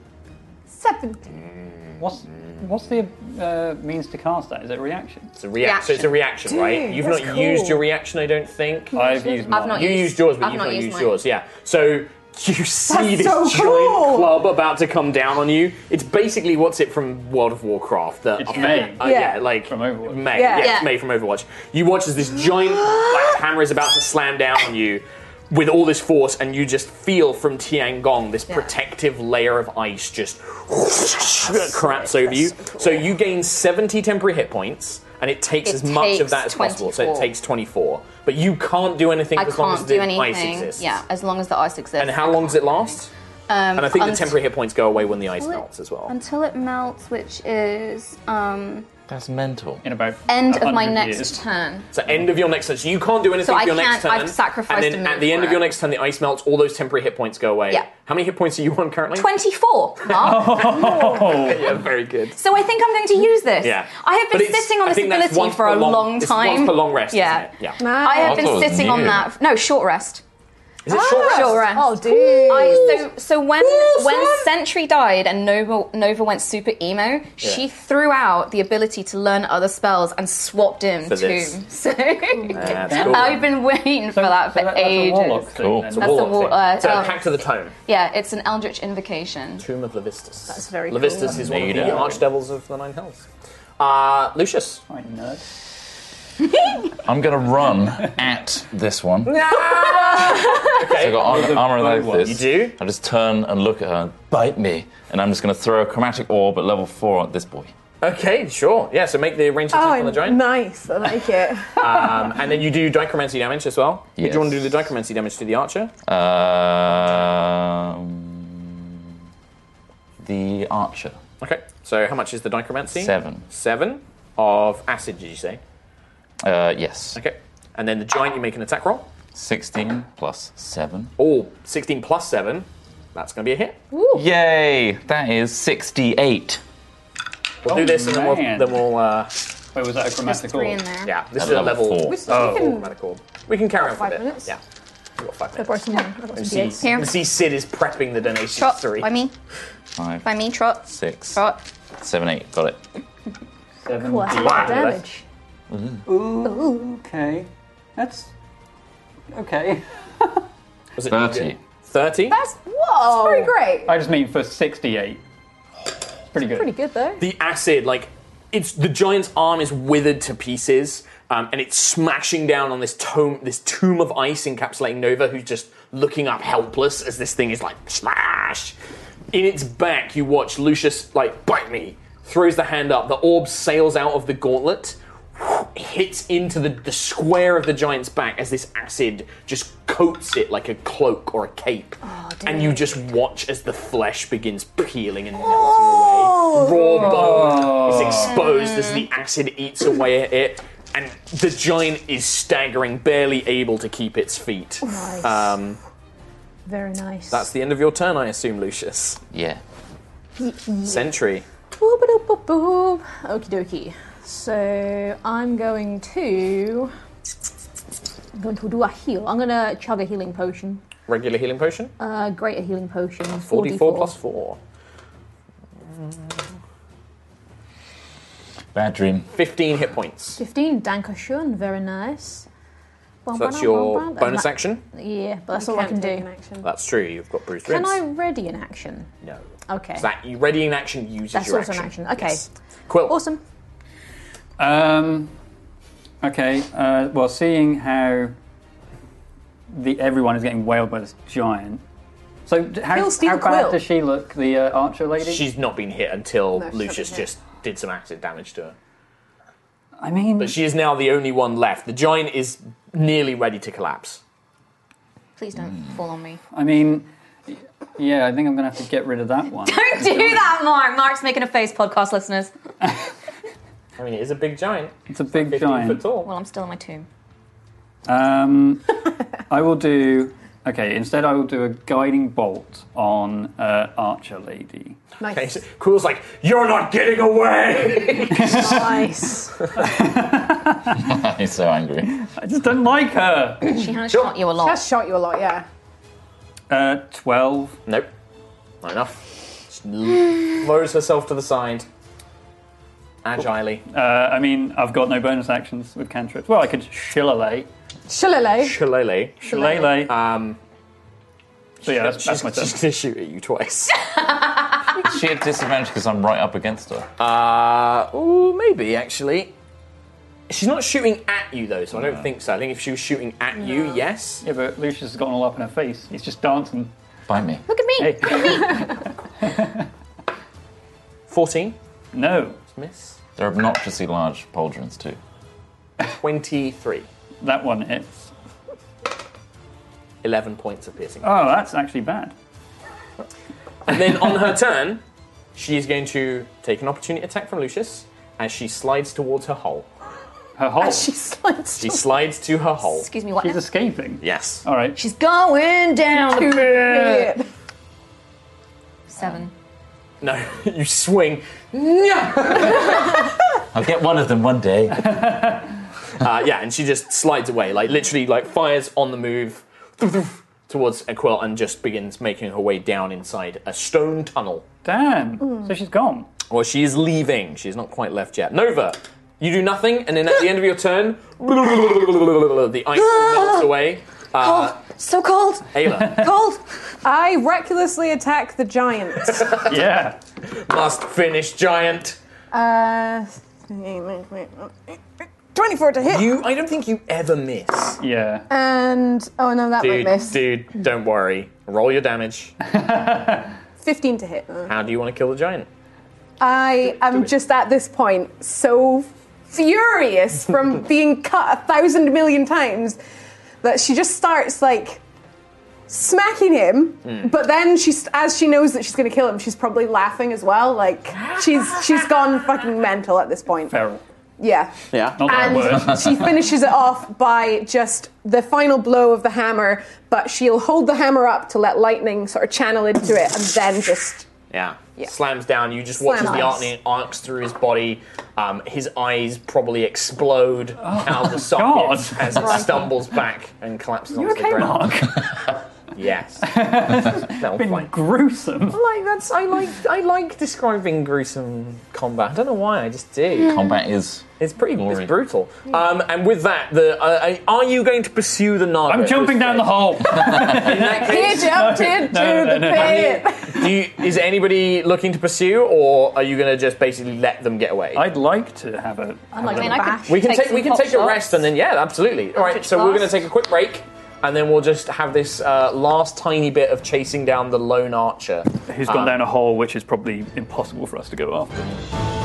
[SPEAKER 8] What's what's the uh, means to cast that? Is it a reaction?
[SPEAKER 6] It's a reaction. So it's a reaction, right? You've not used your reaction, I don't think.
[SPEAKER 8] I've used
[SPEAKER 6] you used yours, but
[SPEAKER 8] I've
[SPEAKER 6] you've
[SPEAKER 8] not
[SPEAKER 6] not
[SPEAKER 8] used
[SPEAKER 6] used
[SPEAKER 8] mine.
[SPEAKER 6] yours. Yeah. So You see
[SPEAKER 16] That's
[SPEAKER 6] this
[SPEAKER 16] so
[SPEAKER 6] giant
[SPEAKER 16] cool.
[SPEAKER 6] club about to come down on you. It's basically what's it from World of Warcraft. The,
[SPEAKER 16] It's
[SPEAKER 6] uh,
[SPEAKER 16] May.
[SPEAKER 6] uh,
[SPEAKER 16] Yeah.
[SPEAKER 6] yeah. like from Overwatch. May.
[SPEAKER 16] Yeah.
[SPEAKER 6] Yeah, it's
[SPEAKER 16] Yeah.
[SPEAKER 6] May from Overwatch. You watch as this giant black hammer is about to slam down on you with all this force, and you just feel from Tiangong this protective layer of ice just craps over you. So you gain 70 temporary hit points, and it takes
[SPEAKER 12] It
[SPEAKER 6] as much
[SPEAKER 12] takes
[SPEAKER 6] of that as possible. So it
[SPEAKER 12] 24.
[SPEAKER 6] takes 24. But you can't do anything
[SPEAKER 12] I
[SPEAKER 6] as long as
[SPEAKER 12] can't
[SPEAKER 6] the
[SPEAKER 12] do
[SPEAKER 6] ice
[SPEAKER 12] anything.
[SPEAKER 6] exists.
[SPEAKER 12] Yeah, as long as the ice exists.
[SPEAKER 6] And how long does it last?
[SPEAKER 12] Um,
[SPEAKER 6] and I think the
[SPEAKER 12] unt-
[SPEAKER 6] temporary hit points go away when the ice
[SPEAKER 12] Until it-
[SPEAKER 6] melts as well.
[SPEAKER 12] Until it melts, which is um,
[SPEAKER 6] That's mental. In about
[SPEAKER 12] end of my next turn.
[SPEAKER 6] So end of your next turn. So you can't do
[SPEAKER 12] So
[SPEAKER 6] anything
[SPEAKER 12] I
[SPEAKER 6] for your
[SPEAKER 12] can't-
[SPEAKER 6] next turn.
[SPEAKER 12] I've sacrificed
[SPEAKER 6] and
[SPEAKER 12] a
[SPEAKER 6] then
[SPEAKER 12] move
[SPEAKER 6] at the end
[SPEAKER 12] for
[SPEAKER 6] of your
[SPEAKER 12] it.
[SPEAKER 6] next turn, the ice melts. All those temporary hit points go away.
[SPEAKER 12] Yeah.
[SPEAKER 6] How many hit points are you on currently?
[SPEAKER 12] 24, Mark.
[SPEAKER 6] Oh. yeah, very good.
[SPEAKER 12] So I think I'm going to use this.
[SPEAKER 6] Yeah.
[SPEAKER 12] I have
[SPEAKER 6] But
[SPEAKER 12] been
[SPEAKER 6] it's-
[SPEAKER 12] sitting on
[SPEAKER 6] I
[SPEAKER 12] this
[SPEAKER 6] think that's
[SPEAKER 12] ability
[SPEAKER 6] once
[SPEAKER 12] for
[SPEAKER 6] per
[SPEAKER 12] a
[SPEAKER 6] long-
[SPEAKER 12] long
[SPEAKER 6] it's
[SPEAKER 12] time.
[SPEAKER 6] once per long rest,
[SPEAKER 12] Yeah.
[SPEAKER 6] isn't it? Yeah.
[SPEAKER 12] I
[SPEAKER 6] I
[SPEAKER 12] have
[SPEAKER 6] thought it
[SPEAKER 12] been
[SPEAKER 6] was
[SPEAKER 12] sitting on
[SPEAKER 6] new.
[SPEAKER 12] that. No, short rest.
[SPEAKER 6] Is it short rest?
[SPEAKER 12] Short rest. Oh, dude. I, so, so when when Sentry died and Nova Nova went super emo, she threw out the ability to learn other spells and swapped in
[SPEAKER 6] For
[SPEAKER 12] to.
[SPEAKER 6] this.
[SPEAKER 12] So
[SPEAKER 6] that's cool.
[SPEAKER 12] I've been waiting for that for ages.
[SPEAKER 6] Cool.
[SPEAKER 12] That's a warlock. uh,
[SPEAKER 6] so
[SPEAKER 12] um,
[SPEAKER 6] back to the tome.
[SPEAKER 12] Yeah, it's an Eldritch invocation.
[SPEAKER 6] Tomb of Levistus. That's
[SPEAKER 12] very
[SPEAKER 6] Levistus
[SPEAKER 12] cool.
[SPEAKER 6] is one of the
[SPEAKER 12] Nader.
[SPEAKER 6] archdevils of the Nine Hells. Uh, Lucius.
[SPEAKER 8] I nerd.
[SPEAKER 9] I'm going to run at this one. So I got
[SPEAKER 6] With the
[SPEAKER 9] armor, armor like
[SPEAKER 6] blue one.
[SPEAKER 9] this.
[SPEAKER 6] You do?
[SPEAKER 9] I just turn and look at her, bite me, and I'm just going to throw a chromatic orb at level four at this boy.
[SPEAKER 6] Okay, sure. Yeah, so make the ranged attack on the
[SPEAKER 16] Oh,
[SPEAKER 6] giant.
[SPEAKER 16] nice. I like it.
[SPEAKER 6] um, and then you do dichromancy damage as well. Do
[SPEAKER 9] Yes.
[SPEAKER 6] you want to do the dichromancy damage to the archer?
[SPEAKER 9] Um, the archer.
[SPEAKER 6] Okay. So how much is the dichromancy?
[SPEAKER 9] Seven.
[SPEAKER 6] Seven of acid, did you say?
[SPEAKER 9] Uh, yes.
[SPEAKER 6] Okay. And then the giant, you make an attack roll.
[SPEAKER 9] 16 plus 7.
[SPEAKER 6] Oh, 16 plus seven. That's going to be a hit.
[SPEAKER 9] Yay! That is 68.
[SPEAKER 6] We'll do this and then we'll.
[SPEAKER 9] man.
[SPEAKER 6] Then we'll uh,
[SPEAKER 8] Wait, was that a chromatic
[SPEAKER 6] orb?
[SPEAKER 8] three in there.
[SPEAKER 6] Yeah, this
[SPEAKER 9] At
[SPEAKER 6] is a
[SPEAKER 9] level
[SPEAKER 6] level
[SPEAKER 9] four. We
[SPEAKER 6] four
[SPEAKER 9] still can-
[SPEAKER 6] chromatic orb. We can carry on for a
[SPEAKER 16] Five
[SPEAKER 6] bit.
[SPEAKER 16] minutes?
[SPEAKER 6] Yeah. We've got five
[SPEAKER 16] I
[SPEAKER 6] minutes.
[SPEAKER 16] brought some, I brought
[SPEAKER 6] We
[SPEAKER 16] some
[SPEAKER 6] see,
[SPEAKER 16] dates.
[SPEAKER 6] we see Sid is prepping the donation
[SPEAKER 12] Trot
[SPEAKER 6] three.
[SPEAKER 12] by me.
[SPEAKER 9] Five,
[SPEAKER 12] By me, trot.
[SPEAKER 9] six,
[SPEAKER 12] Trot.
[SPEAKER 9] seven, eight. Got it.
[SPEAKER 8] Seven.
[SPEAKER 12] Cool, I have
[SPEAKER 8] Wow.
[SPEAKER 12] damage.
[SPEAKER 9] Ooh.
[SPEAKER 8] Ooh, okay. That's okay.
[SPEAKER 6] Was it
[SPEAKER 9] 30.
[SPEAKER 6] 30?
[SPEAKER 4] That's whoa. That's pretty great.
[SPEAKER 8] I just mean for 68. It's pretty good.
[SPEAKER 4] Pretty good though.
[SPEAKER 6] the acid like it's the giant's arm is withered to pieces um, and it's smashing down on this tome this tomb of ice encapsulating nova who's just looking up helpless as this thing is like smash in its back you watch lucius like bite me throws the hand up the orb sails out of the gauntlet hits into the, the square of the giant's back as this acid just coats it like a cloak or a cape
[SPEAKER 4] Oh,
[SPEAKER 6] and you just watch as the flesh begins peeling and
[SPEAKER 4] Oh.
[SPEAKER 6] raw bone is exposed as the acid eats away at it, and the giant is staggering, barely able to keep its feet.
[SPEAKER 4] Nice.
[SPEAKER 6] Um,
[SPEAKER 4] Very nice.
[SPEAKER 6] that's the end of your turn, I assume, Lucius.
[SPEAKER 9] Yeah.
[SPEAKER 6] Sentry.
[SPEAKER 4] Boop-a-doop-a-boop. Okie dokie. So I'm going to. I'm going to do a heal. I'm going to chug a healing potion.
[SPEAKER 6] Regular healing potion.
[SPEAKER 4] Uh, greater healing potion.
[SPEAKER 6] 44 plus 4.
[SPEAKER 9] Bad dream.
[SPEAKER 6] 15 hit points.
[SPEAKER 4] 15. Dankeschön. Very nice.
[SPEAKER 6] So that's your bonus action.
[SPEAKER 4] Yeah, but that's all I can do.
[SPEAKER 6] That's true, you've got bruised
[SPEAKER 4] Can
[SPEAKER 6] ribs.
[SPEAKER 4] I ready an action?
[SPEAKER 6] No.
[SPEAKER 4] Okay.
[SPEAKER 6] So that you ready in action uses
[SPEAKER 4] That's
[SPEAKER 6] your
[SPEAKER 4] also an
[SPEAKER 6] action.
[SPEAKER 4] action. Okay.
[SPEAKER 6] Quill.
[SPEAKER 4] Awesome.
[SPEAKER 8] Um, okay. Uh, well, seeing how the everyone is getting wailed by this giant. So d- how,
[SPEAKER 6] He'll steal
[SPEAKER 8] how
[SPEAKER 6] Quill.
[SPEAKER 8] bad does she look, the uh, archer lady?
[SPEAKER 6] She's not been hit until
[SPEAKER 8] No, she's not
[SPEAKER 6] Lucius
[SPEAKER 8] been hit.
[SPEAKER 6] just did some acid damage to her.
[SPEAKER 8] I mean,
[SPEAKER 6] But she is now the only one left. The giant is nearly ready to collapse.
[SPEAKER 12] Please don't
[SPEAKER 8] Hmm.
[SPEAKER 12] fall on me.
[SPEAKER 8] I mean, y- yeah. I think I'm gonna have to get rid of that one.
[SPEAKER 12] Don't do that, Mark. Mark's making a face, podcast listeners.
[SPEAKER 6] I mean, it is a big giant.
[SPEAKER 8] It's a big
[SPEAKER 6] 15
[SPEAKER 8] giant.
[SPEAKER 6] foot tall.
[SPEAKER 12] Well, I'm still in my tomb.
[SPEAKER 8] Um, I will do. Okay, instead I will do a guiding bolt on uh, Archer Lady.
[SPEAKER 4] Nice.
[SPEAKER 6] Okay, so Quill's like, You're not getting away!
[SPEAKER 4] nice.
[SPEAKER 9] He's so angry.
[SPEAKER 8] I just don't like her.
[SPEAKER 12] She has shot you a lot.
[SPEAKER 16] That's shot you a lot, yeah.
[SPEAKER 8] Uh, 12.
[SPEAKER 6] Nope. Not enough. She lowers herself to the side. Agilely.
[SPEAKER 8] Uh, I mean, I've got no bonus actions with cantrips. Well, I could shillelagh.
[SPEAKER 16] Shillelagh.
[SPEAKER 8] Um,
[SPEAKER 6] Shillelagh.
[SPEAKER 8] Shillelagh.
[SPEAKER 6] Um,
[SPEAKER 8] So yeah, that's, that's my turn.
[SPEAKER 9] She's
[SPEAKER 6] gonna shoot at you twice.
[SPEAKER 9] she had disadvantage because I'm right up against her.
[SPEAKER 6] Uh, ooh, maybe actually. She's not shooting at you though, so I don't
[SPEAKER 8] No.
[SPEAKER 6] think so. I think if she was shooting at you, yes.
[SPEAKER 8] Yeah, but Lucius has gotten all up in her face. He's just dancing.
[SPEAKER 9] By me.
[SPEAKER 5] Look at me.
[SPEAKER 8] Hey.
[SPEAKER 5] Look at me.
[SPEAKER 6] 14?
[SPEAKER 8] No.
[SPEAKER 6] Miss?
[SPEAKER 9] They're obnoxiously large pauldrons too.
[SPEAKER 6] 23.
[SPEAKER 8] That one hits.
[SPEAKER 6] 11 points of piercing.
[SPEAKER 8] Oh, that's actually bad.
[SPEAKER 6] And then on her turn, she is going to take an opportunity attack from Lucius as she slides towards her hole.
[SPEAKER 8] Her hole?
[SPEAKER 6] she slides She slides to her hole.
[SPEAKER 5] Excuse me, what
[SPEAKER 8] She's escaping.
[SPEAKER 6] Yes.
[SPEAKER 8] All right.
[SPEAKER 5] She's going down.
[SPEAKER 8] To it.
[SPEAKER 5] Seven.
[SPEAKER 6] No, you swing. Yeah.
[SPEAKER 9] I'll get one of them one day.
[SPEAKER 6] uh, yeah, and she just slides away, like literally, like fires on the move towards Aquil and just begins making her way down inside a stone tunnel.
[SPEAKER 8] Damn. So she's gone.
[SPEAKER 6] Well, she is leaving. She's not quite left yet. Nova, you do nothing, and then at the end of your turn, the ice melts away. Uh,
[SPEAKER 4] So cold.
[SPEAKER 6] Ayla.
[SPEAKER 4] cold. I recklessly attack the giant.
[SPEAKER 8] yeah.
[SPEAKER 6] Must finish, giant.
[SPEAKER 4] uh, twenty-four to hit.
[SPEAKER 6] You, I don't think you ever miss.
[SPEAKER 8] Yeah.
[SPEAKER 4] And oh no, that
[SPEAKER 6] Dude,
[SPEAKER 4] might miss.
[SPEAKER 6] dude, don't worry. Roll your damage.
[SPEAKER 4] Fifteen to hit. Uh,
[SPEAKER 6] How do you want to kill the giant?
[SPEAKER 4] I am just at this point so furious from being cut a thousand million times that she just starts like smacking him
[SPEAKER 6] Mm.
[SPEAKER 4] but then she's as she knows that she's going to kill him she's probably laughing as well like she's she's gone fucking mental at this point
[SPEAKER 8] Feral.
[SPEAKER 4] yeah
[SPEAKER 6] Yeah.
[SPEAKER 4] and she finishes it off by just the final blow of the hammer but she'll hold the hammer up to let lightning sort of channel into it and then just
[SPEAKER 6] Yeah. Slams down. You just watch as
[SPEAKER 4] Slam
[SPEAKER 6] the
[SPEAKER 4] ice.
[SPEAKER 6] lightning arcs through his body. Um, his eyes probably explode out of the
[SPEAKER 8] Oh God.
[SPEAKER 6] socket as it stumbles back and collapses onto the ground. yes. that was fine.
[SPEAKER 8] Gruesome.
[SPEAKER 6] Like that's I like I like describing gruesome combat. I don't know why I just do.
[SPEAKER 9] Combat is.
[SPEAKER 6] It's pretty it's brutal. Um, and with that, the uh, are you going to pursue the Naga?
[SPEAKER 8] I'm jumping down the hole.
[SPEAKER 6] case-
[SPEAKER 4] He jumped into
[SPEAKER 6] no, no,
[SPEAKER 4] the
[SPEAKER 6] no, no.
[SPEAKER 4] pit.
[SPEAKER 6] Do you, is anybody looking to pursue, or are you going to just basically let them get away?
[SPEAKER 8] I'd like to have a.
[SPEAKER 5] I'm like, I mean, I could
[SPEAKER 6] we can
[SPEAKER 5] take
[SPEAKER 6] take,
[SPEAKER 5] some
[SPEAKER 6] we can
[SPEAKER 5] pot
[SPEAKER 6] take a
[SPEAKER 5] shots.
[SPEAKER 6] rest and then yeah, absolutely. All right,
[SPEAKER 5] Pitch
[SPEAKER 6] so we're going to
[SPEAKER 5] fast.
[SPEAKER 6] take a quick break, and then we'll just have this uh, last tiny bit of chasing down the lone archer
[SPEAKER 8] Who's gone
[SPEAKER 6] Um,
[SPEAKER 8] down a hole which is probably impossible for us to go after.